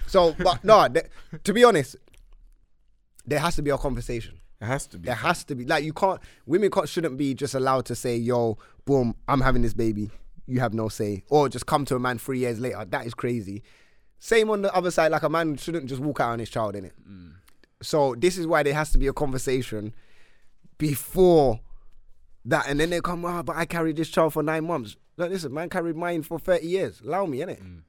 S2: So, but no, th- to be honest, there has to be a conversation.
S3: It has to be.
S2: There has to be like you can't. Women can't shouldn't be just allowed to say, "Yo, boom, I'm having this baby. You have no say," or just come to a man three years later. That is crazy. Same on the other side. Like a man shouldn't just walk out on his child in it.
S3: Mm.
S2: So this is why there has to be a conversation before that, and then they come, "Ah, but I carried this child for nine months." Like, listen, man carried mine for thirty years. Allow me, innit?
S3: Mm.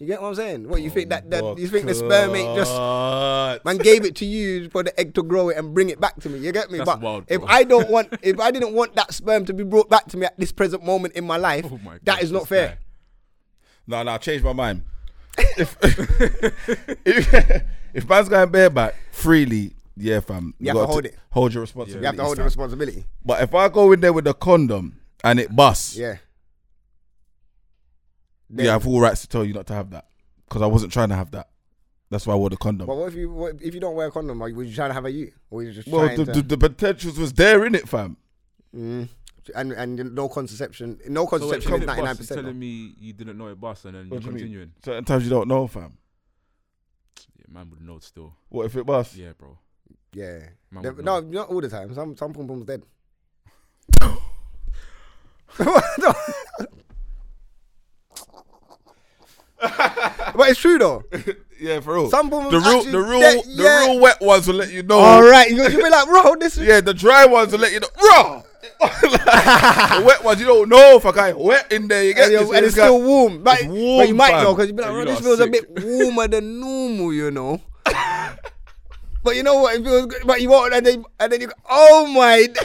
S2: You get what I'm saying? What you think that,
S3: Oh,
S2: that you think the sperm ain't just
S3: But-
S2: Man gave it to you for the egg to grow it and bring it back to me. You get me?
S4: That's
S2: but
S4: wild,
S2: if
S4: bro.
S2: I don't
S4: (laughs)
S2: want, if I didn't want that sperm to be brought back to me at this present moment in my life,
S4: Oh my God,
S2: that is not
S4: this
S2: fair.
S4: guy.
S3: No, no, I changed my mind. if, (laughs) if, (laughs) if man's going bareback freely, yeah, fam.
S2: You have to
S3: gotta
S2: hold
S3: t-
S2: it.
S3: Hold your responsibility.
S2: You have to hold the
S3: fam.
S2: responsibility.
S3: But if I go in there with a condom and it busts, yeah,
S2: Yeah.
S3: I have all rights to tell you not to have that because I wasn't trying to have that. That's why I wore the condom.
S2: But what if you what, if you don't wear a condom? Are you, was you trying to have a you? Or were you just
S3: well,
S2: trying to,
S3: the, the, the potentials was there in it, fam.
S2: Mm. and and no conception, no
S4: So wait,
S2: conception
S4: if
S2: is
S4: it
S2: ninety nine
S4: busts, you're
S2: percent.
S4: telling me you didn't know it bust, and then you're
S3: do you mean?
S4: continuing.
S3: Certain times you don't know, fam.
S4: Yeah, man would know still.
S3: What if it busts?
S4: Yeah, bro.
S2: Yeah.
S4: Man
S2: The-
S4: would
S2: no,
S4: know.
S2: not all the time. Some some pom pom's dead. (laughs) but it's true though.
S3: Yeah, for real.
S2: Some women
S3: the real,
S2: actually-
S3: the real,
S2: that-
S3: the
S2: yeah.
S3: real wet ones will let you know.
S2: All right, you you be like, bro, this is (laughs)
S3: Yeah, the dry ones will let you know. Raw. the wet ones, you don't know if I got it wet in there. You get
S2: and,
S3: this,
S2: you're- and
S3: this
S2: it's
S3: guy-
S2: still warm. But,
S3: It's
S2: but you
S3: warm,
S2: might
S3: fam.
S2: know because you'd be like,
S3: And
S2: "Bro,
S3: you
S2: this
S3: lot are
S2: feels a
S3: sick."
S2: bit warmer than normal, you know. (laughs) but you know what? It feels good. But you won't, and then and then you go, oh my. (laughs) d-"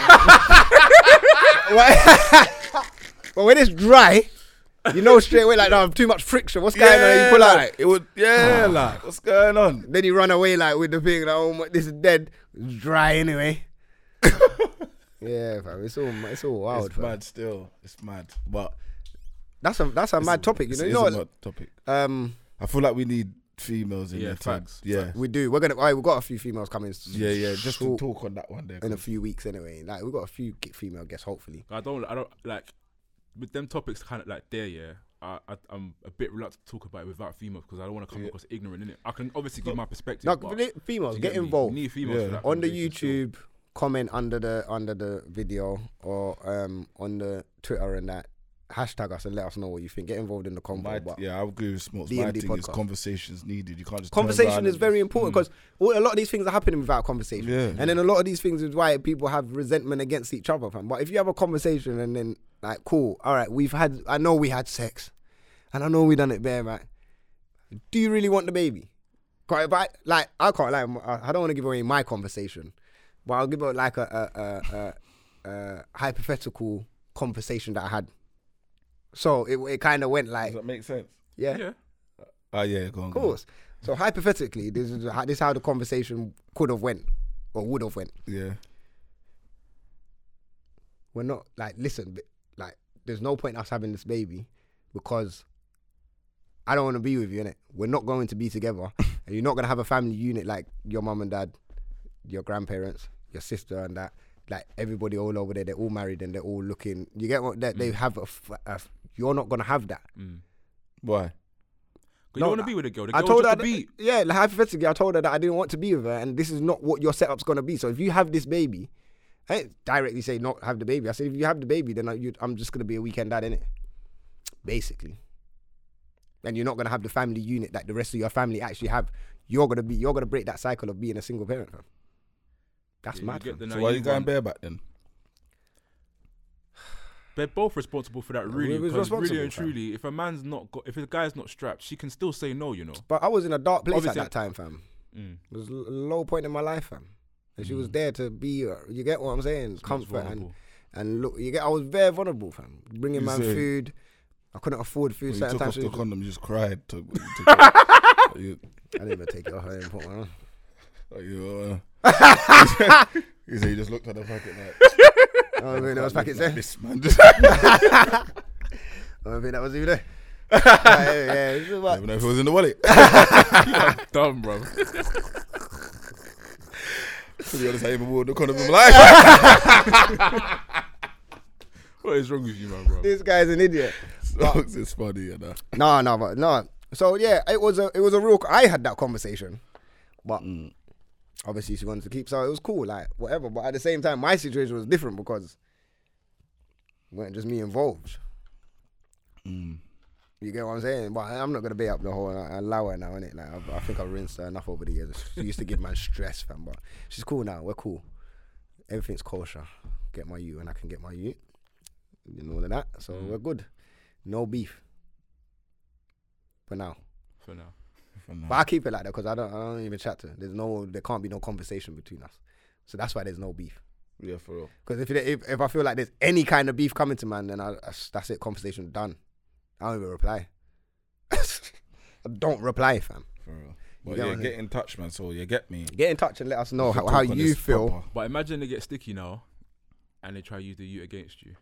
S2: But- but when it's dry, you know straight away like, no, too much friction. What's going on? And
S3: Yeah,
S2: you pull out.
S3: like, it would. Yeah, like what's going on?
S2: Then you run away like with the thing like, oh my, this is dead. It's dry anyway.
S3: (laughs)
S2: yeah, fam, it's all it's all wild,
S3: It's
S2: fam.
S3: mad still. It's mad, but
S2: That's a that's a mad topic, you
S3: it's-
S2: know. You
S3: it's
S2: know
S3: a
S2: what?
S3: mad topic.
S2: Um,
S3: I feel like we need females in
S4: Yeah,
S3: their
S4: facts,
S3: tags. Yeah,
S2: we do. We're gonna. Right, we've got a few females coming. s-
S3: yeah, yeah. Just to
S2: short-
S3: talk on that one there.
S2: in a few weeks anyway. Like we've got a few g- female guests, hopefully.
S4: I don't, I don't like with them topics kind of like there, yeah. I, I, I'm a bit reluctant to talk about it without females because I don't want to come across ignorant in it. I can obviously give my perspective.
S2: No,
S4: but
S2: li- females
S4: you
S2: get
S4: me? You
S2: involved
S4: Need females for
S3: Yeah.
S4: that
S2: on the
S4: conversation, sure.
S2: YouTube. Comment under the under the video or um on the Twitter and that hashtag us and let us know what you think. Get involved in the convo.
S3: My,
S2: but
S3: yeah, I agree with Smokes. My
S2: D&D
S3: thing is
S2: podcast.
S3: conversations needed. You can't just mm, turn
S2: conversation
S3: around
S2: is
S3: and
S2: very important because a lot of these things are happening without conversation.
S3: Yeah.
S2: And then a lot of these things is why people have resentment against each other, fam. But if you have a conversation and then like, cool, all right, we've had, I know we had sex, and I know we done it bare, right? Do you really want the baby? 'Cause if I like, I can't like, I I don't want to give away my conversation, but I'll give out like a a, a, a, a hypothetical conversation that I had. So it it kind of went like,
S3: Does that make sense?
S4: Yeah.
S3: Oh yeah, go on.
S2: of course. So hypothetically, this is how, this is how the conversation could have went or would have went.
S3: Yeah.
S2: We're not like listen, b- like there's no point us having this baby because I don't want to be with you in it. We're not going to be together, and you're not gonna have a family unit like your mum and dad, your grandparents, your sister, and that. Like everybody all over there, they're all married and they're all looking. You get what? They, they have a, f- a f- You're not gonna have that.
S3: Why?
S4: 'Cause You don't want
S2: I-
S4: to be with a girl. The
S2: I
S4: girl
S2: told her,
S4: just
S2: that-
S4: to be.
S2: yeah, like, hypothetically, I told her that I didn't want to be with her, and this is not what your setup's gonna be. So if you have this baby, I didn't directly say not have the baby. I said if you have the baby, then I, you, I'm just gonna be a weekend dad, innit? Basically, and you're not gonna have the family unit that the rest of your family actually have. You're gonna be, you're gonna break that cycle of being a single parent. Fam. That's
S4: Yeah, you
S2: mad.
S4: get
S2: fam.
S4: the
S3: So why are you
S4: naive
S3: going
S4: one.
S3: bareback then?
S4: They're both responsible for that,
S2: we
S4: really.
S2: was
S4: 'cause really
S2: responsible,
S4: and
S2: fam.
S4: truly, if a man's not got, if a guy's not strapped, she can still say no. You know.
S2: But I was in a dark place
S4: Obviously-
S2: at that time, fam.
S4: Mm.
S2: It was a low point in my life, fam. And she was there to be, uh, you get what I'm saying, comfort and
S4: vulnerable.
S2: and look, you get. I was very vulnerable, fam. Bringing
S3: You
S2: man
S3: say-
S2: food, I couldn't afford
S3: When
S2: food.
S3: you
S2: Certain
S3: took off
S2: times,
S3: the
S2: I
S3: condom, you just cried. To,
S2: (laughs)
S3: to, you,
S2: didn't even take it off. I didn't put
S3: (laughs)
S2: one on.
S3: you,
S2: (laughs)
S3: uh, he said you just looked at the packet like,
S2: I don't think that was packets there.
S3: this man (laughs) just
S2: I don't think that was
S3: (laughs)
S2: you there. Like, yeah, yeah, it's just like-
S3: never know if it was in
S2: (laughs)
S3: the wallet.
S4: (laughs) Dumb, bro.
S3: to be honest, I even wore the condom in my life.
S2: (laughs)
S4: what is wrong with you, man, bro?
S2: this guy's an idiot.
S3: (laughs) Smokes is funny, you know.
S2: No, no, but no. So yeah, it was a it was a real. I had that conversation, but
S3: Mm.
S2: obviously she wanted to keep. So it was cool, like whatever. But at the same time, my situation was different because it weren't just me involved. Mm. You get what I'm saying? But I'm not gonna be up the whole I allow her now, innit? Like I, I think I've rinsed her enough over the years. She used to give man stress, fam. But she's cool now. We're cool. Everything's kosher. Get my you, and I can get my you, and all of that. So we're good. No beef for now.
S4: (laughs) For now.
S2: But I keep it like that because I don't, I don't even chat to. There's no, there can't be no conversation between us. So that's why there's no beef.
S3: Yeah, for real.
S2: Because if, it- if if I feel like there's any kind of beef coming to man, then I, that's, that's it. Conversation done. I don't even reply. (laughs) I don't reply, fam.
S3: For real. But
S2: get what
S3: yeah,
S2: I mean?
S3: get in touch, man. So you get me.
S2: Get in touch and let us know
S3: We
S2: how,
S3: could
S2: how
S3: talk on
S2: you
S3: this
S2: feel.
S3: proper.
S4: But imagine they get sticky now, and they try to use the you against you.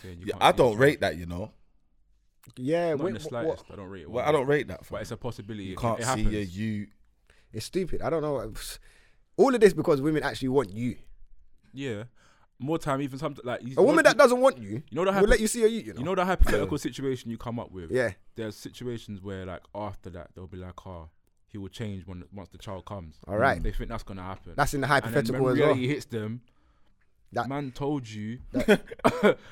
S4: Saying you
S3: Yeah,
S4: can't
S3: I
S4: do
S3: don't
S4: it.
S3: rate that, you know.
S2: Yeah,
S4: Not
S2: wait,
S4: in the
S2: what-
S4: slightest.
S2: what-
S4: I don't rate it.
S3: Well,
S4: one
S3: I
S4: bit.
S3: don't rate that.
S4: But it's a possibility.
S3: you
S4: It-
S3: can't
S4: it
S3: see
S4: happens.
S3: your you.
S2: it's stupid. I don't know. All of this because women actually want you.
S4: Yeah. More time, even something like you,
S2: A woman that doesn't want you,
S4: You know
S2: will
S4: that
S2: let
S4: happens-
S2: you see her you. You know. (clears throat)
S4: you know the hypothetical situation you come up with.
S2: Yeah.
S4: There's situations where like after that they'll be like, oh, he will change when once the child comes.
S2: All right.
S4: They think that's gonna happen.
S2: That's in the
S4: and then
S2: hypothetical
S4: when
S2: as well.
S4: reality hits them.
S2: That-
S4: man told you (laughs)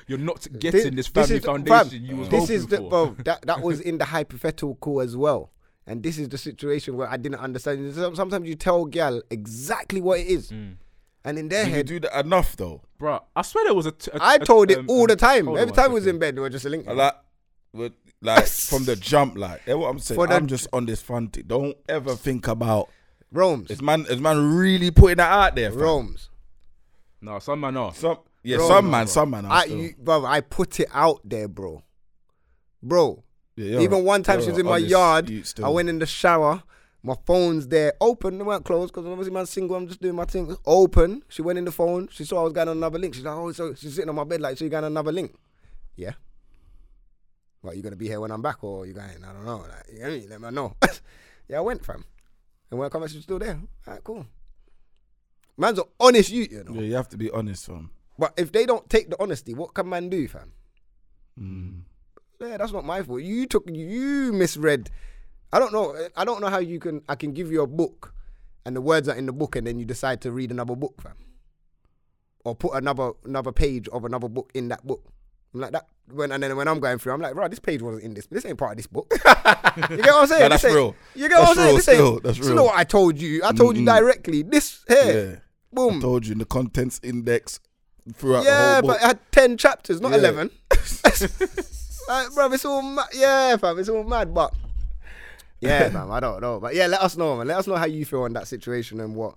S4: you're not getting this, family
S2: is the-
S4: foundation
S2: fam,
S4: you was
S2: this
S4: hoping
S2: is the
S4: for.
S2: bro, that that
S4: (laughs)
S2: was in the hypothetical as well and
S4: Mm.
S2: this is the situation where i didn't understand Some- sometimes you tell gal exactly what it is And in their
S3: Did you
S2: head,
S3: do that enough though?
S4: Bro, I swear there was a. t- a-
S2: I
S4: a-
S2: told it
S4: um,
S2: all the
S4: um,
S2: time.
S4: hold
S2: Every
S4: on
S2: time
S4: one
S2: we was
S4: second.
S2: in bed, we were just linking.
S3: Like, with,
S2: (laughs)
S3: like from the jump, like that's what I'm saying.
S2: For the-
S3: I'm just on this fun thing. Don't ever think about
S2: Rome's.
S3: is man is man really putting that out there. fam?
S2: Rome's.
S4: No, some man are.
S3: Some yeah,
S2: Bro,
S3: some
S2: no,
S3: man,
S2: bro.
S3: some man. Are
S2: I,
S3: still-
S2: you, bro, I put it out there, bro. Bro,
S3: Yeah, you're
S2: even
S3: a-
S2: one time she
S3: you're
S2: was
S3: a
S2: in my
S3: honest
S2: yard.
S3: youth still.
S2: I went in the shower. My phone's there, open. They weren't closed because obviously man's single. I'm just doing my thing. Open. She went in the phone. She saw I was going on another link. She's like, oh, so she's sitting on my bed like she going on another link. Yeah. Well, you gonna be here when I'm back, or you going? I don't know. Like, you know what I mean? Let me know. (coughs) yeah, I went, fam. And when I come back, she's still there. All right, cool. Man's an honest youth, you know.
S3: Yeah, you have to be honest, fam.
S2: But if they don't take the honesty, what can man do, fam?
S3: Mm.
S2: Yeah, that's not my fault. You took, you misread. I don't know. I don't know how you can. I can give you a book, and the words are in the book, and then you decide to read another book, fam, or put another another page of another book in that book. I'm like that. When and then when I'm going through, I'm like, right, this page wasn't in this. This ain't part of this book. (laughs) you get what
S3: (laughs)
S2: I'm saying?
S3: Nah, that's
S2: This ain't-
S3: real.
S2: You get what I'm
S3: That's
S2: saying?
S3: real
S2: This ain't.
S3: still. That's
S2: this is
S3: real.
S2: not what I told you. I told you directly. This here.
S3: Yeah. I
S2: Boom.
S3: told you in the contents index throughout
S2: Yeah,
S3: the whole book.
S2: but it had ten chapters, not
S3: Yeah.
S2: eleven. like, bro, it's all mad. yeah, fam, it's all mad. But yeah, man, I don't know. But yeah, let us know, man. Let us know how you feel on that situation and what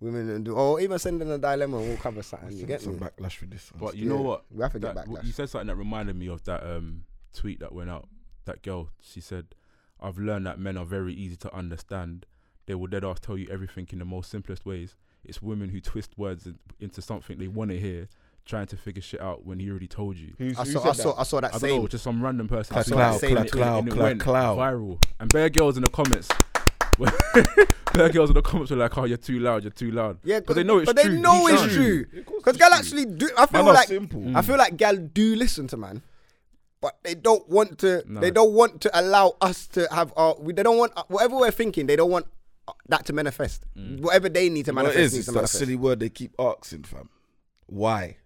S2: women do, or even send in a dilemma. and We'll cover something. You get
S3: some
S2: me?
S3: backlash with this.
S4: But
S3: One.
S4: you know
S2: Yeah,
S4: what?
S2: we have to get
S4: That-
S2: backlash.
S4: You said something that reminded me of that um, tweet that went out. That girl, she said, "I've learned that men are very easy to understand. They will dead ass tell you everything in the most simplest ways. It's women who twist words in- into something they want to hear, trying to figure shit out when he already told you."
S2: I saw, I saw, I saw that
S4: I don't know,
S2: same.
S4: just some random person.
S3: Clout,
S4: tweeted
S3: clout, clout,
S4: that same tweet
S3: clout,
S4: and it
S3: clout,
S4: went
S3: clout.
S4: Viral. And bare girls in the comments. (laughs) bare girls in the comments were like, "Oh, you're too loud. You're too loud."
S2: Yeah,
S4: because they know it's
S2: but
S4: true.
S2: they know it's true. Because gal actually do. I feel
S3: Man are
S2: like
S3: simple.
S2: I feel like gal do listen to man, but they don't want to.
S4: No.
S2: They don't want to allow us to have our. We, they don't want uh, whatever we're thinking. They don't want uh, that to manifest. Whatever they need to
S3: What
S2: manifest
S3: it is,
S2: needs
S3: it's
S2: to
S3: that
S2: manifest.
S3: silly word they keep asking, fam. Why?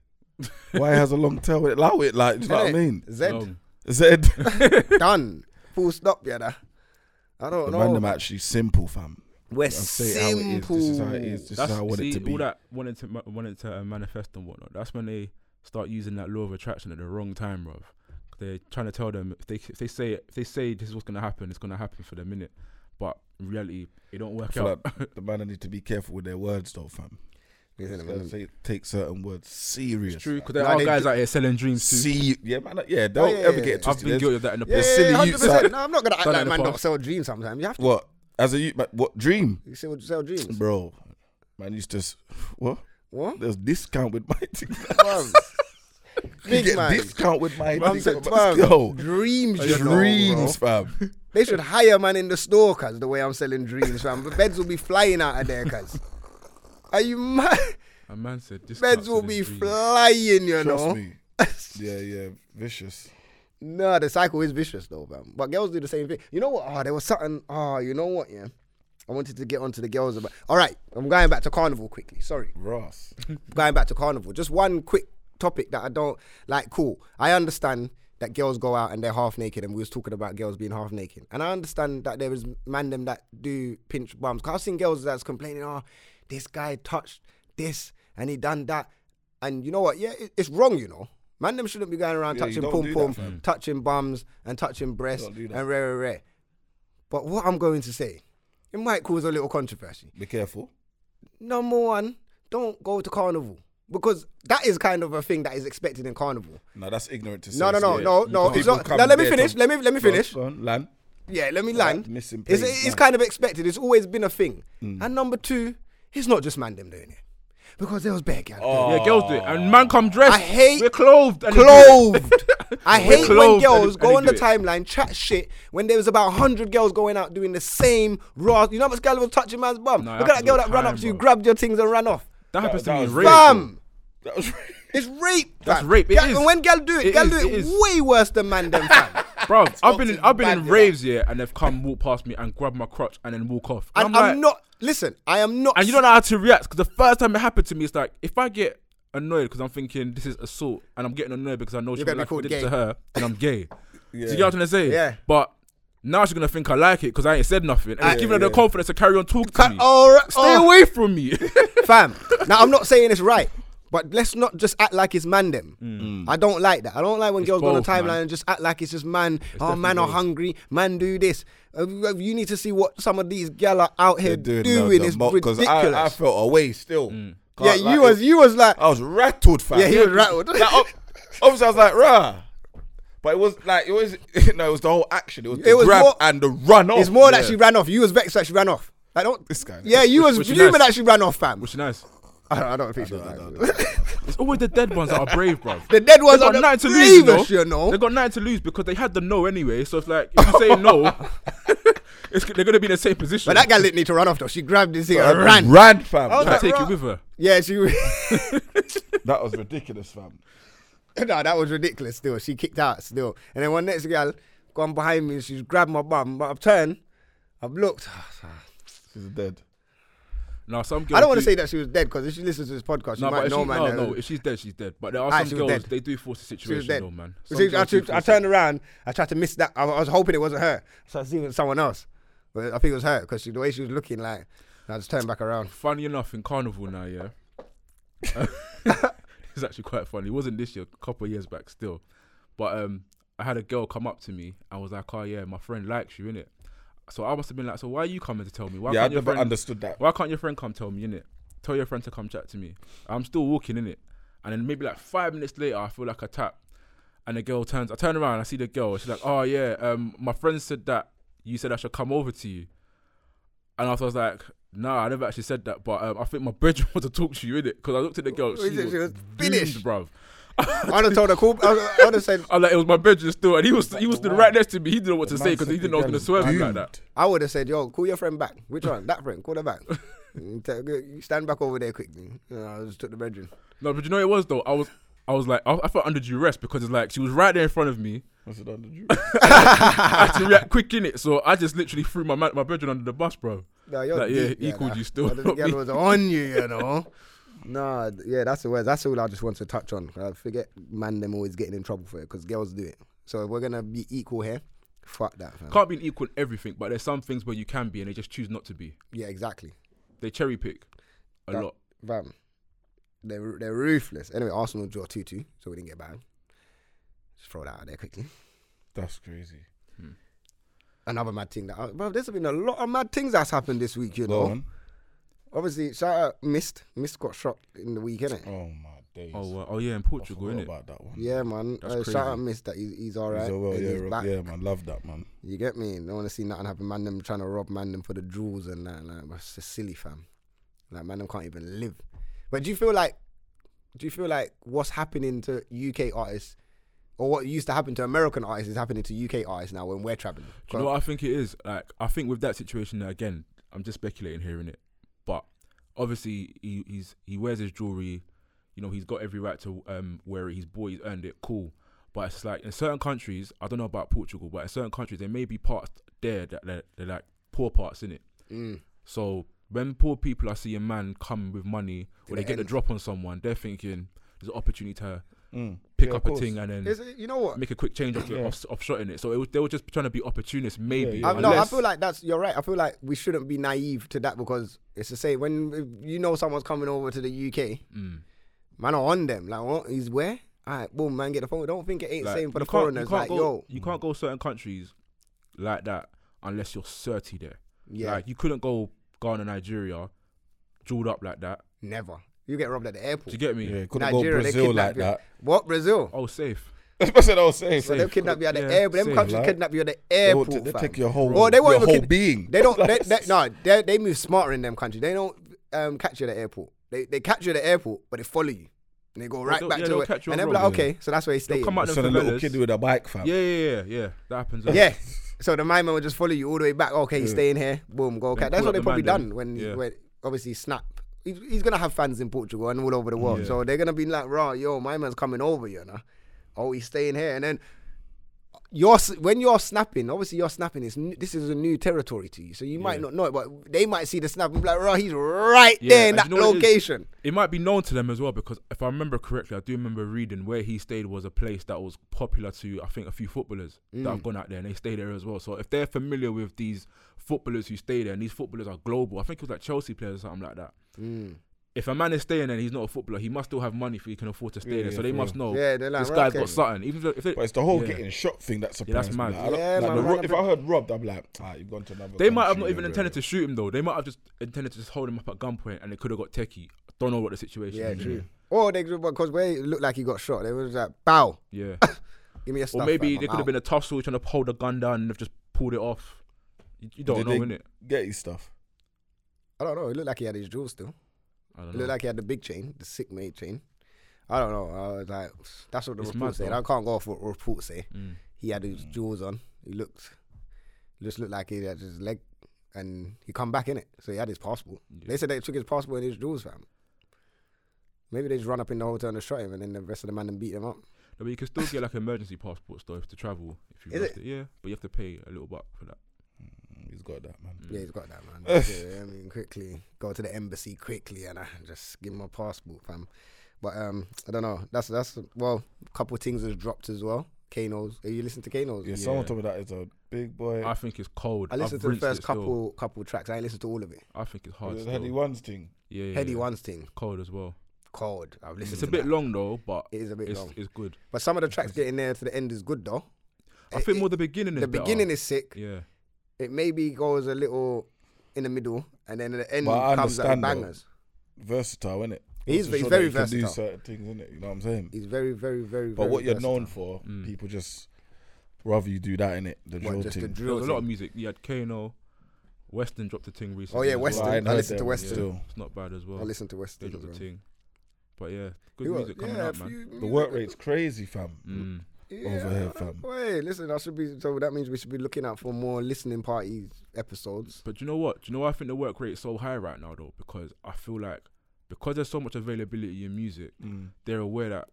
S3: Why has a long tail? Allow it, like, do you know what I
S2: Innit?
S3: mean?
S2: Zed
S4: Long.
S3: Zed.
S4: (laughs)
S2: done. Full stop. Yeah, that. I don't
S3: The
S2: know.
S3: random actually simple, fam.
S2: We're
S3: I'll say it how it is.
S2: simple.
S3: This is how it is. This
S4: That's
S3: is how I want
S4: see,
S3: it to be.
S4: all that wanting to ma- wanting to uh, manifest and whatnot. That's when they start using that law of attraction at the wrong time, bruv. They're trying to tell them if they if they say if they say this is what's gonna happen, it's gonna happen for the minute, but in reality it don't
S3: I
S4: work
S3: feel
S4: (laughs) out.
S3: like the man need to be careful with their words, though, fam.
S2: Listen,
S3: Gotta
S2: man.
S3: say- take certain words serious.
S4: Mm. It's true because
S2: Nah,
S4: there are
S2: they
S4: guys
S2: do-
S4: out here selling dreams too. Oh,
S3: See, yeah, man, yeah. Don't
S2: yeah,
S3: ever
S2: yeah,
S3: get
S2: yeah.
S3: it
S4: I've
S3: twisted.
S4: been guilty of that in the
S2: Yeah,
S3: There's
S4: past.
S3: silly
S2: yeah,
S3: youths
S2: 100%.
S3: out-
S2: No, I'm not gonna act
S4: Done it
S2: like
S4: in the
S2: man don't
S4: past.
S2: sell dreams. Sometimes you have to
S3: What? As a youth, man, what dream,
S2: You sell, sell dreams. (laughs)
S3: bro? Man used to s- what?
S2: What?
S3: There's discount with my (laughs) thing.
S2: Bruv.
S3: you
S2: Big
S3: get
S2: man.
S3: discount with my
S2: Bruv
S3: thing.
S2: said, "Bruv,
S3: But- Yo, Oh,
S2: dreams, you know,
S3: dreams,
S2: bro.
S3: fam.
S2: They should hire man in the store, cuz the way I'm selling dreams, fam. The beds will be flying out of there, cuz. Are you mad? (laughs)
S4: A man said this
S2: Beds will be flying, you
S3: Trust (laughs)
S2: know.
S3: me.
S2: (laughs)
S3: Yeah, yeah, vicious.
S2: No, the cycle is vicious though, fam. But girls do the same thing. You know what? Oh, there was something. Oh, you know what? Yeah, I wanted to get onto the girls about. All right, I'm going back to carnival quickly. Sorry.
S3: Ross.
S2: going back to carnival, just one quick topic that I don't like. Cool, I understand that girls go out and they're half naked, and we was talking about girls being half naked, and I understand that there is man them that do pinch bums. Cause I've seen girls that's complaining, oh, this guy touched this and he done that, and you know what? Yeah, it, it's wrong, you know. Man them shouldn't be going around
S3: Yeah, you
S2: touching
S3: don't
S2: pom
S3: do
S2: pom,
S3: that, fam.
S2: touching bums, and touching breasts
S3: Don't do
S2: and
S3: that.
S2: rare rare rare. But what I'm going to say, it might cause a little controversy
S3: Be careful.
S2: number one, don't go to carnival because that is kind of a thing that is expected in carnival.
S3: No, that's ignorant to say.
S2: No, no, no,
S3: Yeah,
S2: no,
S3: you
S2: no.
S3: can't-
S2: It's
S3: people
S2: not,
S3: come
S2: no, let me
S3: there
S2: finish.
S3: to-
S2: Let me let me
S3: Go on,
S2: finish.
S3: go on, land. (laughs)
S2: Yeah, let me
S3: Right,
S2: land.
S3: missing
S2: It's,
S3: place,
S2: it's
S3: man.
S2: kind of expected. It's always been a thing.
S4: Mm.
S2: And number two, it's not just man them doing it because there was bare gal.
S4: Yeah, girls do it, and man come dressed.
S2: I hate
S4: we're clothed. And they do it.
S2: clothed.
S4: (laughs)
S2: I
S4: We're
S2: hate when
S4: clothed and
S2: girls
S4: they-
S2: go
S4: and
S2: on
S4: they
S2: the
S4: do it.
S2: timeline, chat shit, when there was about 100 girls going out doing the same raw. You know how much girl was touching man's bum?
S4: No, it
S2: Look at that
S4: happens
S2: girl
S4: all
S2: that
S4: the
S2: ran up
S4: time,
S2: to you,
S4: bro.
S2: grabbed your things, and ran off.
S4: That happens
S3: that
S4: to
S3: was
S4: me. in rape.
S2: Bam!
S3: That was
S2: It's rape.
S4: That's
S2: fam.
S4: rape, it
S2: Gal-
S4: is.
S2: And when gal do it,
S4: It
S2: gal
S4: is,
S2: do
S4: it
S2: it,
S4: is.
S2: way worse than man them
S4: (laughs)
S2: fam.
S4: Bro, I've been in, I've been
S2: bad,
S4: in
S2: yeah.
S4: raves yeah, and they've come walk past me and grab my crotch and then walk off.
S2: And I'm,
S4: like-
S2: not. Listen, I am not.
S4: and you don't know how to react because the first time it happened to me, it's like if I get annoyed because I'm thinking this is assault, and I'm getting annoyed because I know she
S2: gonna be
S4: like,
S2: called
S4: did it
S2: (laughs) gay.
S4: to her, then I'm gay. Do you get what I'm trying to say?
S2: Yeah.
S4: But Now she's gonna think I like it because I ain't said nothing, and it's
S2: Yeah,
S4: giving her the
S2: yeah.
S4: confidence to carry on talking to me.
S2: all right,
S4: Stay away from me. (laughs)
S2: fam. (laughs) Now I'm not saying it's right, but let's not just act like it's man them. I don't like that. I don't like when girls go on the
S4: Mm. both, man.
S2: timeline and just act like it's just man. oh, man are
S4: definitely
S2: hungry. Man do this. Uh, you need to see what some of these gal are out here doing.
S3: They're doing, doing
S2: it's
S3: because I, I
S2: ridiculous.
S3: felt away still.
S2: yeah,
S3: Can't lie,
S2: you was
S3: it-
S2: you was like
S4: Oh,
S3: I was rattled, fam.
S2: Yeah, he was rattled.
S3: Like, ob- obviously, I was like, rah. But it was like it was (laughs) no, it was the whole action. It was the
S2: It was
S3: grab
S2: more-
S3: and the run off.
S2: it's more that
S3: Yeah.
S2: she ran off. You was vexed that she ran off. I don't.
S3: This guy.
S2: Yeah, you
S4: Which-
S2: was
S4: which is
S2: fuming
S4: nice.
S2: that she ran off, fam.
S4: Which is nice.
S2: I don't, I don't think she was like that.
S4: It's always the dead ones that are brave, bro.
S2: The dead ones are
S4: got
S2: the
S4: nothing to lose, you know.
S2: bravest, you know.
S4: They got nothing to lose because they had the no anyway. So it's like if
S2: (laughs)
S4: you say no, (laughs) it's, they're gonna be in the same position.
S2: But that gal didn't need to run off though. She grabbed this thing
S3: I
S2: and ran.
S3: ran, fam.
S2: was
S4: Gotta
S2: like,
S4: take
S2: "Rah."
S4: it with her.
S2: Yeah, she. (laughs)
S3: that was ridiculous, fam.
S2: no, that was ridiculous. Still, she kicked out. Still, and then one next girl gone behind me and she's grabbed my bum. But I've turned, I've looked.
S3: She's dead.
S4: Now some girls.
S2: I don't want to
S4: do-
S2: say that she was dead because if she listens to this podcast, she
S4: No, but
S2: might
S4: if
S2: know,
S4: she,
S2: man.
S4: no,
S2: that-
S4: no. If she's dead, she's dead. But there are
S2: Ah,
S4: some
S2: she was
S4: girls
S2: dead.
S4: they do force the
S2: She was
S4: situation,
S2: dead.
S4: though, man.
S2: You
S4: Some
S2: see, I,
S4: girls do
S2: tr- I
S4: force it.
S2: turned around. I tried to miss that. I, I was hoping it wasn't her. So I see it was someone else. But I think it was her because the way she was looking, like, and I just turned back
S4: (laughs)
S2: around.
S4: Funny enough, in Carnival now, yeah.
S2: (laughs)
S4: (laughs) it's actually quite funny. It wasn't this year, a couple of years back still. But um, I had a girl come up to me and was like, oh, yeah, my friend likes you, innit? So I must have been like, so why are you coming to tell me? Why
S3: Yeah, I
S4: can't your
S3: never
S4: friend-
S3: understood that.
S4: Why can't your friend come tell me, innit? Tell your friend to come chat to me. I'm still walking, innit? And then maybe like five minutes later, I feel like a tap. And the girl turns, I turn around, I see the girl. She's like, oh, yeah, um, my friend said that you said I should come over to you. And I was like, nah, I never actually said that, but um, I think my bedroom (laughs) wants to talk to you, innit? Because I looked at the girl,
S2: She
S4: she,
S2: was-
S4: was,
S2: she was finished.
S4: finished, bruv.
S2: I'd have told her, cool. I would have said,
S4: I'm like, it was my bedroom still, and he was he was stood right next to me. He didn't know what to
S3: The
S4: say
S3: man
S4: because
S3: said
S4: he
S3: the
S4: didn't know I was
S3: girl
S4: gonna
S3: is
S4: swear at him like
S3: doomed.
S4: that.
S2: I would have said, yo, call your friend back. Which one? That friend. Call her
S4: (laughs)
S2: back. Mm, t- you Stand back over there quickly. And I just took the bedroom.
S4: No, but you know what it was though. I was I was like I, I felt under duress because it's like she was right there in front of me.
S3: Was it under you?
S4: I had to react quick in it, so I just literally threw my ma- my bedroom under the bus, bro.
S2: No, you're
S4: Like, yeah,
S2: deep,
S4: he called
S2: nah. (laughs)
S4: you still,
S2: But The
S4: (laughs) not
S2: girl
S4: me.
S2: was on you, you
S4: (laughs)
S2: know. nah, th- yeah, that's the words. That's all I just want to touch on. I forget, man, them always getting in trouble for it because girls do it. So if we're gonna be equal here, fuck that. Fam.
S4: Can't be an equal in everything, but there's some things where you can be, and they just choose not to be.
S2: Yeah, exactly.
S4: They cherry pick a
S2: That-
S4: lot.
S2: Bam. They're ru- they're ruthless. Anyway, Arsenal draw two two, so we didn't get banned. Just throw that out there quickly.
S3: (laughs) That's crazy.
S2: Another mad thing that, uh, bro. There's been a lot of mad things that's happened this week, you
S3: Go
S2: know.
S3: on.
S2: Obviously, shout out Mist. Mist got shot in the week, innit?
S3: Oh my days.
S4: Oh, wow. oh yeah, in
S3: I
S4: Portugal,
S3: forgot
S4: innit?
S3: about that one.
S2: Yeah, man.
S4: That's
S2: Uh,
S4: crazy.
S2: shout out Mist that he's, he's all right.
S3: So, well,
S2: and
S3: yeah,
S2: he's
S3: ro-
S2: back.
S3: yeah, man, love that man.
S2: You get me? Don't want to see nothing happen. Man, them trying to rob man them for the jewels and that. Like, that's just silly, fam. Like, man, them can't even live. But do you feel like, do you feel like what's happening to UK artists, or what used to happen to American artists is happening to UK artists now when we're traveling?
S4: Do you know what I think it is? Like, I think with that situation again, I'm just speculating here in it, but obviously he, he's he wears his jewelry. You know, he's got every right to um, wear it. He's bought, he's earned it. Cool. But it's like in certain countries, I don't know about Portugal, but in certain countries, there may be parts there that they're, they're like poor parts in it.
S2: Mm.
S4: So when poor people are seeing man come with money
S2: To
S4: or they
S2: the
S4: get the
S2: end.
S4: drop on someone, they're thinking there's an opportunity to
S3: Mm.
S4: pick
S3: Yeah, of
S4: up a
S3: course.
S4: thing and then
S2: Is it- you know what?
S4: make a quick change
S2: (laughs)
S4: off,
S3: Yeah.
S4: off, off shot in it. So it was, they were just trying to be opportunists, maybe.
S3: yeah.
S2: I, no, I
S4: unless-
S2: feel like that's you're right. I feel like we shouldn't be naive to that because it's the same. When you know someone's coming over to the UK,
S4: Mm.
S2: man, are on them. Like, what? He's where? All right, boom, man, get the phone. Don't think it ain't
S4: Like,
S2: same for the
S4: you can't-
S2: foreigners.
S4: You can't,
S2: Like,
S4: go,
S2: yo,
S4: you can't go certain countries like that unless you're 30 there.
S2: yeah,
S4: Like, you couldn't go Ghana, Nigeria, jeweled up like that.
S2: never. You get robbed at the airport.
S4: Do you get me?
S3: Yeah, couldn't
S2: Nigeria,
S3: go
S2: they
S3: Brazil
S2: kidnap
S3: like
S2: you.
S3: that. (laughs)
S2: What Brazil?
S4: Oh, safe.
S3: That's what I said I was saying.
S2: So they
S4: safe.
S2: kidnap you at the
S4: Yeah,
S2: airport. Them
S4: safe.
S2: countries
S3: Like,
S2: kidnap you at the
S3: They will
S2: airport.
S3: t- they
S2: fam.
S3: take your whole,
S2: Well, they won't
S3: your
S2: even
S3: whole
S2: kid-
S3: being.
S4: (laughs)
S2: They don't. They,
S3: Like,
S2: they, no, they, they move smarter in them countries. They don't um, catch you at the airport. They they catch you at the airport, but they follow you and they go right
S4: they'll-
S2: back
S4: yeah,
S2: to
S4: they'll
S2: it.
S4: catch you
S2: And
S4: on
S2: they're
S4: road,
S2: like, okay, so that's where he's staying.
S4: come out
S3: Son,
S4: them
S3: a little
S4: fellas.
S3: kid with a bike, fam.
S4: Yeah, yeah, yeah, yeah. That happens. uh,
S2: Yeah. (laughs) So the man will just follow you all the way back. Okay, he's staying here. Boom, go. Okay.
S4: Then
S2: That's
S4: call
S2: what
S4: up
S2: they
S4: the
S2: probably
S4: man
S2: done
S4: then.
S2: when,
S4: Yeah.
S2: when obviously snap. He's, he's gonna have fans in Portugal and all over the world. So they're gonna be like, "Raw, yo, my man's coming over, you know. Oh, he's staying here." And then you're s- when you're snapping, obviously you're snapping. It's n- this is a new territory to you, so you might
S4: Yeah.
S2: not know it, but they might see the snap and be like, "Right, he's right
S4: Yeah,
S2: there in
S4: and
S2: that
S4: you know what it is?
S2: location."
S4: It might be known to them as well because if I remember correctly, I do remember reading where he stayed was a place that was popular to I think a few footballers that
S2: Mm.
S4: have gone out there and they stay there as well. So if they're familiar with these footballers who stay there and these footballers are global, I think it was like Chelsea players or something like that.
S2: Mm.
S4: If a man is staying there and he's not a footballer, he must still have money if he can afford to stay there.
S3: yeah,
S4: so they
S3: for
S4: must know
S2: Yeah, they're like,
S4: this
S2: right,
S4: guy's
S2: okay.
S4: got something. Even though- if they,
S3: But it's the whole
S4: Yeah.
S3: getting shot thing that
S4: that's
S3: surprised
S4: mad.
S3: me. Like, I don't-
S2: Yeah,
S3: like,
S2: man,
S3: the ro-
S2: right
S3: if
S2: up
S3: I heard robbed, I'm like, ah, you've gone to another.
S4: They might have
S3: country,
S4: not even
S3: yeah,
S4: intended
S3: yeah.
S4: to shoot him though. They might have just intended to just hold him up at gunpoint and they could have got techie. Don't know what the situation
S2: Yeah,
S4: is.
S2: true. Or they because where it looked like he got shot, they was like, "Bow,
S4: Yeah.
S2: give me a stuff."
S4: or maybe
S2: fam, I'm
S4: there could have
S2: out."
S4: been a tussle trying to hold the gun down and they've just pulled it off. You, you don't
S3: Did
S4: know,
S3: they
S4: innit?
S3: Get his stuff.
S2: I don't know. It looked like he had his jewels still.
S4: I don't
S2: It
S4: know.
S2: looked like he had the big chain, the sick mate chain. I don't know. I was like, that's what the
S4: It's
S2: report
S4: mad,
S2: said.
S4: though.
S2: I can't go off what report say.
S4: Mm.
S2: He had his jewels on. He looked, just looked like he had his leg, and he come back in it. So he had his passport. They said they took his passport and his jewels, fam. Maybe they just run up in the hotel and shot him, and then the rest of the man and beat him up.
S4: No, but you can still get like emergency passports though if to travel if you
S2: Is
S4: lost it? Yeah, but you have to pay a little buck for that.
S3: Mm, He's got that, man.
S2: Yeah, he's got that
S4: (laughs)
S2: man. yeah, I mean, quickly go to the embassy quickly and I just give him a passport, fam. But um, I don't know. That's that's well, a couple of things was dropped as well. Kano's. Have you listened to Kano's?
S3: Yeah, someone told me that is a big boy.
S4: I think it's cold.
S2: I listened
S4: I've
S2: to the
S4: rinsed
S2: first
S4: it still.
S2: couple couple tracks. I ain't listened to all of it.
S4: I think it's hard.
S3: It's
S4: still.
S3: a Heady Ones thing.
S4: Yeah, yeah,
S2: Heady
S4: yeah.
S2: One's thing,
S4: Cold as well.
S2: cold. I've listened.
S4: It's
S2: to
S4: a bit
S2: that.
S4: long though, but
S2: It is a bit
S4: it's,
S2: long.
S4: it's good.
S2: But some of the tracks getting there to the end is good though.
S4: I
S2: It-
S4: think
S2: it-
S4: more the beginning is
S2: the
S4: better.
S2: beginning is sick.
S4: Yeah,
S2: It maybe goes a little in the middle, and then the end
S3: But I
S2: comes out with
S3: understand, though.
S2: bangers.
S3: Versatile, innit?
S2: He's-
S3: Also
S2: he's
S3: show
S2: very
S3: that he
S2: versatile.
S3: can do certain things, innit? You know what I'm saying?
S2: He's very, very, very.
S3: But
S2: very
S3: what you're
S2: versatile.
S3: known for,
S4: Mm.
S3: people just rather you do that, innit? The
S2: What,
S3: drill
S2: just the
S3: thing.
S4: there
S2: drill
S4: was a lot
S2: thing?
S4: of music. You had Kano, Weston dropped a thing recently.
S2: Oh yeah,
S4: as well.
S2: Weston.
S3: I ain't
S2: I
S3: heard
S2: listened to
S3: them,
S2: Weston.
S3: yeah. Still.
S4: It's not bad as well.
S2: I listened to
S4: They
S2: Weston.
S4: dropped a
S2: bro.
S4: thing. But yeah, good
S2: You
S4: music
S2: got-
S4: coming
S2: yeah,
S4: out,
S2: a
S4: man.
S2: few
S3: The
S2: music-
S3: work rate's crazy, fam.
S4: Mm.
S2: yeah,
S3: over here, fam.
S2: Wait, listen. I should be. So that means we should be looking out for more listening party episodes.
S4: But do you know what? Do you know why I think the work rate is so high right now though? Because I feel like because there's so much availability in music, they're aware that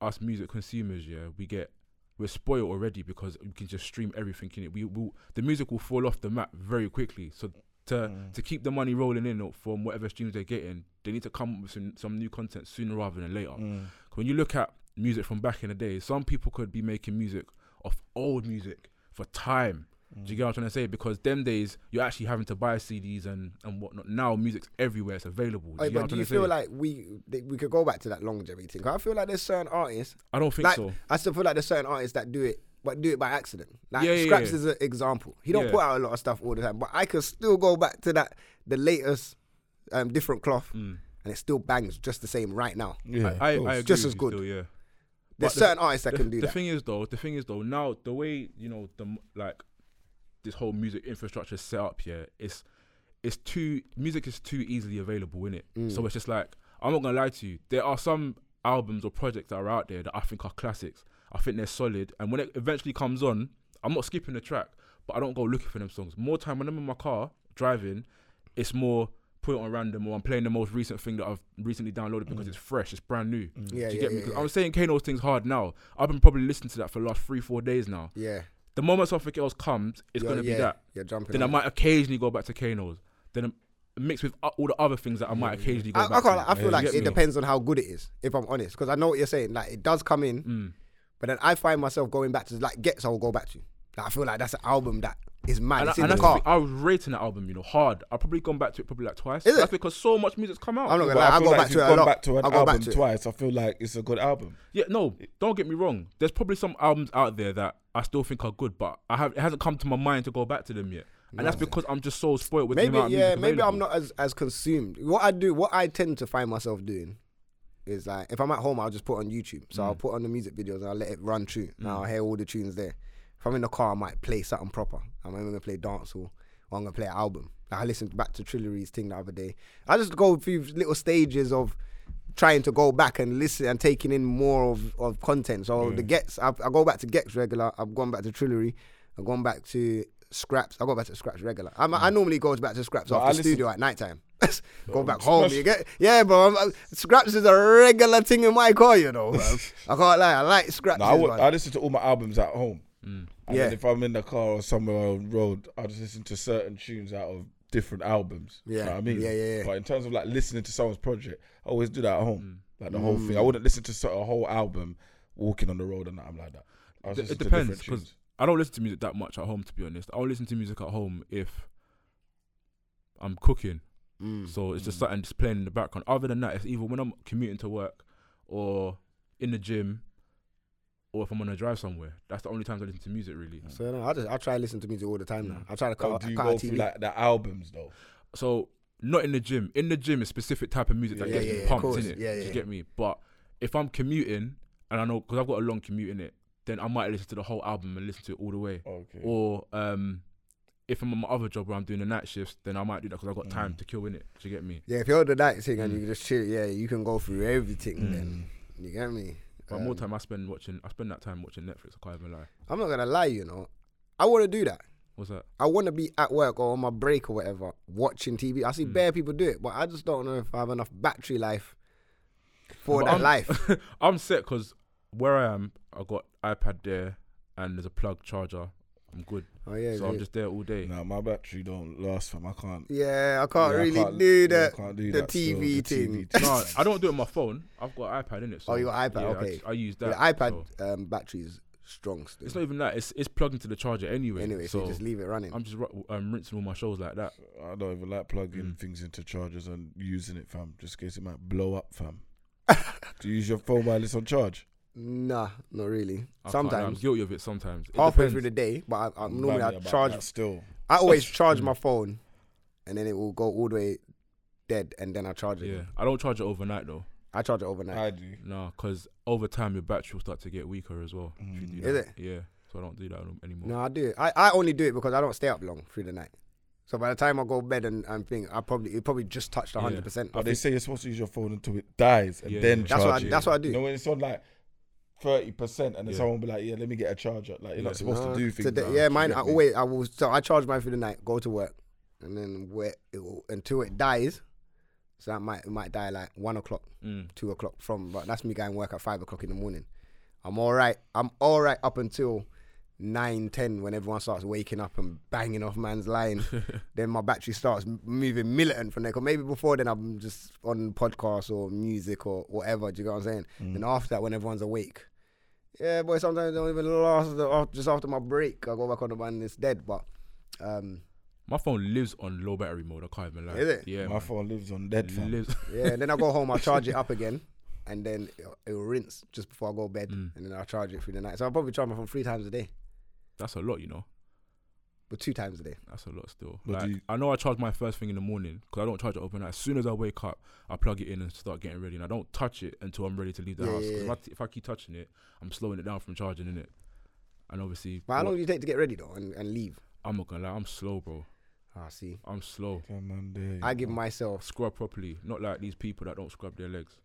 S4: us music consumers, yeah, we get we're spoiled already because we can just stream everything in it. We will the music will fall off the map very quickly. So to
S3: Mm.
S4: Uh, to keep the money rolling in from whatever streams they're getting, they need to come up with some, some new content sooner rather than later.
S3: Mm.
S4: When you look at music from back in the day, some people could be making music off old music for time. Do you get what I'm trying to say? Because them days you're actually having to buy CDs and, and whatnot. Now music's everywhere; it's available. Do
S2: Hey,
S4: you get
S2: but
S4: what I'm
S2: do
S4: trying
S2: you
S4: to say?
S2: feel like we that we could go back to that longevity thing? 'Cause I feel like there's certain artists.
S4: I don't think
S2: like
S4: so.
S2: I still feel like there's certain artists that do it, but do it by accident. Like
S4: Yeah, yeah,
S2: Scraps
S4: yeah.
S2: is an example. He don't
S4: Yeah.
S2: put out a lot of stuff all the time, but I could still go back to that the latest, um, different cloth, and it still bangs just the same right now.
S3: Yeah,
S4: Mm. I, I
S3: cool.
S4: agree
S2: Just
S4: with
S2: as
S4: you
S2: good.
S4: Still, yeah.
S2: There's
S4: the-
S2: certain artists that
S4: the,
S2: can do
S4: the
S2: that.
S4: thing is though, the thing is though, now the way you know the m- like this whole music infrastructure is set up here, it's it's too music is too easily available in it.
S2: Mm.
S4: So it's just like I'm not gonna lie to you. There are some albums or projects that are out there that I think are classics. I think they're solid, and when it eventually comes on, I'm not skipping the track, but I don't go looking for them songs. More time when I'm in my car driving, it's more put it on random or I'm playing the most recent thing that I've recently downloaded because it's fresh, it's brand new.
S2: Mm. Yeah,
S4: Do
S2: yeah,
S4: you get me?
S2: yeah,
S4: 'Cause
S2: yeah.
S4: I'm saying Kano's things hard now. I've been probably listening to that for the last three, four days now.
S2: Yeah,
S4: The moment something else comes, it's
S2: You're-
S4: gonna
S2: yeah,
S4: be that.
S2: You're jumping.
S4: Then I
S2: on it.
S4: might occasionally go back to Kano's. Then I'm mixed with o- all the other things that I might occasionally go
S2: I, I,
S4: back
S2: can't,
S4: to.
S2: I feel
S4: You
S2: like
S4: get
S2: it
S4: me?
S2: depends on how good it is, if I'm honest, because I know what you're saying. Like, it does come in,
S4: Mm.
S2: but then I find myself going back to, like, Gets, I'll go back to. Like, I feel like that's an album that is mad.
S4: And, I,
S2: it's in
S4: and
S2: the
S4: that's
S2: car.
S4: the thing, I was rating that album, you know, hard. I've probably gone back to it probably like twice.
S2: Is it?
S4: that's because so much music's come out.
S2: I'm not
S3: But
S2: gonna lie, I
S3: feel
S2: go
S3: like
S2: back
S3: if
S2: to
S3: you've
S2: it a
S3: gone
S2: lot.
S3: back to an
S2: I go
S3: album
S2: back to it.
S3: twice. I feel like it's a good album.
S4: Yeah, no, don't get me wrong. There's probably some albums out there that I still think are good, but I have it hasn't come to my mind to go back to them yet, and that's because I'm just so spoiled with the
S2: Maybe,
S4: amount of
S2: yeah,
S4: music
S2: maybe I'm
S4: available.
S2: not as, as consumed. What I do, what I tend to find myself doing is like, if I'm at home, I'll just put on YouTube. So
S3: Mm.
S2: I'll put on the music videos and I'll let it run through. And I'll hear all the tunes there. If I'm in the car, I might play something proper. I'm either gonna play dancehall or I'm gonna play an album. Like I listened back to Trillery's thing the other day. I just go through little stages of trying to go back and listen and taking in more of, of content. So
S3: Mm.
S2: the Gets, I, I go back to Gets regular. I've gone back to Trillery. I've gone back to Scraps. I go back to Scraps regular. I'm, I normally go back to Scraps
S3: Mm. I
S2: after
S3: listen-
S2: studio at night time. (laughs) go back home. You get yeah, bro. I'm, I'm- scraps is a regular thing in my car, you know. bro. I can't lie. I like Scraps.
S3: No, I, would, I listen to all my albums at home.
S4: Mm.
S3: And
S2: Yeah.
S3: then if I'm in the car or somewhere on the road, I just listen to certain tunes out of different albums. You
S2: Yeah.
S3: know what I mean?
S2: Yeah, yeah, yeah.
S3: But in terms of like listening to someone's project, I always do that at
S4: Mm.
S3: home. Like the whole thing. I
S2: Mm.
S3: wouldn't listen to sort of a whole album walking on the road and I'm like that. I just
S4: D- it
S3: listen to
S4: depends
S3: different tunes.
S4: because I don't listen to music that much at home. To be honest, I'll listen to music at home if I'm cooking.
S2: Mm.
S4: So it's just something just playing in the background. Other than that, it's either when I'm commuting to work, or in the gym, or if I'm on a drive somewhere. That's the only times I listen to music really.
S2: So no, I just I try to listen to music all the time now. I try to cut,
S3: So
S2: out
S3: do you
S2: cut out
S3: go through
S2: TV.
S3: like the albums though?
S4: So not in the gym. In the gym, is specific type of music that
S2: Yeah,
S4: gets
S2: yeah,
S4: me
S2: yeah, of
S4: pumped
S2: course.
S4: in it.
S2: Yeah,
S4: Do
S2: yeah.
S4: you get me? But if I'm commuting and I know because I've got a long commute in it, then I might listen to the whole album and listen to it all the way.
S3: Okay.
S4: Or um, if I'm on my other job where I'm doing the night shifts, then I might do that because I've got
S2: Mm.
S4: time to kill in it. Do you get me?
S2: Yeah, if you're the night thing and you just chill, yeah, you can go through everything
S3: Mm.
S2: then. You get me?
S4: But
S2: Um,
S4: more time I spend watching, I spend that time watching Netflix. I can't even lie.
S2: I'm not gonna lie, you know. I wanna do that.
S4: What's that? (laughs)
S2: I wanna be at work or on my break or whatever, watching TV. I see bare people do it, but I just don't know if I have enough battery life for
S4: But
S2: that
S4: I'm-
S2: life.
S4: I'm set because where I am, I got iPad there and there's a plug charger. I'm good.
S2: Oh yeah,
S4: so I'm
S2: yeah.
S4: just there all day.
S3: No, my battery don't last fam. I can't
S2: yeah, I can't
S3: Yeah, I
S2: really
S3: can't-
S2: do
S3: yeah, I
S2: that.
S3: can't do
S2: the
S3: that still,
S2: TV
S3: the TV
S2: thing.
S3: thing.
S4: No, I don't do it on my phone. I've got iPad in it. So
S2: Oh, you got iPad.
S4: yeah, I
S2: okay,
S4: just- I, use (laughs) that.
S2: The
S4: so.
S2: iPad um, battery is strong still.
S4: It's not even that. It's it's plugged into the charger anyway.
S2: anyway, so,
S4: so
S2: you just leave it running.
S4: I'm just ru- um, rinsing all my shows like that.
S3: I don't even like
S2: Mm.
S3: plugging things into chargers and using it, fam. Just in case it might blow up, fam. Do you use your phone while it's on charge?
S2: (laughs) nah, not really.
S4: I can't lie, I'm
S2: Sometimes
S4: guilty of it. Sometimes it
S2: halfway
S4: depends.
S2: through the day, but I, I
S3: Bang
S2: normally
S3: me
S2: I
S3: about
S2: charge.
S3: that Hmm. still.
S2: I
S3: (laughs)
S2: always charge my phone, and then it will go all the way dead, and then I charge it.
S4: Yeah, I don't charge it overnight though.
S2: I charge it overnight.
S3: I do.
S4: No, because over time your battery will start to get weaker as well. If you do
S2: Mm. Is
S4: that. Yeah, so I don't do that no- anymore.
S2: No, I do it. I, I only do it because I don't stay up long through the night. So by the time I go to bed and, and think, I probably it probably just touched hundred percent.
S3: But they say you're supposed to use your phone until it dies and
S4: Yeah,
S3: then
S4: yeah.
S2: That's
S3: charge
S2: what I-
S3: it.
S2: that's what I do.
S3: You know when it's on like thirty percent and then
S4: Yeah.
S3: someone will be like, "Yeah, let me get a charger." Like you're not
S4: Yeah.
S3: supposed to do things. like that.
S2: yeah,
S3: You
S2: mine.
S3: get
S2: I
S3: me?
S2: always I will. So I charge mine through the night, go to work, and then where it will, until it dies. So that might it might die like one o'clock,
S3: Mm.
S2: two o'clock from. But that's me going to work at five o'clock in the morning. I'm all right. I'm all right up until nine ten when everyone starts waking up and banging off man's
S3: (laughs)
S2: line. then my battery starts m- moving militant from there. 'Cause maybe before then I'm just on podcasts or music or whatever. Do you know what I'm saying?
S3: Mm.
S2: Then after that, when everyone's awake, yeah, boy. Sometimes I don't even last. The, af- just after my break, I go back on the band and it's dead. But um,
S4: My phone lives on low battery mode. I can't even lie.
S2: Is it?
S4: Yeah,
S3: My phone lives on dead.
S4: man.
S3: Fam.
S4: lives. (laughs)
S2: yeah, and then I go home. I charge it up again, and then it'll, it'll rinse just before I go bed, and then I charge it through the night. So I probably charge my phone three times a day,
S4: That's a lot, you know.
S2: but two times a day.
S4: That's a lot still.
S3: But do
S4: like,
S3: you-
S4: I know I charge my first thing in the morning because I don't charge it overnight. As soon as I wake up, I plug it in and start getting ready, and I don't touch it until I'm ready to leave the
S2: Yeah,
S4: house.
S2: yeah,
S4: 'Cause If,
S2: yeah.
S4: I t- if I keep touching it, I'm slowing it down from charging in it. And obviously,
S2: But how
S4: what-
S2: long do you take to get ready though and, and leave?
S4: I'm not gonna lie, I'm slow, bro.
S2: Ah, see,
S4: I'm slow.
S3: Come on, there you
S2: I give
S3: go.
S2: myself
S4: Scrub properly, not like these people that don't scrub their legs.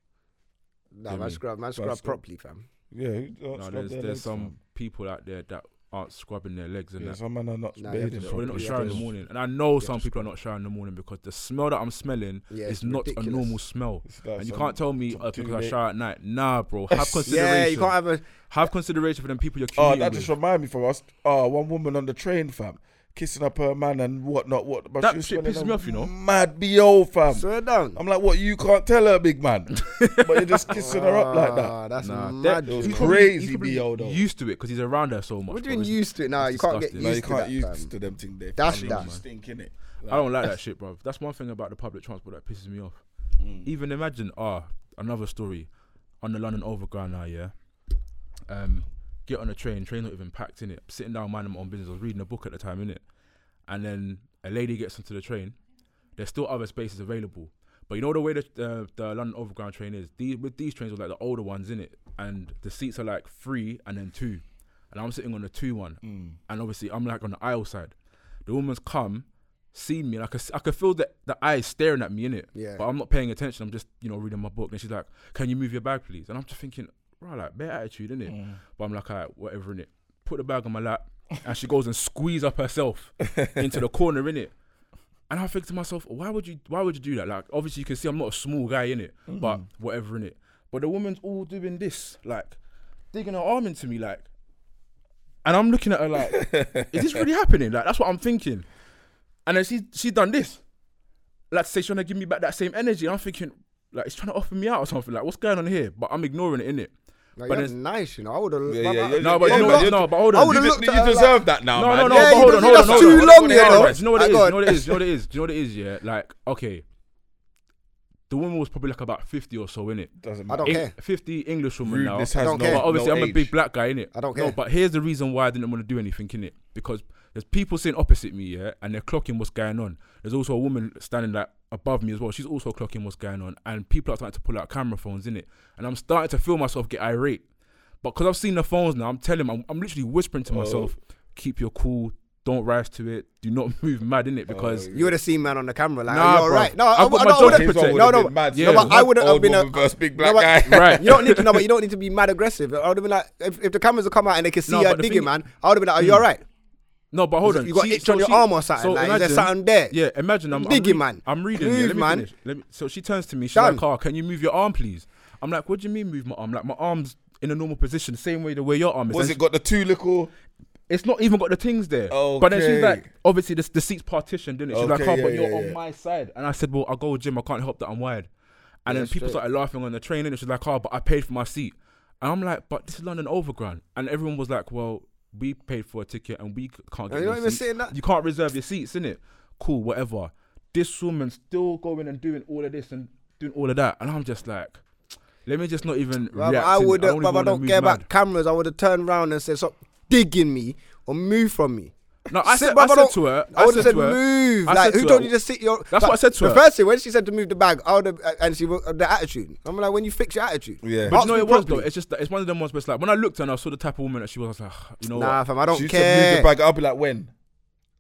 S2: nah,
S4: Yeah,
S2: man
S4: me.
S2: scrub, man
S3: That's
S2: scrub
S3: good.
S2: properly, fam.
S3: Yeah, you don't
S4: No,
S3: scrub
S4: there's
S3: their
S4: there's
S3: legs,
S4: some
S3: fam.
S4: people out there that aren't scrubbing their legs and
S3: Yeah,
S4: that.
S3: some men are not
S2: Nah, you have
S3: bathing.
S2: to-
S4: Or
S3: properly.
S4: they're not
S2: Yeah,
S4: showering in the
S2: there's-
S4: morning, and I know some people are not showering in the morning because the smell that I'm smelling
S2: Yeah,
S4: is
S2: it's
S4: not a
S2: ridiculous.
S4: normal smell.
S3: It's like
S4: and you
S3: some-
S4: can't tell me
S3: some
S4: uh, because I
S3: too
S4: shower at night. Nah,
S3: (laughs)
S4: bro, have consideration.
S2: Yeah, you can't have a
S4: Have consideration for them people you're
S3: Oh,
S4: commuting
S3: that just
S4: with.
S3: remind me from us. Oh, one woman on the train, fam, kissing up her man and whatnot. What? But
S4: That
S3: was
S4: shit
S3: smelling
S4: pisses
S3: a
S4: me off, you know.
S3: Mad bo, fam.
S2: swear down.
S3: I'm like, what? You can't tell her, big
S4: (laughs)
S3: man. but you're just kissing her up like
S2: Ah,
S3: that.
S2: that's
S4: Nah,
S2: mad.
S4: that-
S3: It was
S2: you know.
S4: he's probably-
S3: crazy
S4: he's probably
S3: BO though.
S4: Used to it because he's around her so much.
S2: What do
S4: bro,
S2: you mean
S4: isn't
S2: used to it? Nah,
S4: it's
S2: you can't get used
S4: disgusting. No,
S3: No, you
S2: to
S3: can't
S2: that,
S3: use
S2: fam.
S3: to them thing. They
S2: Dash
S3: fucking
S2: that.
S3: stink innit?
S4: I don't like that shit, bro. That's one thing about the public transport that pisses me off. Even imagine, ah, another story on the London Overground now, yeah. Um, get on a train, train not even packed in it. Sitting down, minding my own business. I was reading a book at the time, innit? And then a lady gets onto the train. There's still other spaces available, but you know the way the uh, the London Overground train is. These with these trains are like the older ones, in it, and the seats are like three and then two, and I'm sitting on the two one, and obviously I'm like on the aisle side. The woman's come, seen me, and I could, I could feel the, the eyes staring at me in it.
S2: Yeah.
S4: But I'm not paying attention. I'm just, you know, reading my book. And she's like, "Can you move your bag, please?" And I'm just thinking, right, like bare attitude, innit? But I'm like, alright, whatever, innit. Put the bag on my lap, and she goes and squeeze
S2: (laughs)
S4: up herself into the corner, innit? And I think to myself, why would you? Why would you do that? Like, obviously, you can see I'm not a small guy in it,
S2: Mm-hmm.
S4: but whatever in it. But the woman's all doing this, like digging her arm into me, like. And I'm looking at
S2: (laughs)
S4: her like, is this really happening? Like that's what I'm thinking. And then she she done this. Like to say she's trying to give me back that same energy. I'm thinking, like, it's trying to offer me out or something. Like, what's going on here? But I'm ignoring it, innit?
S2: Like,
S4: But
S2: but it's
S4: it's-
S2: nice, you know. I would have.
S3: yeah, yeah,
S4: No, but
S3: yeah,
S4: you know
S3: but
S4: what?
S3: you-
S4: No, but hold
S2: I
S4: on.
S2: would've
S4: You
S2: looked
S4: did-
S3: You
S2: at her like-
S3: deserve that now,
S4: No,
S3: man.
S4: no, no,
S2: Yeah,
S4: but
S2: you
S4: hold
S2: did-
S4: on,
S2: you
S4: hold on,
S2: just
S4: hold
S2: too
S4: on.
S2: long,
S4: hold on,
S2: you
S4: hold on,
S2: know?
S4: right, You know what
S2: I
S4: it is?
S2: got
S4: You know what
S2: it.
S4: it is? You know what it is? You know what it is? Yeah, like, okay. The woman was probably like about 50 or so, innit?
S3: Doesn't
S2: I
S3: matter.
S2: don't care.
S4: 50 English woman now.
S3: Rudeness has
S2: don't
S3: no,
S2: care.
S4: But obviously,
S3: no
S4: I'm a big
S3: age.
S4: black guy, innit?
S2: I don't
S4: No,
S2: care.
S4: but here's the reason why I didn't want to do anything, innit? Because there's people sitting opposite me, yeah, and they're clocking what's going on. There's also a woman standing like above me as well. She's also clocking what's going on, and people are starting to pull out camera phones, innit? And I'm starting to feel myself get irate. But because I've seen the phones now, I'm telling, I'm, I'm literally whispering
S2: Oh.
S4: to myself, keep your cool, don't rise to it, do not (laughs) move mad,
S2: Oh,
S4: innit? Because
S2: You would have seen man on the camera, like,
S4: Nah,
S2: are you all
S4: bruv.
S2: right? No, I,
S4: I've got
S2: I,
S4: my
S2: no, I
S4: job.
S2: would have.
S4: His one
S2: No,
S4: would
S2: no,
S4: have
S2: no,
S3: been mad.
S4: Yeah.
S2: but I would have
S3: Old
S2: been a
S3: woman versus big
S2: no,
S3: black
S2: but-
S3: guy.
S4: Right.
S2: You don't need to know, but you don't need to be mad aggressive. I would have been like, if, if the cameras would come out and they could see
S4: No,
S2: her
S4: but the
S2: digging,
S4: thing-
S2: man, I would have been like, are you all right?
S4: no, but hold on,
S2: You got
S4: she-
S2: itch on your arm or something, like, is there something there?
S4: Yeah, imagine I'm I'm
S2: Digging,
S4: re-
S2: man.
S4: I'm reading. yeah,
S2: Move,
S4: let me
S2: man.
S4: finish. Let me, so she turns to me. She's
S2: Done.
S4: like, "Car, can you move your arm, please?" I'm like, "What do you mean move my arm? Like my arms in a normal position, same way the way your arm is."
S3: Was
S4: And
S3: it got the two little?
S4: it's not even got the things there. But then she's
S3: Okay.
S4: like, obviously the, the seat's partitioned, didn't it? She's like,
S3: Okay,
S4: oh, but
S3: yeah,
S4: you're
S3: yeah,
S4: on
S3: yeah.
S4: my side. And I said, well, I go to gym. I can't help that I'm wired. And then people started laughing on the train, and she's like, oh, but I paid for my seat. And I'm like, but this is London Overground. And everyone was like, well, we paid for a ticket and we c- can't get
S2: you're
S4: no
S2: not even
S4: seat.
S2: sitting that-
S4: You can't reserve your seats, innit? Cool, whatever. This woman's still going and doing all of this and doing all of that. And I'm just like, let me just not even
S2: Bruv,
S4: react.
S2: I
S4: innit?
S2: would have,
S4: don't
S2: but
S4: even
S2: I
S4: wanna
S2: don't
S4: move
S2: care
S4: mad.
S2: about cameras. I would have turned round and said, stop digging me or move from me.
S4: No, I
S2: Sit,
S4: said,
S2: bruv,
S4: I said
S2: don't-
S4: to her.
S2: I would have
S4: said
S2: said,
S4: to her-
S2: move.
S4: I
S2: like,
S4: said
S2: who
S4: to
S2: don't
S4: her-
S2: you just sit your.
S4: That's
S2: like,
S4: what I said to
S2: the
S4: her.
S2: The first thing, when she said to move the bag, I would have, and she, wa- the attitude. I'm like, when you fix your attitude.
S3: Yeah.
S4: But
S2: Ask
S4: you know
S2: me
S4: it was though.
S2: properly.
S4: It's just that it's one of them ones where it's like when I looked and I saw the type of woman that she was, I was like, you know
S2: Nah,
S4: what?
S2: fam, I don't
S3: She said move
S2: care.
S3: the bag. I'll be like when.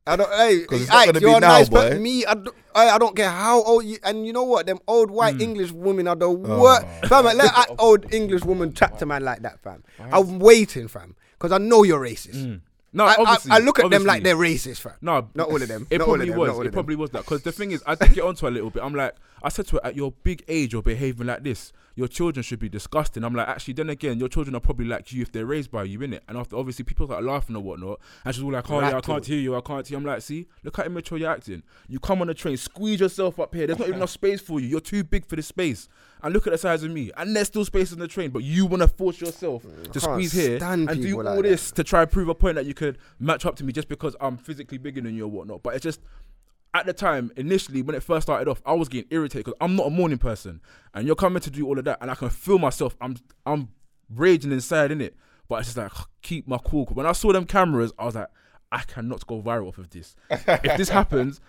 S2: I don't. Hey,
S3: 'Cause it's not
S2: Ike,
S3: gonna be
S2: you're a
S3: now,
S2: nice,
S3: boy.
S2: but me, I don't, I, I don't care how old you. And you know what? Them old white
S4: Hmm.
S2: English women are the
S4: Oh.
S2: worst. Fam, like, let an old English woman chat to man like that, fam. I'm waiting, fam, because I know you're racist.
S4: No,
S2: I, I,
S4: Hmm. obviously,
S2: I look at them like
S4: obviously.
S2: they're racist, fam.
S4: No,
S2: not all of them.
S4: It
S2: not all of
S4: probably
S2: them,
S4: was.
S2: not all of
S4: It
S2: them.
S4: probably was that because the thing is, I took it onto her a little bit. I'm like, I said to her, at your big age, you're behaving like this. Your children should be disgusting. I'm like, actually, then again, your children are probably like you if they're raised by you, innit? And after obviously people are laughing or whatnot, and she's all like, oh yeah, I can't hear you, I can't hear. you. I'm like, see, look how immature you're acting. You come on the train, squeeze yourself up here. There's not enough space for you. You're too big for this space. And look at the size of me. And there's still space in the train, but you want to force yourself to squeeze here
S2: stand
S4: and do
S2: people
S4: all
S2: like that.
S4: this to try and prove a point that you could match up to me just because I'm physically bigger than you or whatnot. But it's just at the time, initially when it first started off, I was getting irritated because I'm not a morning person, and you're coming to do all of that, and I can feel myself. I'm I'm raging inside in it, but it's just like (sighs) keep my cool. When I saw them cameras, I was like, I cannot go viral off of this. if
S2: (laughs)
S4: this happens.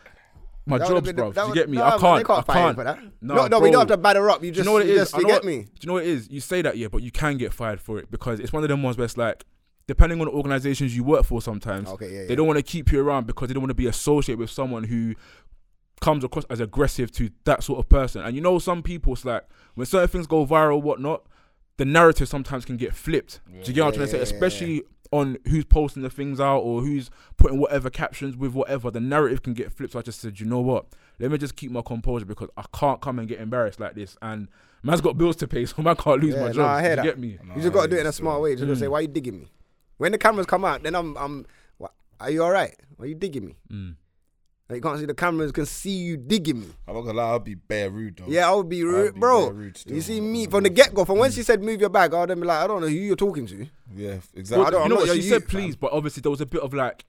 S4: My
S2: That would've
S4: jobs,
S2: been the-
S4: bro.
S2: that
S4: You
S2: would-
S4: get me?
S2: nah,
S4: I
S2: man,
S4: can't.
S2: they can't
S4: I
S2: fire you
S4: can't.
S2: for that. No, no, we
S4: bro.
S2: don't have to batter up, you
S4: Do
S2: just- you just-
S4: I
S2: you
S4: know
S2: get
S4: what-
S2: me?
S4: Do you know what it is? You say that, yeah, but you can get fired for it because it's one of them ones where it's like, depending on the organizations you work for, sometimes
S2: Okay, yeah,
S4: they
S2: yeah.
S4: don't want to keep you around because they don't want to be associated with someone who comes across as aggressive to that sort of person. And you know, some people, it's like when certain things go viral, whatnot, the narrative sometimes can get flipped. Do you get what I'm trying to say? Especially on who's posting the things out or who's putting whatever captions with whatever, the narrative can get flipped. So I just said, you know what? Let me just keep my composure because I can't come and get embarrassed like this. And man's got bills to pay, so (laughs) man can't lose
S2: Yeah,
S4: my
S2: nah,
S4: job.
S2: I hear
S4: you
S2: that.
S4: get me?
S2: You just got to do it in a smart way. You just got to say, why you digging me? When the cameras come out, then I'm, I'm wha- are you all right? Why you digging me?
S4: Hmm.
S2: Like, you can't see the cameras can see you digging me.
S3: I'm not gonna lie. I'll be bare rude though.
S2: Yeah, I would be
S3: I'd
S2: rude,
S3: be
S2: bro.
S3: bare rude still.
S2: you see me from the get go, from when she said move your bag, I'd have been like, I don't know who you're talking to.
S3: yeah,
S4: Well,
S3: exactly.
S2: I don't-
S4: you
S2: I'm
S4: know
S2: not
S4: what?
S2: your
S4: She said
S2: youth,
S4: please, but obviously there was a bit of like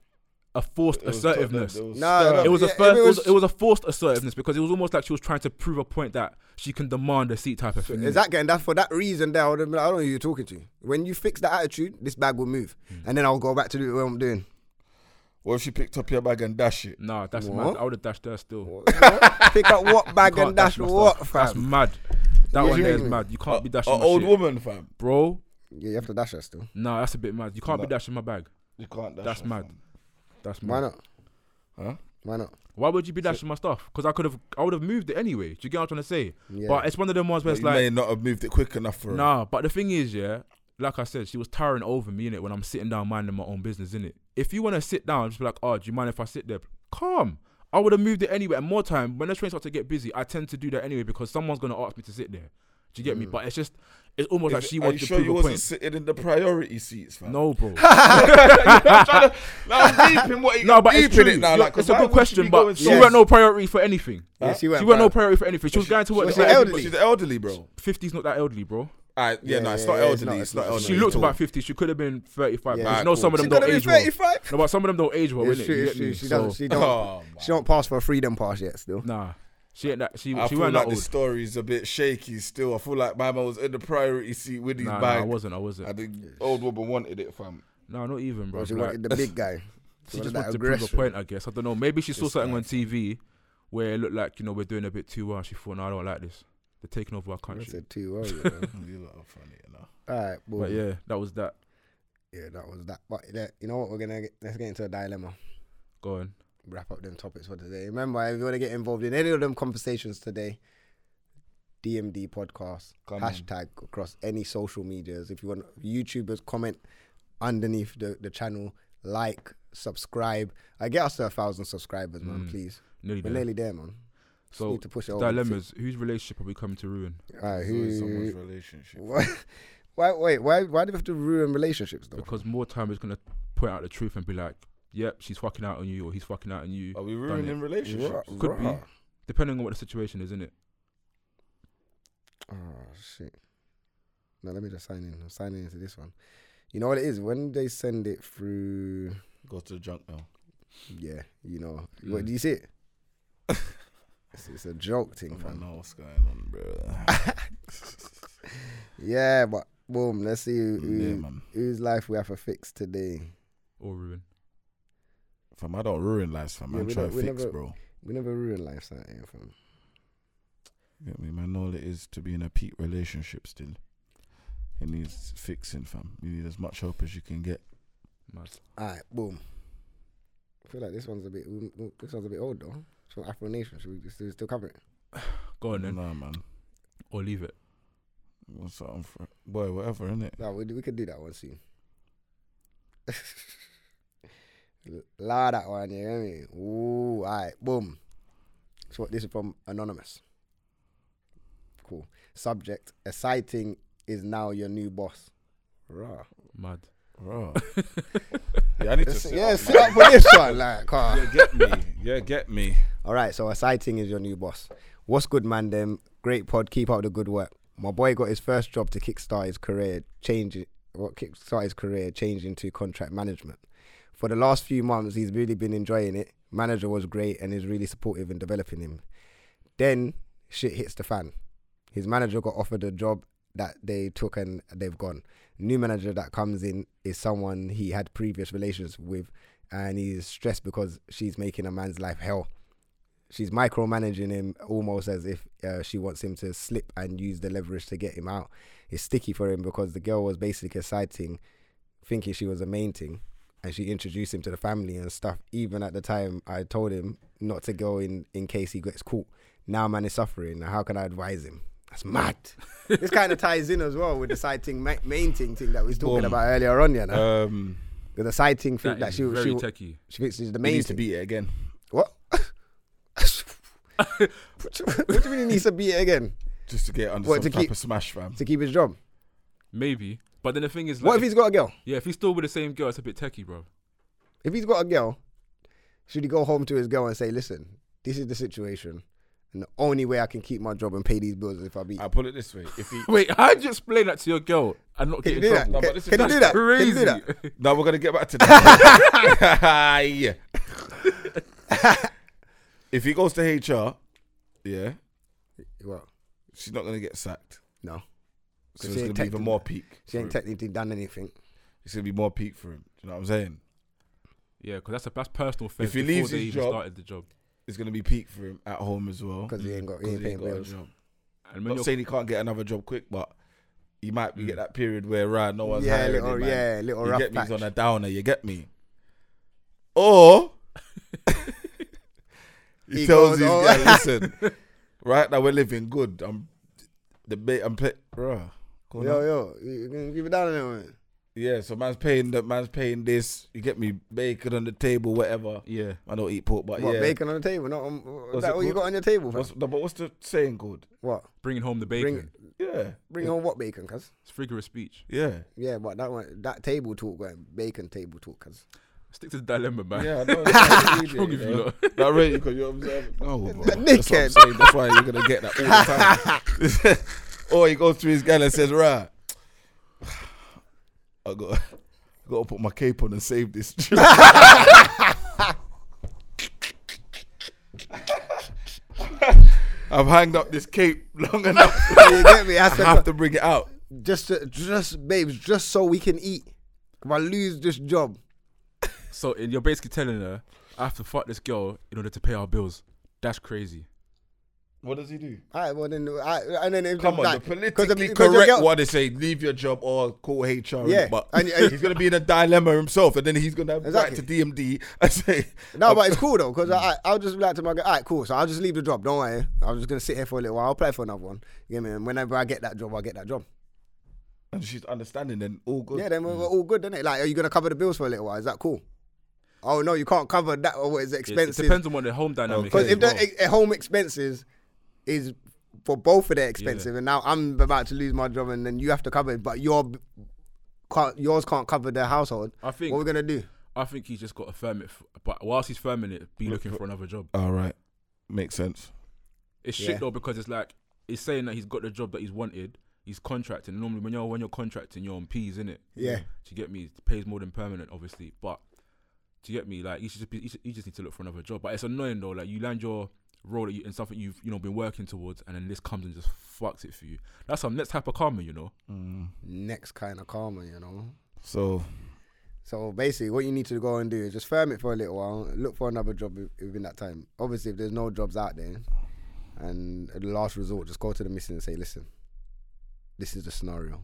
S4: a forced
S3: It was-
S4: assertiveness.
S3: it was-
S2: Nah, nah.
S4: It was a
S2: Yeah, if
S4: first,
S2: it
S4: it was,
S2: was-
S4: it was a forced assertiveness because it was almost like she was trying to prove a point that she can demand a seat type of thing.
S2: Is that getting that for that reason? There, I would have been like, I don't know who you're talking to. When you fix that attitude, this bag will move,
S4: Mm.
S2: and then I'll go back to do what I'm
S4: (laughs)
S2: doing.
S3: What if she picked up your bag and dash it?
S4: Nah, that's
S2: What?
S4: mad. I would have dashed there still.
S2: Pick up what bag
S4: Can't
S2: and dash
S4: my
S2: what,
S4: stuff. That's
S2: fam?
S4: mad. That
S2: Yeah,
S4: one
S2: you
S4: there is
S2: mean-
S4: mad. You can't be dashing
S3: An
S4: my
S3: Uh, old
S4: shit.
S3: woman, fam.
S4: bro.
S2: Yeah, you have to dash that still.
S4: Nah, that's a bit mad. You can't be
S3: No.
S4: dashing my bag.
S3: You can't dash.
S4: That's
S3: her,
S4: mad.
S3: fam.
S4: That's mad.
S2: Why not?
S3: Huh?
S2: Why not?
S4: Why would you be dashing my stuff? Because I could have, I would have moved it anyway. Do you get what I'm trying to say?
S2: Yeah.
S4: But it's one of them ones where
S3: But
S4: it's
S3: you
S4: like,
S3: may not have moved it quick enough for her.
S4: Nah, but the thing is, yeah, like I said, she was towering over me in it when I'm sitting down minding my own business in it. If you want to sit down, just be like, oh, do you mind if I sit there? Calm. I would have moved it anyway. And more time, when the train starts to get busy, I tend to do that anyway because someone's gonna ask me to sit there. Do you get me? But it's just, it's almost like she
S3: Mm. Are
S4: wanted
S3: you
S4: to
S3: sure
S4: prove
S3: you
S4: a
S3: wasn't
S4: point.
S3: sitting in the priority seats, man?
S4: (laughs) No,
S3: (laughs)
S4: bro.
S3: I'm trying to. Now I'm deeping what.
S4: no, but it's
S3: deeping
S4: true.
S3: it now. Like,
S4: it's
S3: 'cause
S4: a
S3: why
S4: good
S3: would you be
S4: question,
S3: going
S4: but she
S3: so-
S2: Yes.
S4: weren't no priority for anything.
S2: Yeah, she went.
S4: She weren't no
S2: bad.
S4: priority for anything. She was going to work.
S2: was
S4: the
S2: she
S4: side-
S2: elderly?
S3: She's elderly, bro.
S4: 50's not that elderly, bro.
S3: Alright, yeah,
S2: Yeah,
S3: no, it's
S2: yeah,
S3: not
S2: yeah, it's
S3: elderly.
S2: not-
S3: It's not
S2: it's
S3: elderly.
S4: She
S3: at
S4: looked
S3: all.
S4: about 50. She could have been 35.
S2: Yeah.
S4: because
S3: Alright,
S4: no, some
S3: cool.
S4: of them
S3: She
S4: don't
S2: gotta be
S4: age well.
S2: 35.
S4: No, but some of them don't age well,
S2: It's
S4: innit?
S2: true,
S4: You
S2: it's
S4: get
S2: true.
S4: me?
S2: She
S4: So,
S2: doesn't. She don't.
S4: (laughs)
S3: Oh,
S2: she don't pass for a freedom pass yet. Still.
S4: Nah, she ain't that. She,
S3: Oh, I
S4: she
S3: feel
S4: weren't that
S3: like the
S4: old.
S3: story's a bit shaky still. I feel like my man was in the priority seat with his
S4: Nah, nah, I
S3: bag.
S4: wasn't. I
S3: And
S4: wasn't.
S3: the old woman wanted it, fam.
S4: No, not even, bro.
S2: She
S4: Like,
S2: wanted the big
S4: (laughs)
S2: guy.
S4: She
S2: wanted
S4: just
S2: that
S4: wanted to prove a
S2: aggression.
S4: point, I guess. I don't know. Maybe she saw something on TV where it looked like, you know, we're doing a bit too well. She thought, no, I don't like this. They're taking over our
S2: I
S4: country.
S2: said two. well,
S3: (laughs)
S2: you know.
S3: You lot are funny, you know.
S2: All right, boy.
S4: But
S2: Yeah.
S4: yeah, that was that.
S2: that was that. But yeah, you know what? We're gonna get, let's get into a dilemma.
S4: Go on.
S2: Wrap up them topics for today. Remember, if you want to get involved in any of them conversations today, DMD podcast
S3: Come on.
S2: hashtag across any social medias. If you want YouTubers, comment underneath the, the channel, like, subscribe. I get us to a thousand subscribers, man. Please,
S4: Nearly
S2: we're
S4: there.
S2: nearly there, man.
S4: Mm. So,
S2: need to push it over.
S4: dilemmas. Whose relationship are we coming to ruin?
S2: All right,
S3: It's always
S2: who? (laughs)
S3: someone's relationship.
S2: Why, why? Wait, why? Why do we have to ruin relationships though?
S4: Because more time is going to point out the truth and be like, yep, she's fucking out on you or he's fucking out on you.
S2: Oh.
S3: Are we
S4: Done it.
S3: ruining relationships?
S2: Ruh,
S4: Could be.
S2: ruh.
S4: Depending on what the situation is, isn't it?
S2: Oh shit. Now let me just sign in. I'm signing into this one. You know what it is? When they send it through
S3: Go to the junk now.
S2: Yeah, you know.
S4: Mm.
S2: What do you see it? it's, it's a joke
S3: I
S4: Oh,
S2: thing,
S3: don't
S2: fam.
S3: know what's going on, bro. (laughs)
S2: (laughs) Yeah, but boom, let's see who, who-
S3: yeah, man.
S2: whose life we have to fix today.
S4: Or ruin.
S3: Fam, I don't ruin lives, fam.
S2: Yeah,
S3: I'm
S2: we
S3: trying
S2: don't-
S3: to
S2: we
S3: fix,
S2: never-
S3: bro.
S2: We never ruin life something fam.
S3: Get me, man. All it is to be in a peak relationship still. It needs fixing, fam. You need as much help as you can get.
S4: Mad.
S2: Alright, boom. I feel like this one's a bit mm, mm, this one's a bit old though. It's from Afro Nation. Should we still, still cover it?
S4: Go on then.
S3: Nah, man.
S4: Or leave it.
S3: What's up, for boy? Whatever, innit?
S2: No, we, we could do that one soon. (laughs) La that one, you hear me? Ooh, alright, boom. So this is from Anonymous. Cool. Subject, a sighting is now your new boss. Rah.
S4: Mad.
S3: Bro. yeah, I need to. Sit
S2: Yeah,
S3: up,
S2: (laughs) sit up for this one, like, come on.
S3: man. Get me. Yeah, get me.
S2: All right, so a sighting is your new boss. What's good, man? Them great pod. Keep up the good work. My boy got his first job to kickstart his career, changing what kickstart his career, changing to contract management. For the last few months, he's really been enjoying it. Manager was great and is really supportive in developing him. Then shit hits the fan. His manager got offered a job that they took and they've gone. New manager that comes in is someone he had previous relations with, and he's stressed because she's making a man's life hell she's micromanaging him almost as if uh, she wants him to slip and use the leverage to get him out. It's sticky for him because the girl was basically a side thing, thinking she was a main thing, and she introduced him to the family and stuff. Even at the time, I told him not to go in in case he gets caught. Now, man is suffering. Now, how can I advise him? That's
S4: (laughs)
S2: mad. this kind of ties in as well with the side thing, ma- main thing thing that we was talking
S3: Boom.
S2: about earlier on, you know.
S3: Um,
S2: with the side thing thing
S4: Uh, That,
S2: that,
S4: is
S2: she
S4: very
S2: she,
S4: techie.
S2: she thinks she's the
S3: he
S2: main
S3: needs to
S2: thing.
S3: beat it again.
S2: What? (laughs) what do you what do you mean he needs to beat it again
S3: Just to get under
S2: What, to
S3: some type
S2: keep-
S3: of smash, fam.
S2: to keep his job?
S4: Maybe. But then the thing is, like,
S2: What if he's got a girl?
S4: yeah, if he's still with the same girl, it's a bit techie,
S2: (laughs)
S4: bro.
S2: If he's got a girl, should he go home to his girl and say, "Listen, this is the situation, and the only way I can keep my job and pay these bills is if I beat."
S3: I put it this way: if
S2: (laughs)
S3: he
S4: Wait, how'd you explain that to your girl and not
S2: Can you
S4: get in
S2: do that?
S4: trouble?
S3: No,
S2: Can,
S3: but this is-
S2: can you
S3: that's
S2: do that? Can you
S4: Crazy.
S2: do that?
S3: now we're gonna get back
S2: (laughs)
S3: to that. if he goes to HR, yeah,
S2: Well,
S3: she's not gonna get sacked.
S2: no,
S3: So
S2: She
S3: it's
S2: ain't
S3: gonna be even
S2: technically-
S3: more peak.
S2: she ain't technically done anything.
S3: it's gonna be more peak for him. Do you know what I'm saying?
S4: (laughs) Yeah, because that's a that's personal thing.
S3: If he leaves
S4: they
S3: his
S4: even
S3: job-
S4: started the job,
S3: It's gonna be peak for him at home as well.
S2: 'Cause he ain't got- he
S3: Mm, 'cause
S2: ain't paying
S3: got a
S2: bills.
S3: job.
S4: and when
S3: Not
S4: you're (laughs) Mm.
S3: saying he can't get another job quick, but he might be get that period where right, no one's
S2: yeah,
S3: hiring
S2: little,
S3: him, man.
S2: yeah, little
S3: you
S2: rough
S3: get me?
S2: patch.
S3: He's on a downer. You get me? Or he,
S2: (laughs) He goes,
S3: tells his
S2: "Oh."
S3: girl,
S2: (laughs)
S3: "Listen, right now we're living good. I'm the bait. I'm play, bro.
S2: Yo, yo, you you gonna give it down a little bit?
S3: Yeah, so man's paying that man's paying this. You get me bacon on the table, whatever.
S4: Yeah.
S3: I don't eat pork, but
S2: What,
S3: yeah.
S2: bacon on the table? Not on, is
S3: What's
S2: that
S3: it
S2: all you got
S3: called?
S2: on your table? fam?
S3: What's, no, but what's the saying called?
S2: What?
S4: Bringing home the bacon.
S2: Bring
S3: Yeah,
S2: bring on what bacon, cuz?
S4: It's figure of speech.
S3: yeah,
S2: Yeah, but that one, that table talk, going bacon table talk, cuz.
S4: Stick to the dilemma, man.
S3: yeah. I
S4: (laughs)
S3: know. What's
S4: wrong with you lot?
S3: That rate because you're observing. No,
S2: The
S3: bro. That's, what I'm
S2: dickhead.
S3: saying. That's why you're gonna get that all the time. (laughs) or he goes to his gal and says, "Right, (sighs) I got, I got to put my cape on and save this." (laughs) trip." I've hanged up this cape long enough.
S2: (laughs)
S3: (laughs)
S2: you get me? I
S3: I
S2: said,
S3: have to bring it out.
S2: just, to, just, babes, just so we can eat. If I lose this job,
S4: So and you're basically telling her, I have to fuck this girl in order to pay our bills. That's crazy.
S3: What does he do?
S2: alright, well then, alright, and then it's
S3: Come on,
S2: like,
S3: the
S2: 'cause the-
S3: politically
S2: 'cause your
S3: correct
S2: girl-
S3: one is say leave your job or call HR.
S2: Yeah,
S3: but
S2: and- and-
S3: (laughs) he's gonna be in a dilemma himself, and then he's gonna have
S2: Exactly.
S3: right to DMD (laughs) and say, "Oh,
S2: No, but it's cool though, (laughs) because I, I'll just be like to my guy, all right, cool. So I'll just leave the job. Don't worry. I'm just going to sit here for a little while. I'll apply for another one. You know what I mean? And Whenever I get that job, I'll get that job.
S3: and she's understanding, then all good.
S2: Yeah, then we're, we're all good, isn't it? Like, are you going to cover the bills for a little while? Is that cool? Oh, no, you can't cover that or what is
S4: It, it
S2: expensive.
S4: depends on what the home dynamic
S2: Because
S4: is.
S2: Oh, if
S4: as
S2: the
S4: well.
S2: eh, home expenses is for both of their expensive, and now I'm about to lose my job, and then you have to cover it, but your can't, yours can't cover their household.
S4: I think-
S2: what we're gonna do?
S4: I think he's just got to firm it. F- but whilst he's firming it, be looking for another job.
S3: All right, makes sense.
S4: It's
S2: Yeah.
S4: shit though because it's like it's saying that he's got the job that he's wanted. He's contracting. Normally, when you're when you're contracting, you're on P's, in it.
S2: Yeah.
S4: Do you get me? It pays more than permanent, obviously. But do you get me? Like you should just be, you, should, you just need to look for another job. But it's annoying though. Like you land your role that you, in something you've you know been working towards, and then this comes and just fucks it for you. That's some next type of karma, you know.
S2: Next kind of karma, you know.
S3: So
S2: So basically, what you need to go and do is just firm it for a little while, look for another job wi- within that time. Obviously, if there's no jobs out there, and the last resort, just go to the missus and say, "Listen, this is the scenario,"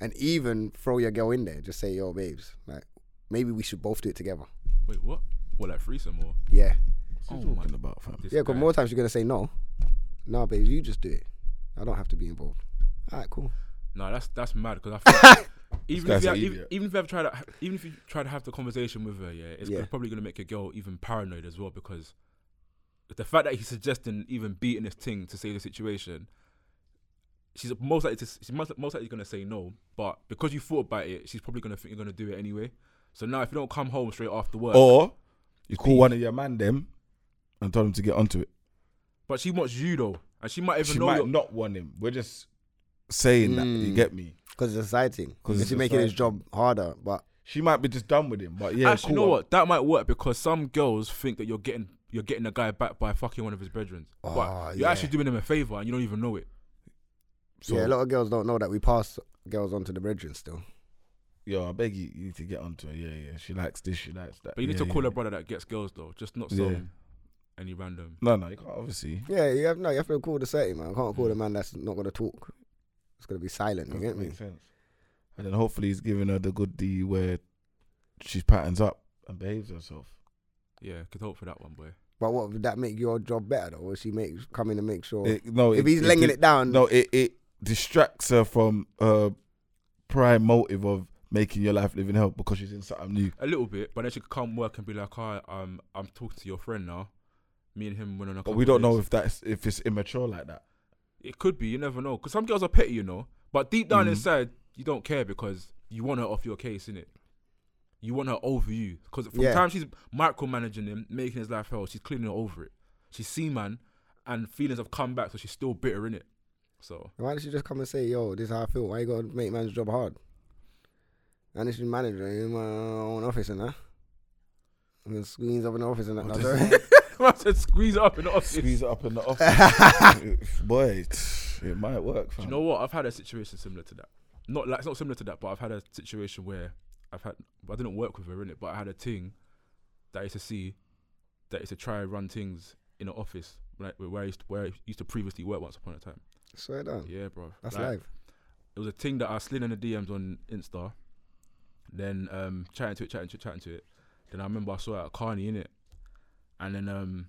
S2: and even throw your girl in there. Just say, "Yo, babes, like maybe we should both do it together."
S4: Wait, what? What like threesome or?
S2: Yeah,
S3: what's
S4: Oh
S3: he
S4: my-
S3: talking about, fam?
S4: this
S2: yeah. Because
S4: guy.
S2: more times you're gonna say no. No, babes, you just do it. I don't have to be involved. All right, cool.
S4: No, that's that's mad because
S3: (laughs)
S4: I feel even if
S3: guy's
S4: you
S3: an
S4: have, even,
S3: idiot.
S4: even if you have tried to, even if you try to have the conversation with her, yeah, it's
S2: Yeah.
S4: probably gonna make a girl even paranoid as well because the fact that he's suggesting even beating this thing to save the situation, she's most likely to, she's most, most likely gonna say no. But because you thought about it, she's probably gonna think you're gonna do it anyway. So now if you don't come home straight after work,
S3: Or you call one of your man them and tell him to get onto it.
S4: but she wants you though, and she might even
S3: She
S4: know.
S3: might
S4: you're-
S3: not want him. We're just saying that. You
S2: Mm.
S3: get me?
S2: Because it's exciting.
S3: 'Cause
S2: Because
S3: it's
S2: you're making his
S3: exciting.
S2: job harder, but
S3: She might be just done with him. But yeah,
S4: Actually, you
S3: cool.
S4: know what? That might work because some girls think that you're getting you're getting a guy back by fucking one of his bedrooms.
S2: Ah,
S4: but you're
S2: yeah.
S4: actually doing him a favor and you don't even know it.
S3: So,
S2: yeah, a lot of girls don't know that we pass girls onto the bridge and still.
S3: yo, I beg you, you need to get onto her. Yeah, yeah. She likes this. She likes that.
S4: But you need
S3: Yeah,
S4: to call
S3: yeah.
S4: a brother that gets girls though, just not some
S3: Yeah.
S4: any random.
S3: No, no, you can't. Obviously,
S2: Yeah, you have no, you have to call the certain man. You can't call the man that's not gonna talk. It's gonna be silent. You
S3: Doesn't
S2: get
S3: make
S2: me?
S3: sense. And then hopefully he's giving her the good D where she patterns up and behaves herself.
S4: Yeah, could hope for that one, boy.
S2: But what would that make your job better though? Will she make come in and make sure
S3: It- no,
S2: if he's laying it, down?
S3: no, it, it distracts her from her prime motive of making your life living hell because she's in something new.
S4: A little bit, but then she could come work and be like, "Hi, um, I'm talking to your friend now. Me and him went on a."
S3: But
S4: couple
S3: we don't
S4: dates."
S3: know if that's if it's immature like that.
S4: It could be. You never know. Because some girls are petty, you know. But deep down
S3: Mhm.
S4: inside, you don't care because you want her off your case, innit? You want her over you. Because from
S2: Yeah.
S4: the time she's micromanaging him, making his life hell, she's clearly not over it. She's seen man, and feelings have come back, so she's still bitter, innit? So,
S2: Why don't she just come and say, "Yo, this is how I feel. Why you gotta make man's job hard?" And it's your manager in my own office and that. And the screens up in the office and that.
S4: I'm
S2: No,
S4: just-
S2: don't-
S4: I said, squeeze her up in the office.
S3: Squeeze it up in the office, (laughs) boy. It, it might work.
S4: Do
S3: Fam.
S4: you know what? I've had a situation similar to that. Not like it's not similar to that, but I've had a situation where I've had I didn't work with her in it, but I had a thing that I used to see that I used to try and run things in an office like where I used to, where I used to previously work once upon a time.
S2: (laughs) Swear down.
S4: Yeah, bro.
S2: That's
S4: Like,
S2: live.
S4: It was a thing that I slid in the DMs on Insta, then um chatting to it, chatting to it, chatting to it. Then I remember I saw it at Carney in it, and then um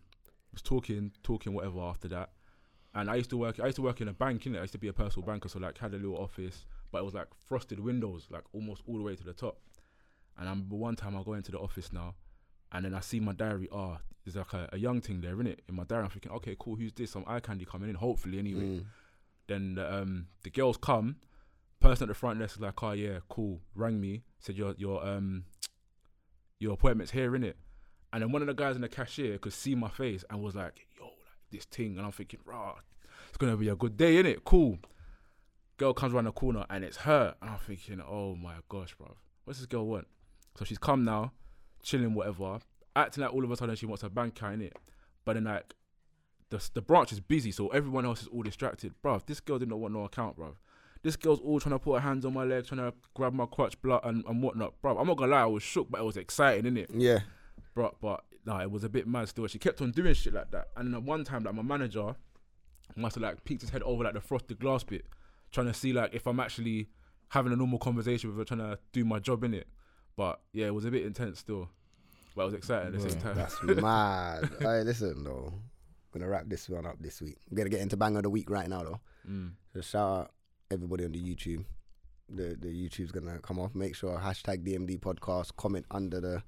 S4: was talking, talking whatever after that. And I used to work. I used to work in a bank. In I used to be a personal banker, so like had a little office, but it was like frosted windows, like almost all the way to the top. And I remember one time I go into the office now, and then I see my diary. Ah, there's like a, a young thing there, innit? In my diary, I'm thinking, okay, cool, who's this? Some eye candy coming in, hopefully, anyway.
S2: Mm.
S4: Then the, um, the girls come. Person at the front desk is like, oh yeah, cool. Rang me, said your your um your appointment's here, innit? And then one of the guys in the cashier could see my face and was like, yo, like this thing. And I'm thinking, rah, it's gonna be a good day, innit? Cool. Girl comes around the corner and it's her. And I'm thinking, oh my gosh, bruv. What's this girl want? So she's come now, chilling, whatever, acting like all of a sudden she wants her bank account in it. But then like the the branch is busy, so everyone else is all distracted. Bruv, this girl did not want no account, bruv. This girl's all trying to put her hands on my legs, trying to grab my crotch, blood and, and whatnot. Bruv, I'm not gonna lie, I was shook, but it was exciting, innit?
S2: Yeah.
S4: Bro, but nah, it was a bit mad still. She kept on doing shit like that. And then one time, like my manager must have like peeked his head over like the frosted glass bit, trying to see like if I'm actually having a normal conversation with her, trying to do my job in it. But yeah, it was a bit intense still. But it was exciting at the same time.
S2: That's mad. hey, listen though. Gonna wrap this one up this week. We're gonna get into bang of the week right now though. So shout out everybody on the YouTube. The the YouTube's gonna come off. Make sure hashtag DMD podcast, comment under the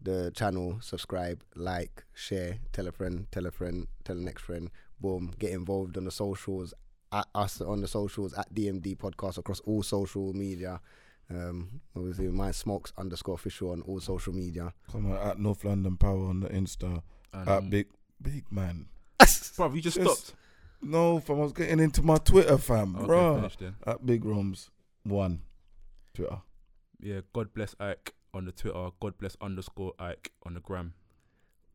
S2: the channel, subscribe, like, share, tell a friend, tell a friend, tell the next friend, boom, get involved on the socials at us on the socials at DMD podcast across all social media. Um, obviously my smokes underscore official on all social media. (laughs)
S3: Come on, at North London Power on the Insta.
S4: And,
S3: at
S4: um,
S3: Big Big Man.
S4: Bruv, you just
S3: Just-
S4: stopped.
S3: No, fam, I was getting into my Twitter, fam,
S4: Okay,
S3: bro.
S4: finished then.
S3: At Big Roms one, Twitter.
S4: Yeah, God bless Ike on the Twitter. God bless underscore Ike on the gram.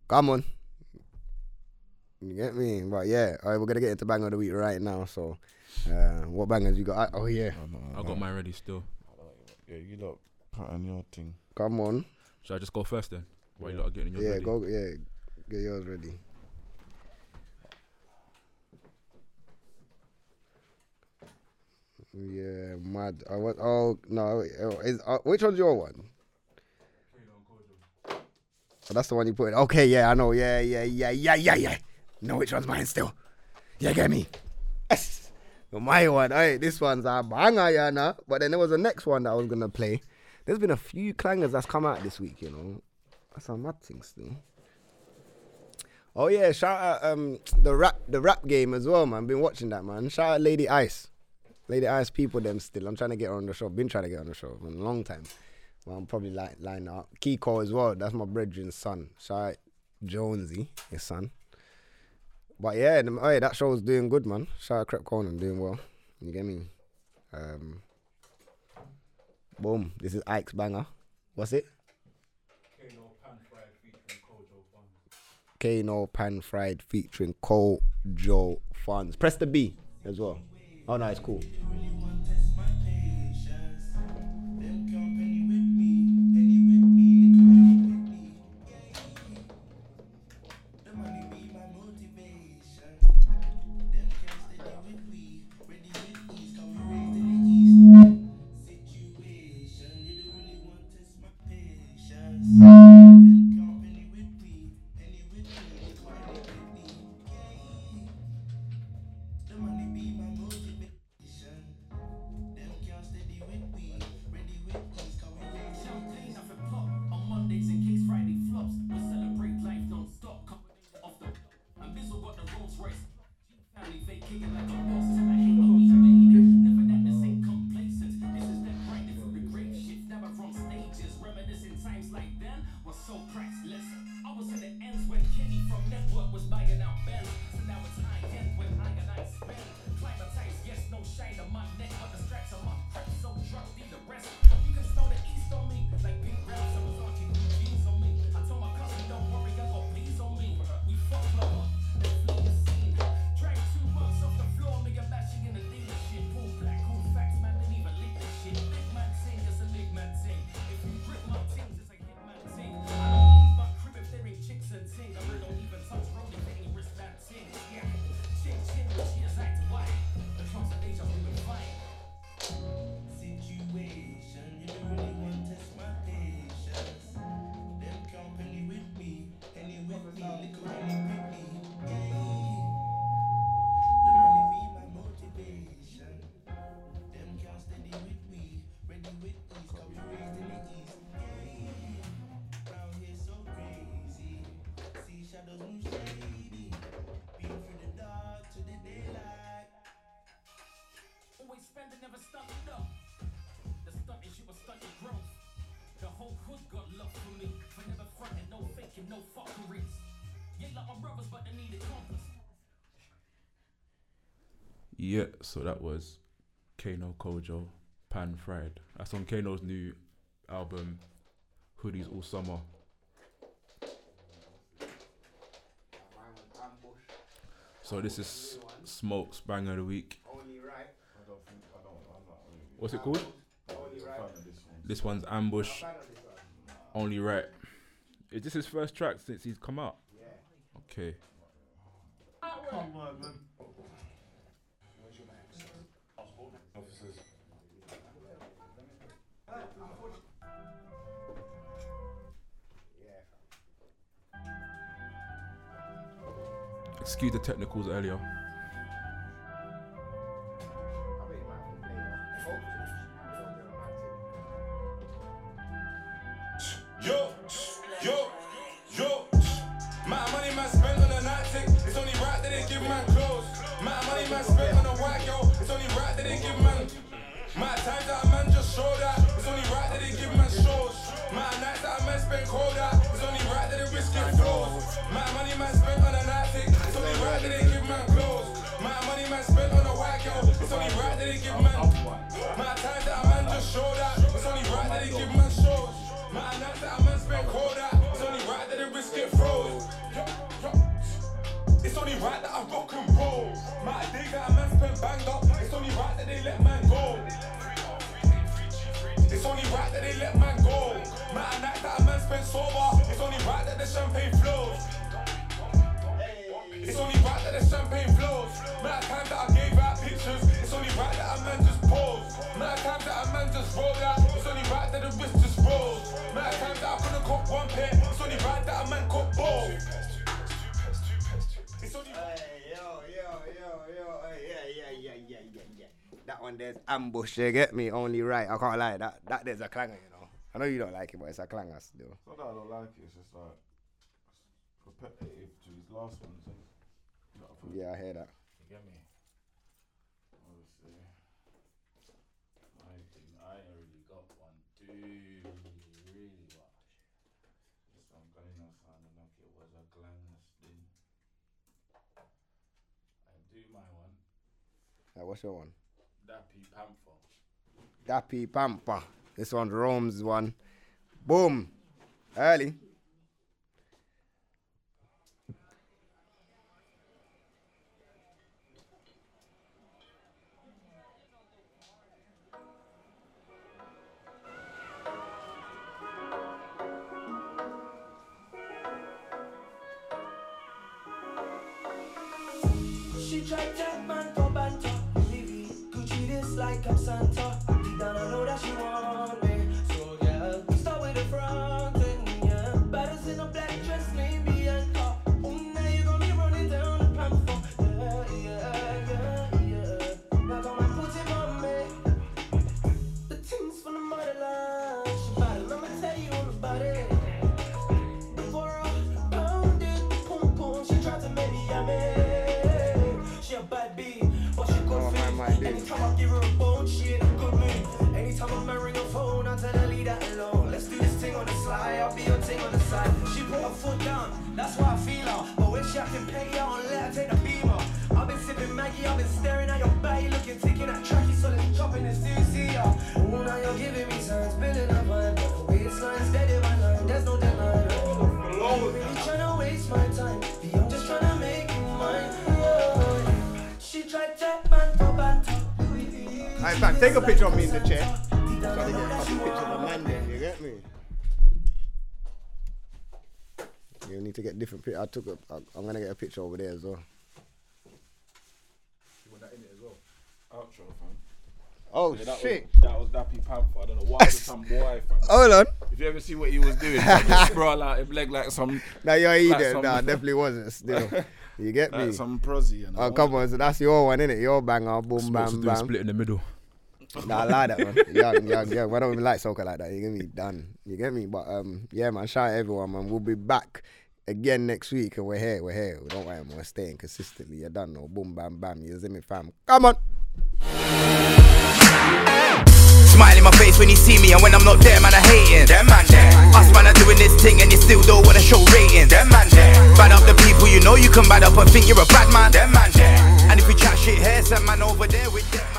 S2: Come on. You get me? But yeah, all right, we're gonna get into bang of the week right now. So, uh, what bangers you got? I- Oh yeah,
S3: I,
S4: I got mine ready still.
S3: Yeah, you lot pattern your thing.
S2: come on.
S4: Should I just go first then? Why you
S3: Yeah.
S4: lot are getting yours
S2: yeah,
S4: ready?
S2: go. Yeah, get yours ready. Yeah, mad. I want. Oh no, oh, is uh, which one's your one? Oh, that's the one you put in. Okay, yeah, I know. Yeah, yeah, yeah, yeah, yeah, yeah. Know which one's mine still. Yeah, get me. Yes. My one. Hey, this one's a banger, yeah, nah. But then there was the next one that I was gonna play. There's been a few clangers that's come out this week, you know. That's a mad thing still. Oh yeah, shout out um the rap the rap game as well, man. Been watching that man. Shout out Lady Ice. Lady Ice people them still. I'm trying to get her on the show. Been trying to get her on the show for a long time. Well, I'm probably li- lining up. Kiko as well. That's my brethren's son. Shout out Jonesy, his son. But yeah, them, oh yeah, that show's doing good, man. Shout out Crep Conan, doing well. You get me? Um, boom. This is Ike's banger. What's it? Kano Pan Fried featuring Kojo Funds. Press the B as well. Oh no, it's cool.
S5: Champagne off a plot on Mondays in case Friday flops. We celebrate life non-stop. Couple days off the and Bizzle got the Rolls Royce. Family vacating like a boss. And I hate on me, baby. Never that the same complacent. This is that right for the great shit. Never from stages. Reminiscing times like then was so priceless. I was at the ends when Kenny from Network was buying out Ben. So now it's high end when I and I spend. Climatized, yes, no shade on my neck, but the straps on my crap so drunk, need the rest. You can snow the east on me, like pink rounds, I was arching blue jeans on me. I told my cousin, don't worry, I got bees on me. We fuck blow up, then flee the scene. Drag two bucks off the floor, nigga bashing in the dealership. All black, all facts, man, didn't even lick the shit. Big man ting, it's a big man ting. If you grip my things, it's a hit man ting. I don't stunt love. The stunt is you were stunting growth. The whole hood got love for me. For never fronting, no faking, no fuckeries. Yeah, like my brothers, but they needed compass.
S6: Yeah, so that was Kano Kojo Pan Fried. That's on Kano's new album, Hoodies All Summer. So this is Smoke's Bang of the Week. What's it called? This one's Ambush. Only Right. Is this his first track since he's come out? Yeah. Okay. Excuse the technicals earlier.
S4: Yo, yo, yo. My money man spent on a Nazi. It's only right that they give man clothes. My money man spent on a white girl. It's only right that they give man. My time that a man just showed that. It's only right that they give man shows. My nights that a man spent cold out. It's only right that they risk it flows. My money man spent on a Nazi. It's only right that they give man clothes. My money man spent on a white girl. It's only right that they give man. My time that a man just showed that. It's only right that they give man shows. My nights that a man spent cold out. It's only right that they risk it froze. Yo, yo. It's only right that I rock and roll. My day that a man spent banged up. It's only right that they let man go. It's only right that they let man go. My night that a man spent sober. It's only right that the champagne flows. It's only right that the champagne flows. Man, time that I gave out pictures. It's only right that a man just posed. Man, time that a man just rolled out. It's only right that the wrist just rolls. Man, time that I couldn't cop one pair. It's only right that a man caught both. It's only
S2: That one there's ambush, you get me? Only right. I can't lie. That that there's a clanger, you know. I know you don't like it, but it's a clanger still.
S3: Not that I don't like it, it's just like it's repetitive to his last one. So, you know, I feel-
S2: Yeah, I hear that.
S3: You get me? Obviously. I think I ain't really got one too really what Just I'm going to sound like it was a glamorous thing. I do my one.
S2: Now, what's your one?
S3: Dappy Panther.
S2: Dappy Pampa. This one's Rome's one. Boom. Early.
S7: She tried tech man from banter. Louis V, Gucci this like I'm Santa. Deep down I know that she want me. So yeah, we start with the front end, yeah. Battles in a black dress, name Bianca. Oh, now you gon' be running down the platform. Yeah, yeah, yeah, yeah. Now come and put him on me. The things from the motherland. She battle, I'ma tell you all about it. Before I pound it, boom boom, she tried to make me a man. She a bad bee, but she
S2: Oh,
S7: could
S2: my, my
S7: fit.
S2: bee.
S7: Anytime I give her a bone, she ain't a good man. Anytime I'm marrying her phone, I tell her leave that alone. Let's do this thing on the sly, I'll be your thing on the side. She put her foot down, that's why I feel her. But when she acting petty, I won't let her take the beamer. I've been sipping Maggie, I've been staring at your body, looking taking that tracky, so let's chop in the studio. Ooh, now you're giving me signs, building up my waistline's dead in my line, there's no deadline. Really tryna waste my time. Be I'm just tryna make you mine. Oh, She tried tap man for banter.
S2: Alright, fam, take a picture of me in the chair. So I can get a couple pictures of man there, you get me? You need to get different pictures. I took a, I, I'm gonna get a picture over there as well.
S8: You want that in it as well? Outro, fam.
S2: Oh
S8: Yeah, that
S2: shit.
S8: Was, that was Dappy Panther. I don't know why. Some boy, fam.
S3: (laughs)
S2: Hold on.
S8: If you ever see what he was doing, fam, he sprawl out his leg like some
S2: Now you're
S8: Like
S2: either.
S8: some- (laughs)
S2: Nah, definitely wasn't still. You get me?
S8: like some prosy. You know?
S2: Oh come on, so that's your one, innit? Your banger, boom,
S6: Smokes
S2: bam,
S6: is doing
S2: bam.
S6: split in the middle.
S2: (laughs) Nah, I like that one. Young, young, young. I don't even like soccer like that. You get me? Done. You get me? But um, yeah, man. Shout out everyone, man. We'll be back again next week, and we're here. We're here. We don't worry, man. We're staying consistently. You done, no? Boom, bam, bam. You see me, fam? Come on.
S1: Smile in my face when you see me, and when I'm not there, man, I hating. Them man there. Us man are doing this thing, and you still don't wanna show rating. Them man there. Bad up the people you know you can bad up and think you're a bad man. Them man there. And if we chat shit here, some man over there with them.